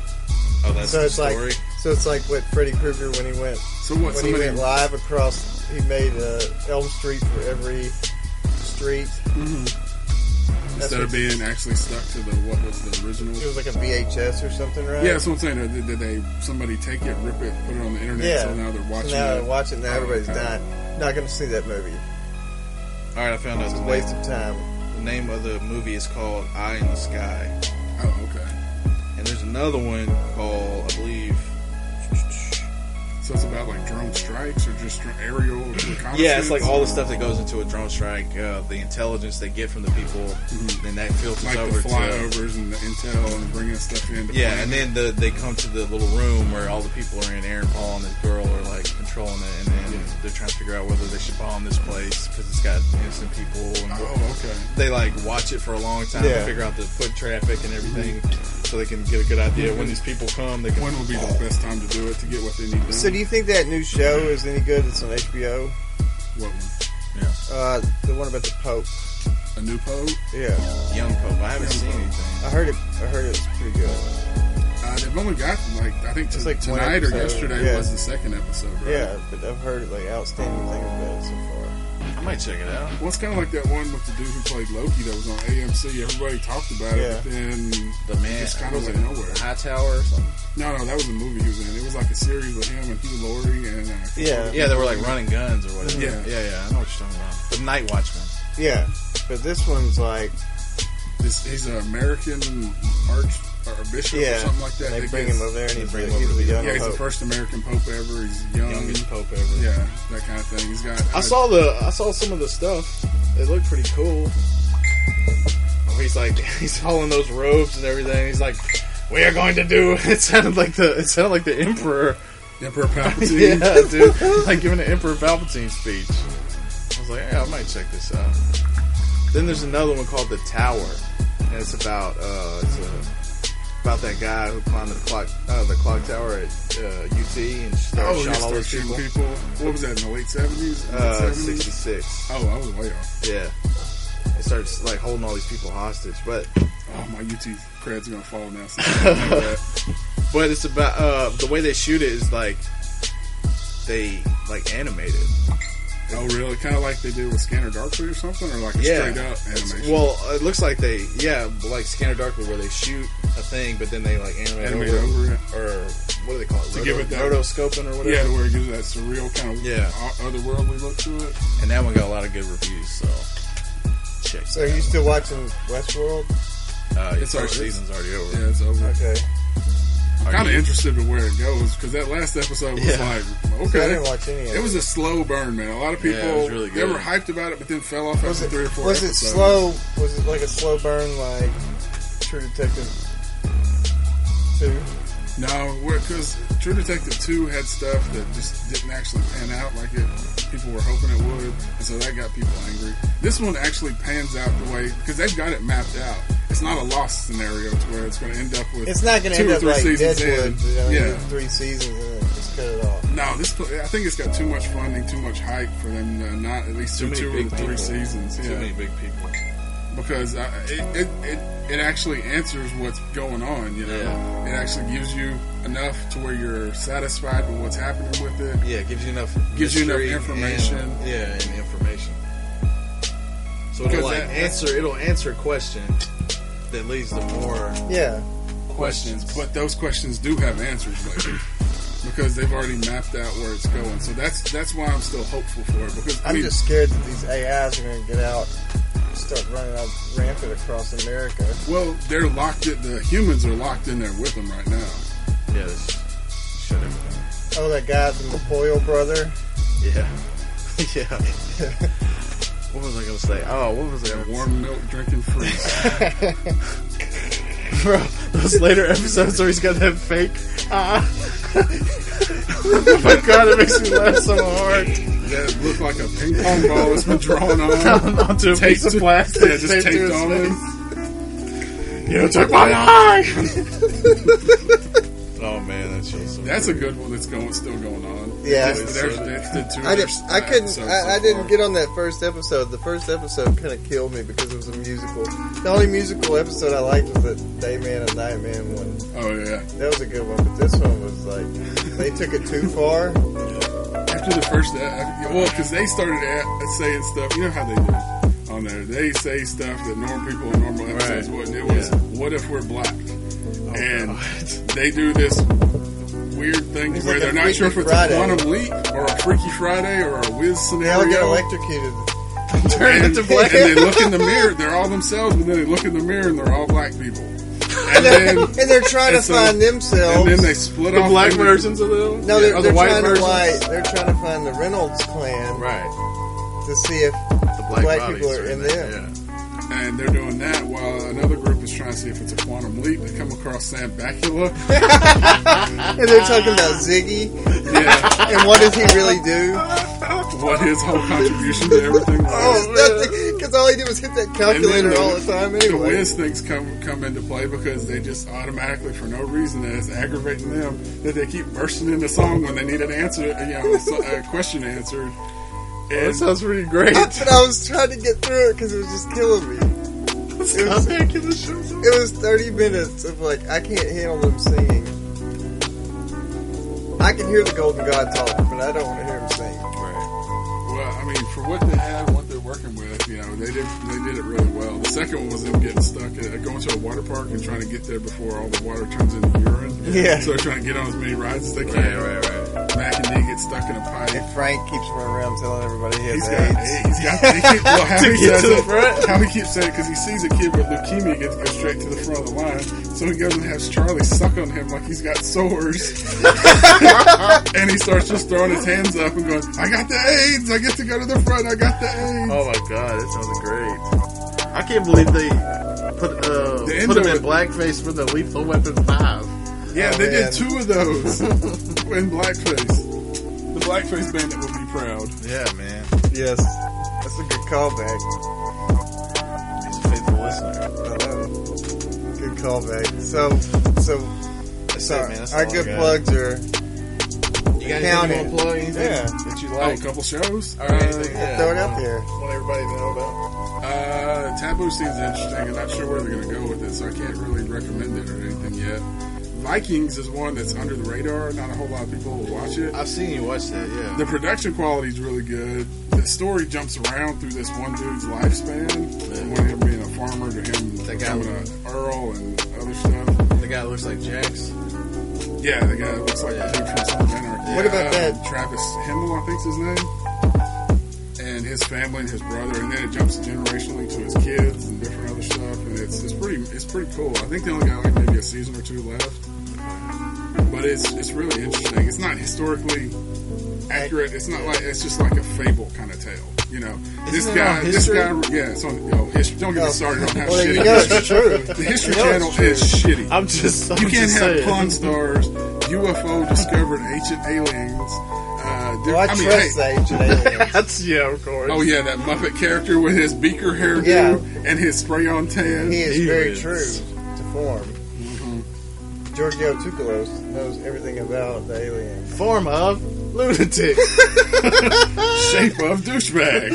S7: Oh, that's
S6: So
S7: the
S6: it's like,
S7: story.
S6: so it's like what Freddy Krueger when he went
S8: So what?
S6: when he
S8: Somebody
S6: went live across, he made uh, Elm Street for every street. That's
S8: Mm-hmm. instead
S6: what-
S8: of being actually stuck to the what was the original.
S6: It was like a VHS or something, right?
S8: Yeah, that's what I'm saying. Did, did they somebody take it, rip it, put it on the internet?
S6: Yeah.
S8: So now they're watching
S6: So now
S8: it.
S6: they're watching. Now everybody's
S8: Okay.
S6: not not going to see that movie.
S7: All right, I found out
S6: It's
S7: the
S6: a
S7: name.
S6: waste of time.
S7: The name of the movie is called Eye in the Sky,
S8: Oh, okay.
S7: and there's another one called, I believe.
S8: So it's about like drone strikes or just dr- aerial reconnaissance.
S7: Yeah, it's like all the stuff that goes into a drone strike, uh, the intelligence they get from the people,
S6: Mm-hmm.
S7: and that filters
S8: like
S7: over
S8: the
S7: to
S8: flyovers and the intel and bringing stuff in. to
S7: Yeah,
S8: plan
S7: and
S8: it.
S7: then the, they come to the little room where all the people are in. Aaron Paul and this girl are like controlling it, and then
S8: Yeah.
S7: they're trying to figure out whether they should bomb this place because it's got innocent people. And
S8: oh, okay.
S7: They like watch it for a long time to
S6: Yeah.
S7: figure out the foot traffic and everything, so they can get a good idea when these people come. They can
S8: When will be the best time to do it to get what they need done?
S6: So do you think that new show is any good? It's on HBO.
S8: what one?
S6: Uh, the one about the Pope.
S8: A new pope?
S6: Yeah,
S7: young pope. I haven't
S8: Young
S7: seen
S8: Pope.
S7: anything.
S6: I heard it. I heard it was pretty good.
S8: Uh, they've only got like I think
S6: It's
S8: t-
S6: like one
S8: tonight or
S6: episode,
S8: yesterday
S6: yeah.
S8: was the second episode. Right?
S6: Yeah, but I've heard like outstanding things about it so far.
S7: I might check it out.
S8: Well, it's kind of like that one with the dude who played Loki that was on AMC. Everybody talked about it,
S6: Yeah.
S8: but then
S7: The man,
S8: just kind of
S7: was
S8: went
S7: it
S8: nowhere.
S7: High Tower or something.
S8: No, no, that was a movie he was in. It was like a series with him and Hugh Laurie and uh,
S6: Yeah,
S7: Yeah, they were like running guns or whatever.
S8: Yeah.
S7: yeah, yeah. I know what you're talking about. The Night Watchman.
S6: yeah. But this one's like,
S8: this. He's an American arch or bishop or
S6: yeah,
S8: something like that.
S6: they
S8: that
S6: bring
S8: gets-
S6: him over there and
S7: they
S6: he's,
S7: bring
S6: like,
S7: him over
S6: he's
S7: to
S6: a
S7: be-
S6: young
S8: Yeah, he's the
S6: pope.
S8: first American pope ever. He's young.
S7: Youngest pope ever.
S8: Yeah, that kind of thing. He's got. uh,
S7: I saw the I saw some of the stuff. It looked pretty cool. Oh, he's like he's hauling those robes and everything. He's like, we are going to do. It sounded like the it sounded like the emperor.
S8: Emperor Palpatine.
S7: Yeah, dude, like giving an Emperor Palpatine speech. I was like, yeah, I might check this out. Then there's another one called the Tower, and it's about uh, it's uh about that guy who climbed the clock uh, the clock tower at uh, UT and started
S8: Oh, he
S7: shot all
S8: started
S7: those
S8: shooting
S7: people.
S8: people. What was that in the late seventies?
S7: Uh, 66.
S8: Oh, I was way off.
S7: Yeah. It starts like holding all these people hostage, but
S8: Oh, my UT cred's gonna fall now. So I can't do that.
S7: but it's about uh, the way they shoot it is like they like animate it.
S8: oh, really? Kind of like they did with Scanner Darkly or something, or like a
S7: Yeah.
S8: straight up animation.
S7: Well, it looks like they yeah like Scanner Darkly where they shoot a thing, but then they like animate,
S8: Animate
S7: over,
S8: over it.
S7: or what do they call it?
S8: To give it that-
S7: rotoscoping or whatever.
S8: yeah, to where it gives that surreal kind of
S7: Yeah.
S8: o- otherworldly look to it.
S7: And that one got a lot of good reviews, so check.
S6: So are you still watching Westworld?
S7: uh,
S8: It's
S7: its first
S8: already-
S7: season's already over.
S8: Yeah, it's over.
S6: Okay,
S7: Are
S8: Kind of
S7: you-
S8: interested to where it goes because that last episode was
S7: Yeah.
S8: like
S6: so I
S8: okay.
S6: didn't watch any of it.
S8: It was a slow burn, man. A lot of people
S7: Yeah, it was really
S8: they
S7: good.
S8: were hyped about it, but then fell off
S6: was
S8: after
S6: it,
S8: three or four.
S6: was it
S8: episodes.
S6: slow? Was it like a slow burn, like True Detective Two?
S8: No, because True Detective Two had stuff that just didn't actually pan out like it people were hoping it would, and so that got people angry. This one actually pans out the way because they've got it mapped out. It's not a lost scenario to where it's going to end up with.
S6: It's not going to end
S8: two or
S6: up
S8: three
S6: like
S8: seasons
S6: Deadwood.
S8: in.
S6: You know,
S8: yeah.
S6: three seasons and then just cut it off.
S8: No, this pl- I think it's got too much funding, too much hype for them to not at least
S7: Too
S8: do
S7: many
S8: two
S7: big
S8: or three
S7: people.
S8: seasons.
S7: Too
S8: yeah.
S7: many big people.
S8: because I, it, it, it, it actually answers what's going on, you know.
S7: Yeah.
S8: It actually gives you enough to where you're satisfied with what's happening with it.
S7: Yeah, it gives you enough.
S8: Gives you enough
S7: mystery and-
S8: information.
S7: yeah, and information. So
S8: Because
S7: it'll like
S8: that-
S7: answer. It'll answer a question that leads to more
S6: Yeah,
S7: questions.
S8: But those questions do have answers later. Because they've already mapped out where it's going, so that's that's why I'm still hopeful for it. Because I
S6: I'm
S8: mean,
S6: just scared that these AIs are going to get out, and start running out rampant across America.
S8: well, they're locked. In, the humans are locked in there with them right now.
S7: yeah, this, shut everything.
S6: Oh, that guy from the Poyle brother.
S7: Yeah, yeah. what was I gonna say? Oh, what was I
S8: That
S7: gonna
S8: warm milk drinking freeze.
S7: Bro, those later episodes where he's got that fake. Ah. oh my god, it makes me laugh so hard.
S8: that looked like a ping pong ball that's been drawn on.
S7: Onto a
S8: Taped
S7: piece of
S8: to-
S7: plastic.
S8: Yeah, just
S7: taped to
S8: taped
S7: his
S8: on
S7: face.
S8: it.
S7: You took my eye! oh man, that shit's so
S8: That's a good one that's going still going on.
S6: Yeah.
S8: It's- there's, it's the two
S6: I,
S8: there's
S6: didn't, I couldn't.
S8: so- so
S6: I, I didn't
S8: far.
S6: get on that first episode. The first episode kind of killed me because it was a musical. The only musical episode I liked was the Day Man and Night Man one.
S8: Oh yeah.
S6: That was a good one, but this one was like they took it too far.
S8: After the first, uh, uh, well, because they started at, saying stuff. You know how they do on there. They say stuff that normal people in normal episodes
S7: Right.
S8: wouldn't. It was,
S7: Yeah.
S8: "What if we're black?"
S6: Oh,
S8: and they do this weird thing
S6: It's
S8: where
S6: like a
S8: they're not sure if
S6: Freaky
S8: it's
S6: Friday.
S8: a quantum leap or a Freaky Friday or a Whiz
S6: They all get
S8: scenario.
S6: electrocuted.
S8: and, and they look in the mirror. They're all themselves, but then they look in the mirror and they're all black people. And then
S6: And they're trying to
S8: And so-
S6: find
S8: and
S6: themselves.
S8: then they split
S7: The
S8: off
S7: black
S8: into-
S7: versions of them?
S6: no, they're,
S7: Or
S6: they're
S7: the white
S6: trying to
S7: versions?
S6: find, they're trying to find the Reynolds clan
S7: Right.
S6: to see if
S7: The black,
S6: Black
S7: bodies
S6: people are in
S7: there.
S6: there.
S8: and they're doing that while another group is trying to see if it's a quantum leap. They come across Sam Bakula.
S6: and they're talking about Ziggy
S8: Yeah,
S6: and what does he really do?
S8: what his whole contribution to everything was.
S7: Oh,
S6: Because all he did was hit that
S8: And then
S6: calculator all the time
S8: The
S6: anyway.
S8: whiz things come come into play because they just automatically, for no reason, and it's aggravating them that they keep bursting into song when they need an answer, you know, so- a question answered.
S7: That
S8: And
S7: sounds pretty great.
S6: But I was trying to get through it because it was just killing me. It was, it was 30 minutes of like, I can't handle them singing. I can hear the Golden God talk, but I don't want to hear him sing.
S8: well, I mean, for what they had, what they're working with, you know, they did they did it really well. The second one was them getting stuck at going to a water park and trying to get there before all the water turns into urine.
S6: Yeah.
S8: So they're trying to get on as many rides as they can.
S7: Right, right, right.
S8: Mac and D get stuck in a pipe.
S6: And Frank keeps running around telling everybody he
S8: He's
S6: has
S8: got,
S6: AIDS.
S8: he's got, he keep, well, how he
S7: get
S8: says
S7: to the
S8: it,
S7: front.
S8: how he keeps saying, because he sees a kid with leukemia gets go straight to the front of the line, so he goes and has Charlie suck on him like he's got sores, and he starts just throwing his hands up and going, "I got the AIDS! I get to go to the front! I got the AIDS!"
S7: Oh my god, that sounds great. I can't believe they put uh,
S8: The end
S7: put him
S8: of
S7: in
S8: it-
S7: blackface for the Lethal Weapon 5.
S8: yeah, they
S6: man.
S8: did two of those in blackface. The blackface bandit would be proud.
S7: Yeah, man.
S6: Yes. That's a good callback.
S7: He's a faithful listener.
S6: I know. Good callback. So, so,
S7: it, man.
S6: sorry.
S7: That's
S6: Our
S7: all I
S6: good
S7: got.
S6: plugs are.
S7: You got anything you
S6: Counted.
S7: want to plug? Anything
S6: Yeah.
S7: that you
S8: Oh, a
S7: like?
S8: couple shows.
S7: Or anything?
S8: Uh,
S7: Yeah.
S6: Throw it out there.
S7: Want everybody to know about?
S8: Uh, Taboo seems interesting. I'm not sure where they're going to go with it, so I can't really recommend it or anything yet. Vikings is one that's under the radar. Not a whole lot of people will watch it.
S7: I've seen you watch that, yeah.
S8: The production quality is really good. The story jumps around through this one dude's lifespan, from when him being a farmer to him
S7: That guy-
S8: becoming an earl and other stuff.
S7: The guy looks like Jax.
S8: Yeah, the guy looks like the dude from Sons of Anarchy.
S6: What about
S8: Uh,
S6: that-
S8: Travis Himmel, I think's his name. And his family and his brother, and then it jumps generationally to his kids and different other stuff, and it's, it's pretty it's pretty cool. I think they only got like maybe a season or two left, but it's it's really interesting. It's not historically accurate. It's not like it's just like a fable kind of tale, you know. this
S7: it
S8: guy,
S7: on
S8: this
S7: history?
S8: guy, yeah. It's on, yo, history, don't get me started on how
S6: Oh. Well,
S8: shitty
S6: you know
S8: history-
S6: it's true.
S8: the History
S6: you know it's
S8: Channel is shitty
S7: I'm just. I'm
S8: you can't
S7: just
S8: have
S7: saying.
S8: porn stars, UFO discovered ancient aliens. Uh, dude,
S6: Well, I,
S8: I mean,
S6: trust
S8: hey,
S6: the ancient aliens.
S7: That's yeah, of course.
S8: oh yeah, that Muppet character with his beaker hairdo
S6: Yeah.
S8: and his spray-on tan.
S6: He is
S7: He
S6: very
S7: is.
S6: true to form.
S8: Mm-hmm.
S6: Giorgio Tsoukalos knows everything about the aliens.
S7: Form of lunatic.
S8: Shape of douchebag.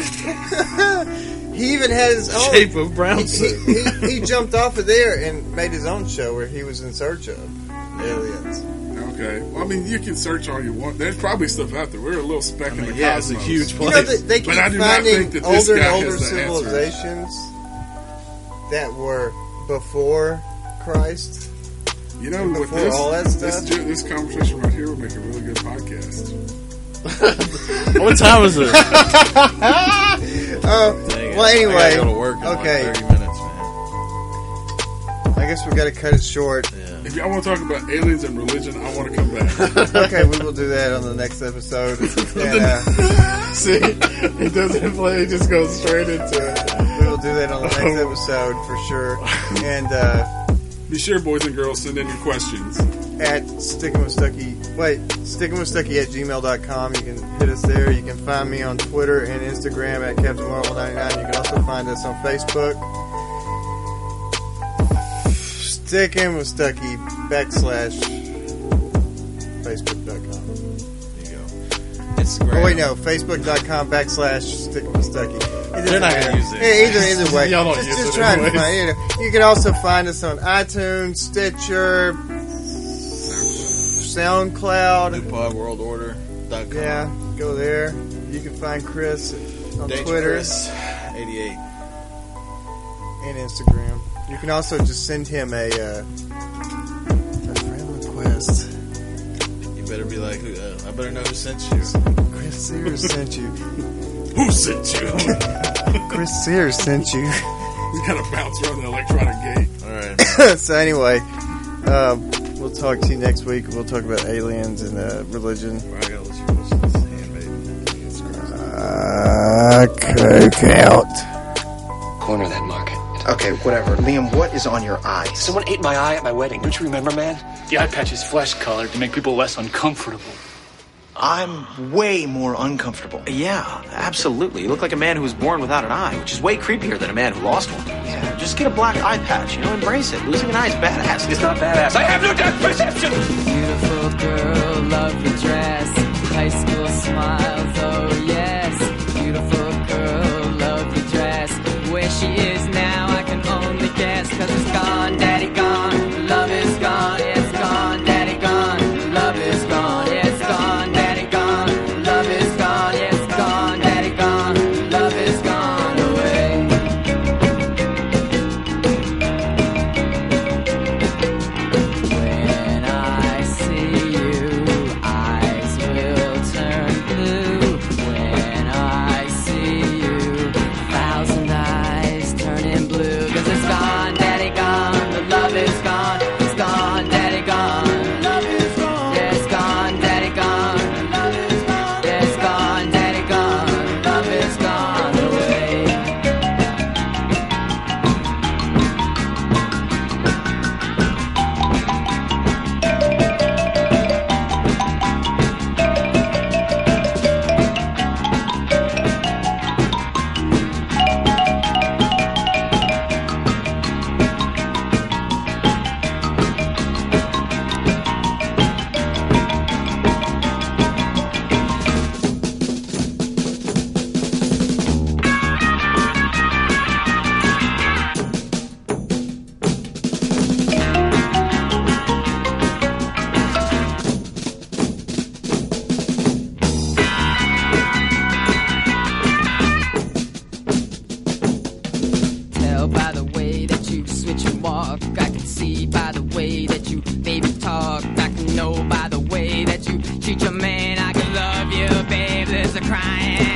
S6: He even had his own.
S7: Shape of brown
S6: he,
S7: suit.
S6: he, he jumped off of there and made his own show where he was in search of aliens.
S8: okay, well, I mean, you can search all you want. There's probably stuff out there. We're a little speck in the
S7: Yeah, it's a
S8: cosmos.
S7: huge
S6: You
S7: place.
S6: know, they, they keep
S8: But I do not think
S6: finding
S8: that this
S6: older and
S8: guy
S6: older
S8: has the answer.
S6: civilizations that were before Christ.
S8: You know, with
S6: Before
S8: this,
S6: all that
S8: this,
S6: stuff.
S8: ju- this conversation right here would make a really good podcast.
S7: what time is it?
S6: Uh, well,
S7: I gotta go
S6: anyway,
S7: to work in
S6: okay.
S7: like 30 minutes, man.
S6: I guess we got to cut it short.
S8: If y'all want to talk about aliens and religion, I want to come back.
S6: okay, we will do that on the next episode. And, uh,
S7: See, he doesn't play. He just goes straight into it.
S6: we will do that on the next episode for sure. And uh,
S8: Be sure, boys and girls, send in your questions.
S6: at sticking with Stucky, wait, sticking with Stucky at gmail.com. You can hit us there. You can find me on Twitter and Instagram at Captain Marvel 99. You can also find us on Facebook. Sticking with Stucky backslash Facebook.com.
S9: There you go. Instagram.
S6: Oh, wait, no. Facebook.com backslash stick with Stucky.
S9: They're not gonna use it.
S6: Yeah, either, either way.
S9: Y'all don't
S6: just
S9: use
S6: just
S9: it
S6: try and
S9: anyways.
S6: find it. You can also find us on iTunes, Stitcher, SoundCloud.
S9: NewPodWorldOrder.com.
S6: Yeah, go there. You can find Chris on Twitter
S9: Dangerous. 88.
S6: and Instagram. You can also just send him a, uh, a friend request.
S9: You better be like, who- uh, I better know who sent you.
S6: Chris Sears sent you.
S8: Who sent you? He's
S6: Chris Sears sent you.
S8: got a bouncer on the electronic gate.
S9: All right.
S6: so anyway, um, we'll talk to you next week. We'll talk about aliens and uh, religion.
S9: I gotta let you watch this hand, baby.
S6: Uh, coke out.
S11: Corner that market.
S12: Okay, whatever. Liam, what is on your eye?
S11: Someone ate my eye at my wedding. Don't you remember, man?
S2: The eye patch is flesh colored to make people less uncomfortable.
S12: I'm way more uncomfortable.
S11: Yeah, absolutely. You look like a man who was born without an eye, which is way creepier than a man who lost one. Yeah, just get a black eye patch. You know, embrace it. Losing an eye is badass. It's not badass. I have no depth perception.
S4: Beautiful girl, lovely dress, high school smiles, oh yes. Beautiful girl, lovely dress. Where she is now, I can only guess. Cause it's gone, daddy gone. Love is gone, it's gone, daddy gone. Love is gone, it's gone, daddy gone. Love is gone, it's gone, daddy gone. Love is gone away. When I see you, eyes will turn blue. When I see you, thousand eyes turning blue. Cause it's gone, daddy gone, the love is gone. It's gone, daddy gone. Love is gone. Yeah, it's gone, daddy gone. Love is gone. Yeah, it's gone, daddy gone. Love is gone away. tell by the way that you switch and walk. I can see by the way that you maybe talk. I can know by the way that you treat your man. I can love you, babe. There's a crying. oh